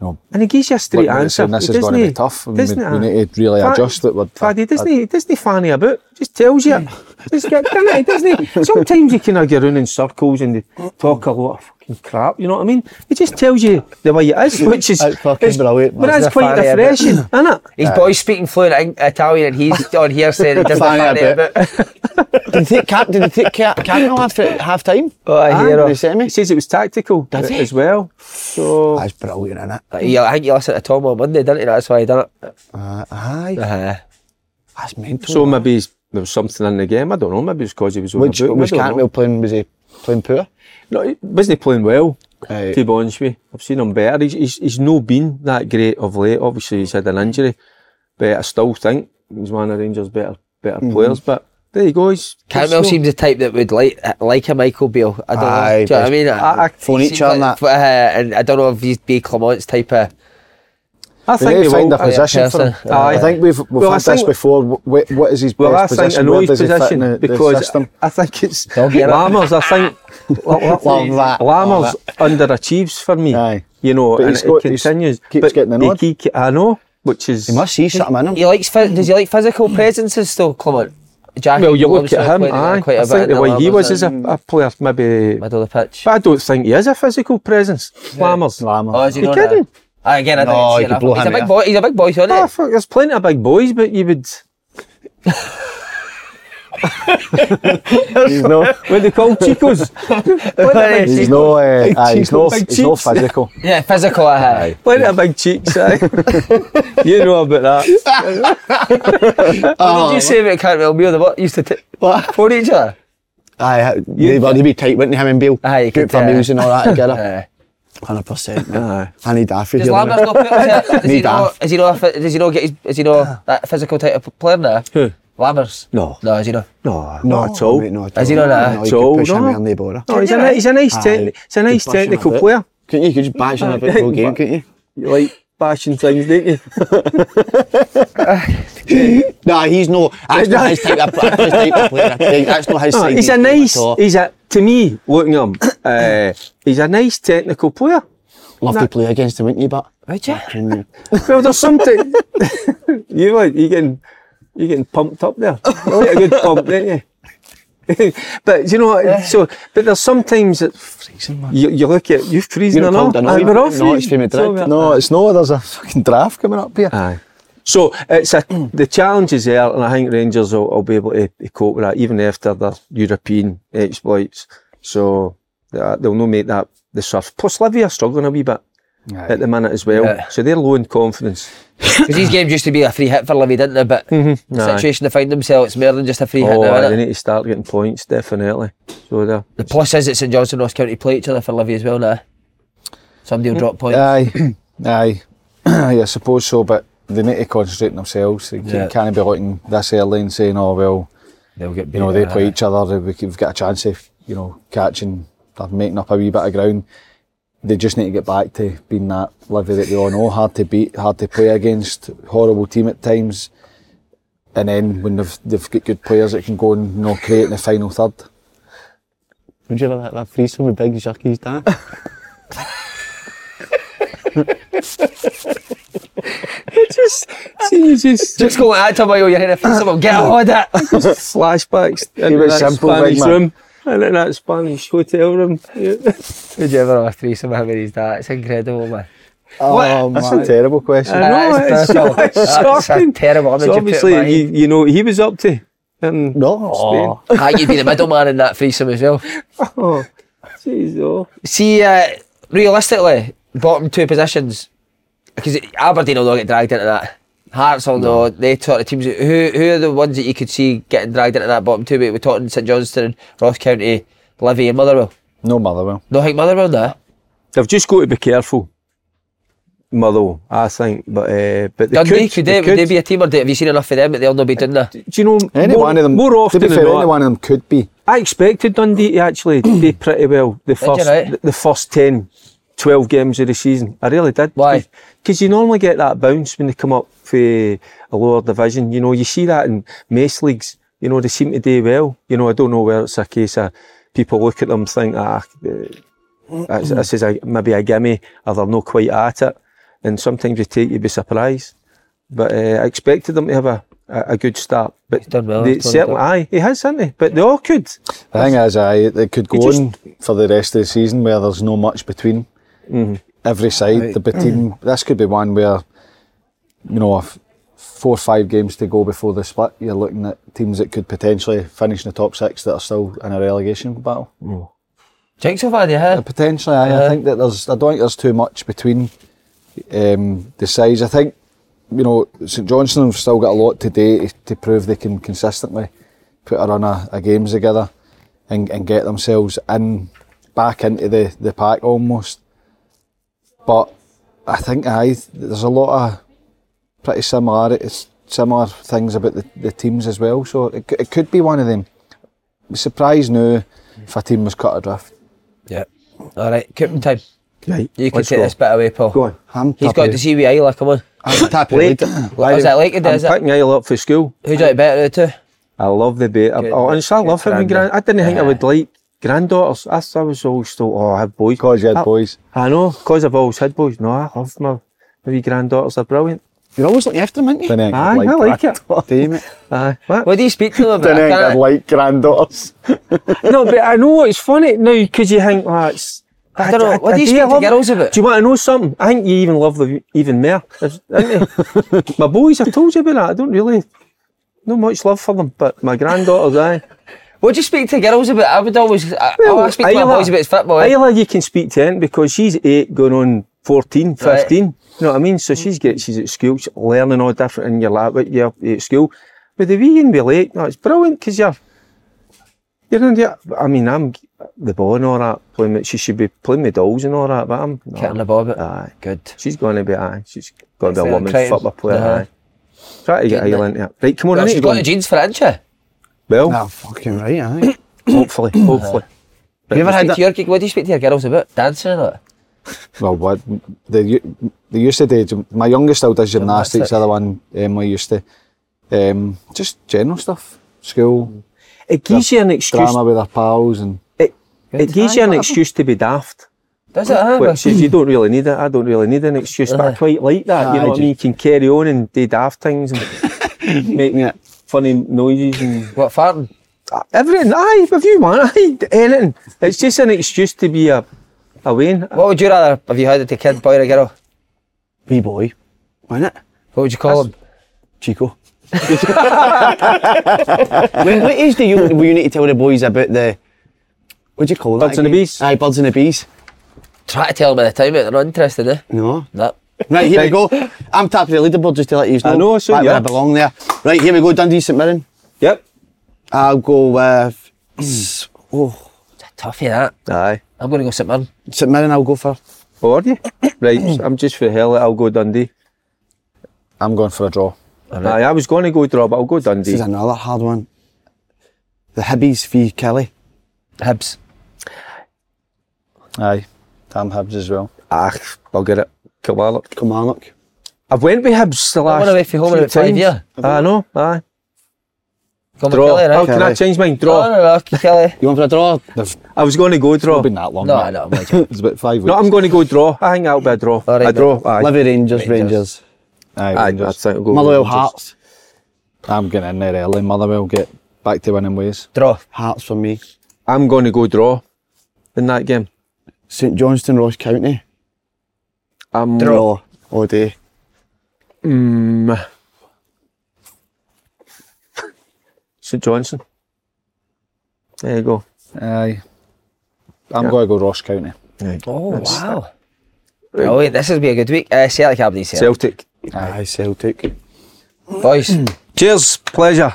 S4: know,
S2: And he gives you a straight
S4: Like,
S2: answer.
S4: saying this
S2: He
S4: is gonna
S2: doesn't-
S4: be tough and we-
S2: doesn't
S4: we
S2: he?
S4: need to really
S2: Fa-
S4: adjust it with-
S2: Fa- he doesn't. He doesn't fanny about. Just tells you. Just get done it. Doesn't he? Sometimes you can get round in circles and they talk a lot of fucking crap. You know what I mean? He just tells you the way it is, which is
S3: That's fucking
S2: it's-
S3: brilliant, man.
S2: But that's
S1: Doesn't
S2: quite
S1: fanny a bit.
S2: refreshing, isn't it?
S1: His boy's speaking fluent Eng- Italian and he's on here saying he doesn't
S3: Fanny a
S1: fanny it about.
S3: Did he take Cap? Did he take Cap? Cap off at half time?
S1: Oh, I hear
S3: Did he
S1: him.
S3: send me?
S2: He says it was tactical
S3: Does he?
S2: as well. So
S3: That's brilliant, innit?
S1: He- uh, I think you listened to Tom on Monday, didn't you? That's why he done
S2: Uh-huh.
S1: it.
S3: Uh, aye,
S1: Uh,
S3: that's mental.
S2: so maybe he's- there was something in the game. I don't know. Maybe it's because he was on
S3: Which
S2: the boot.
S3: was
S2: I don't know.
S3: Cantwell playing? Was he playing poor?
S2: No, he wasn't he playing well.
S3: Aye.
S2: To be honest with you, I've seen him better. He's, he's, he's no been that great of late. Obviously, he's had an injury, but I still think he's one of Rangers' better better
S4: Mhm.
S2: players. But there you go. He's
S1: Cantwell
S2: he's still-
S1: seems the type that would like like a Michael Beale. I don't know.
S3: Aye,
S1: Do you know what I mean?
S2: I- I-
S3: phone
S1: he
S3: each
S1: seems
S3: other and
S1: like- uh, and I don't know if he's B. Clement's type of.
S2: I
S4: They need
S2: think
S4: to
S2: he
S4: find
S2: will. Oh,
S4: a position for him.
S1: Chelsea.
S2: Aye.
S4: I think we've, we've
S2: Well, I
S4: had this
S2: think-
S4: before. What, what is his
S2: Well, I
S4: best
S2: think I
S4: position?
S2: know
S4: Where
S2: his
S4: does he fit in
S2: position
S4: the, the
S2: because
S4: system?
S2: I think it's
S1: get it.
S2: Lammers. I think
S3: Love that.
S2: Lammers underachieves for me.
S4: Aye.
S2: You know,
S4: But
S2: and
S4: he's
S2: it
S4: got- he's-
S2: continues.
S4: keeps
S2: but
S4: getting the
S2: he-
S4: nod.
S2: he- I know, which is
S3: He must see something in him.
S1: He likes. phy- Does he like physical presences still, Clement? Jack
S2: Well, you look
S1: Williamson
S2: at him.
S1: played together
S2: Aye,
S1: quite a
S2: I
S1: bit
S2: think
S1: in
S2: the way he
S1: Lammers
S2: was as a,
S1: and
S2: a player, maybe
S1: middle of the pitch.
S2: But I don't think he is a physical presence. Lammers.
S4: Lama.
S1: Oh, is he
S2: You
S1: not
S2: kidding?
S1: Ah, again, I
S3: No, you
S1: didn't see
S3: could
S1: enough.
S3: blow
S1: He's a
S3: him
S1: big
S3: out.
S1: boy. He's a big boy, isn't
S2: Ah,
S1: he?
S2: fuck, there's plenty of big boys, but you would.
S4: He's no,
S2: What do they call Chicos? plenty, of big,
S4: he's no, uh,
S2: cheeks,
S4: aye, he's no,
S2: big
S4: he's no
S2: cheeks.
S4: physical.
S1: Yeah, physical. uh-huh. Aye.
S2: plenty of big cheeks, aye. you know about that.
S1: What did you say about Cantwell Beale? They what used to t-
S3: Oh. What?
S1: phone each other.
S3: Aye, uh, they were they be tight, wouldn't they, him and Bill?
S1: Aye, you could
S3: Good for
S1: tell.
S3: meals and all that together.
S1: Aye.
S3: Hundred percent.
S2: Aye.
S3: I need Daffy
S1: Oh. Does
S3: here.
S1: Lambert not put himself? Is he
S3: Need
S1: not?
S3: half.
S1: Is he not? a phy- Does he not get? His, is he not that physical type of player now?
S2: Who?
S1: Lambers.
S2: No.
S1: No, is he not?
S2: No,
S3: No,
S2: not at all.
S3: mate, no, at
S1: Has he
S3: all.
S1: not, uh,
S3: No, you
S2: at all,
S3: could push him
S2: no?
S3: in the border.
S2: No, he's, a, he's a nice, techni- he's a nice
S3: Could bash him
S2: technical
S3: a bit.
S2: player.
S3: Couldn't you? You Could just bash him a bit full game, couldn't you?
S2: You like bashing things, don't you?
S3: Nah, he's no. That's not his type of, that's not his type of player. I think. That's not his
S2: No,
S3: side.
S2: he's a nice.
S3: Love
S2: He's a to me looking at him. Uh, he's a nice technical player.
S3: to play against him, wouldn't you? But
S1: Would you?
S3: can
S2: Well, there's something. you like you getting you getting pumped up there. You get a good pump, don't you? but you know, what, so but there's sometimes it, you, you look at you freezing
S3: You're
S2: and all,
S3: called
S2: and
S3: annoying.
S2: we're all
S3: No, it's
S2: freezing.
S3: from Madrid.
S2: So,
S4: No, it's no. There's a fucking draft coming up here.
S2: Aye. So it's a, the challenge is there, and I think Rangers will, will be able to, to cope with that even after their European exploits. So uh, they'll not make that the surf. Plus, Livy are struggling a wee bit at the minute as well,
S1: Yeah.
S2: so they're low in confidence.
S1: Because these games used to be a free hit for Livy, didn't they? But the
S2: Aye.
S1: situation they find themselves, it's more than just a free hit
S2: Oh,
S1: now,
S2: aye,
S1: innit?
S2: they need to start getting points, definitely. So there.
S1: The plus is that St Johnson and Ross County play each other for Livy as well now. Somebody will drop points.
S4: Aye, aye, aye. I suppose so, but they need to concentrate on themselves. They
S1: Yeah.
S4: can't, can't be looking this early and saying, "Oh well,
S1: They'll get beat.
S4: you know they
S1: aye.
S4: play each other. we c- We've got a chance of you know catching, or making up a wee bit of ground." They just need to get back to being that livy that they all know, hard to beat, hard to play against, horrible team at times. And then when they've they've got good players that can go and you know create in the final third.
S5: Would you ever let that threesome with Big Jackie's dad?
S1: Just go and act about your head if it's about get on with it.
S2: Flashbacks in
S4: was
S2: that
S4: simple,
S2: Spanish
S4: big man.
S2: room. And in that Spanish hotel room. Yeah.
S1: Would you ever have a threesome with him and his dad? It's incredible, man.
S4: Oh, that's a terrible question.
S2: I know,
S1: That is
S2: it's,
S1: brutal.
S2: it's
S1: That's a
S2: shocking.
S1: terrible image
S2: So
S1: you put
S2: obviously,
S1: in my
S2: you, you know what he was up to. And
S4: no.
S2: Spain.
S1: Ah, you'd be the middleman in that threesome as well.
S2: Oh, jeez, oh.
S1: See, uh, realistically, bottom two positions, because Aberdeen will not get dragged into that. Hearts will no. not. They sort of teams. Who who are the ones that you could see getting dragged into that bottom two? We're talking St Johnston, Ross County, Livy, and Motherwell.
S4: No Motherwell.
S1: No, I think Motherwell there.
S2: They've just got to be careful. Motherwell, I think, but uh, but they
S1: Dundee,
S2: could,
S1: could they, would they be a team, or do- have you seen enough of them that they'll not be doing that?
S2: Do you know
S4: Any
S2: more,
S4: one of them.
S2: More often
S4: to be
S2: than
S4: fair,
S2: not,
S4: any one of them could be.
S2: I expected Dundee to actually do pretty well the first
S1: right?
S2: the first 10, 12 games of the season. I really did.
S1: Why?
S2: Because you normally get that bounce when they come up for a lower division. You know, you see that in Mace leagues. You know, they seem to do well. You know, I don't know whether it's a case of people look at them and think, ah, eh, that's, this is a, maybe a gimme, or they're not quite at it. And sometimes you take you by surprise. But uh, I expected them to have a, a, a good start. But
S1: done well,
S2: they
S1: he's done
S2: certainly,
S1: well.
S2: aye, he has, hasn't he? But they all could.
S4: The thing is, I they could go
S2: You
S4: on for the rest of the season where there's no much between every side. The be- team this could be one where you know if four or five games to go before the split, you're looking at teams that could potentially finish in the top six that are still in a relegation battle.
S1: Jinx have had, yeah.
S4: Uh, Potentially, I, I think that there's. I don't think there's too much between um, the sides. I think you know St Johnstone have still got a lot today to, to prove they can consistently put a run of, of games together and, and get themselves in back into the, the pack almost. But I think I there's a lot of pretty similar similar things about the, the teams as well. So it, c- it could be one of them. Surprised now if a team was cut adrift.
S1: Yeah. All right, Coupon time.
S2: Right,
S1: You can
S2: let's
S1: take
S2: go.
S1: this bit away, Paul.
S2: Go on.
S5: I'm
S1: He's got to see wee Isla, come on.
S5: I'm tapping
S2: Late.
S1: What is that like to do,
S2: I'm
S1: is it?
S2: picking Isle up for school.
S1: Who do you like better of the two?
S2: I love the bait. I,
S1: Good-
S2: oh, honestly, I
S1: good
S2: love having
S1: granda-
S2: grand. I didn't think I would like granddaughters. I, I was always thought, oh, I have boys.
S4: Because you had
S2: I,
S4: boys.
S2: I know, because I've always had boys. No, I love my, my wee granddaughters. They're brilliant.
S5: You're always looking after him, aren't you?
S4: Then ain't
S2: Aye, I like it.
S5: Damn it.
S2: Aye, what?
S1: What do you speak to them about?
S4: Then
S1: I
S4: ain't
S1: can't-
S4: got like granddaughters.
S2: no, but I know it's funny now because you think, oh, it's.
S1: I don't know, what do you speak to
S2: love-
S1: girls about?
S2: Do you want to know something? I think you even love them even more, is- isn't you? my boys, I told you about that. I don't really, no much love for them, but my granddaughters, aye.
S1: What do you speak to girls about? I would always. I, oh, I speak to my boys about football. eh?
S2: Ayla, you can speak to Ant because she's eight going on 14, 15.
S1: Right.
S2: You know what I mean? So she's get, she's at school, she's learning all different in your lap you're at school. But the wee and be late, no, it's brilliant because you're, you're in the, I mean, I'm the ball and all that, playing with, she should be playing with dolls and all that, but I'm, no.
S1: Kitten the bobbit.
S2: Aye.
S1: Good.
S2: She's going to be, aye, she's going to be
S1: Fair
S2: a woman
S1: play.
S2: football player,
S1: Uh-huh.
S2: aye. Try to get
S1: Getting
S2: Ayla into it. Right, come on,
S1: Well,
S2: I need
S1: she's
S2: to
S1: got
S2: go.
S1: the jeans for it, hasn't she? Have
S2: Well,
S5: Ah, fucking right, I think.
S2: hopefully, hopefully. But
S1: you ever
S2: just
S1: had to your, what do you speak to your girls about? Dancing and all that?
S4: Well, what they u- they used to do. gym- My youngest still does gymnastics. The other one, Emily used to. Um, just general stuff, school,
S2: It gives you an excuse,
S4: drama with her pals, and
S2: it, it gives
S1: Aye,
S2: you an
S1: whatever.
S2: excuse to be daft.
S1: Does it, huh?
S2: which is you don't really need it. I don't really need an excuse, but I quite like that. you know what I mean? You can carry on and do daft things and make
S5: Yeah.
S2: funny noises and
S1: What, farting?
S2: everything. Aye, if you want, aye, anything. It's just an excuse to be a a Wayne.
S1: What would you rather? Have you had it to kid, boy or girl?
S5: Wee boy. Wasn't it?
S1: What would you call them?
S5: Chico. when, what age do you, will you need to tell the boys about the, what do you call that?
S2: Birds and the
S5: again?
S2: bees.
S5: Aye, birds and the bees.
S1: Try to tell them at the time, but they're not interested, eh?
S5: No.
S1: No.
S5: Right, here we go. I'm tapping the leaderboard just to let you know.
S2: I know, so
S5: right, where
S2: yeah.
S5: I belong there. Right, here we go, Dundee St Mirren.
S2: Yep.
S5: I'll go with. s- Oh,
S1: Toughy, that.
S2: Aye.
S1: I'm going to go St Mirren.
S5: St Mirren, I'll go for.
S2: Or you? Right, I'm just for the hell. of it, I'll go Dundee.
S4: I'm going for a draw.
S2: Aye, I was going to go draw, but I'll go Dundee.
S5: This is another hard one. The Hibbies v Kelly.
S1: Hibs.
S4: Aye, Tam Hibs as well.
S2: Ah, I'll get it. Kilmarnock.
S5: Kilmarnock.
S2: I've went with Hibs the
S1: I
S2: last
S1: went away from home
S2: few
S1: about five
S2: times.
S1: year.
S2: I know, aye.
S1: Going
S2: Draw.
S1: with Kelly,
S2: oh,
S1: right?
S2: can I change mine? Draw.
S1: No, no, no, Kelly.
S5: You want for a draw?
S2: I was going to go draw.
S4: It's been that long.
S1: No,
S4: mate.
S1: no, imagine.
S4: It's about five weeks.
S2: No, I'm going to go draw. I think that'll be a draw.
S1: All right,
S2: a draw. Aye.
S5: Livy Rangers, Rangers.
S4: Aye,
S2: Aye, I
S4: Rangers.
S2: think I'll go
S5: Motherwell
S2: Rangers.
S5: Hearts.
S4: I'm getting in there early. Motherwell get back to winning ways.
S1: Draw.
S5: Hearts for me.
S2: I'm going to go draw in that game.
S5: St Johnston, Ross County.
S2: I'm
S5: Draw. All day.
S2: Mm. St Johnson. There you go.
S4: Aye. I'm
S2: Yeah.
S4: going to go Ross County.
S1: Oh, wow. Oh, wait, this will be a good week. Uh, Celtic Aberdeen Celtic.
S2: Celtic.
S5: Aye, Celtic.
S1: Boys,
S2: Cheers. Pleasure.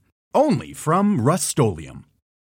S6: Only from Rust-Oleum.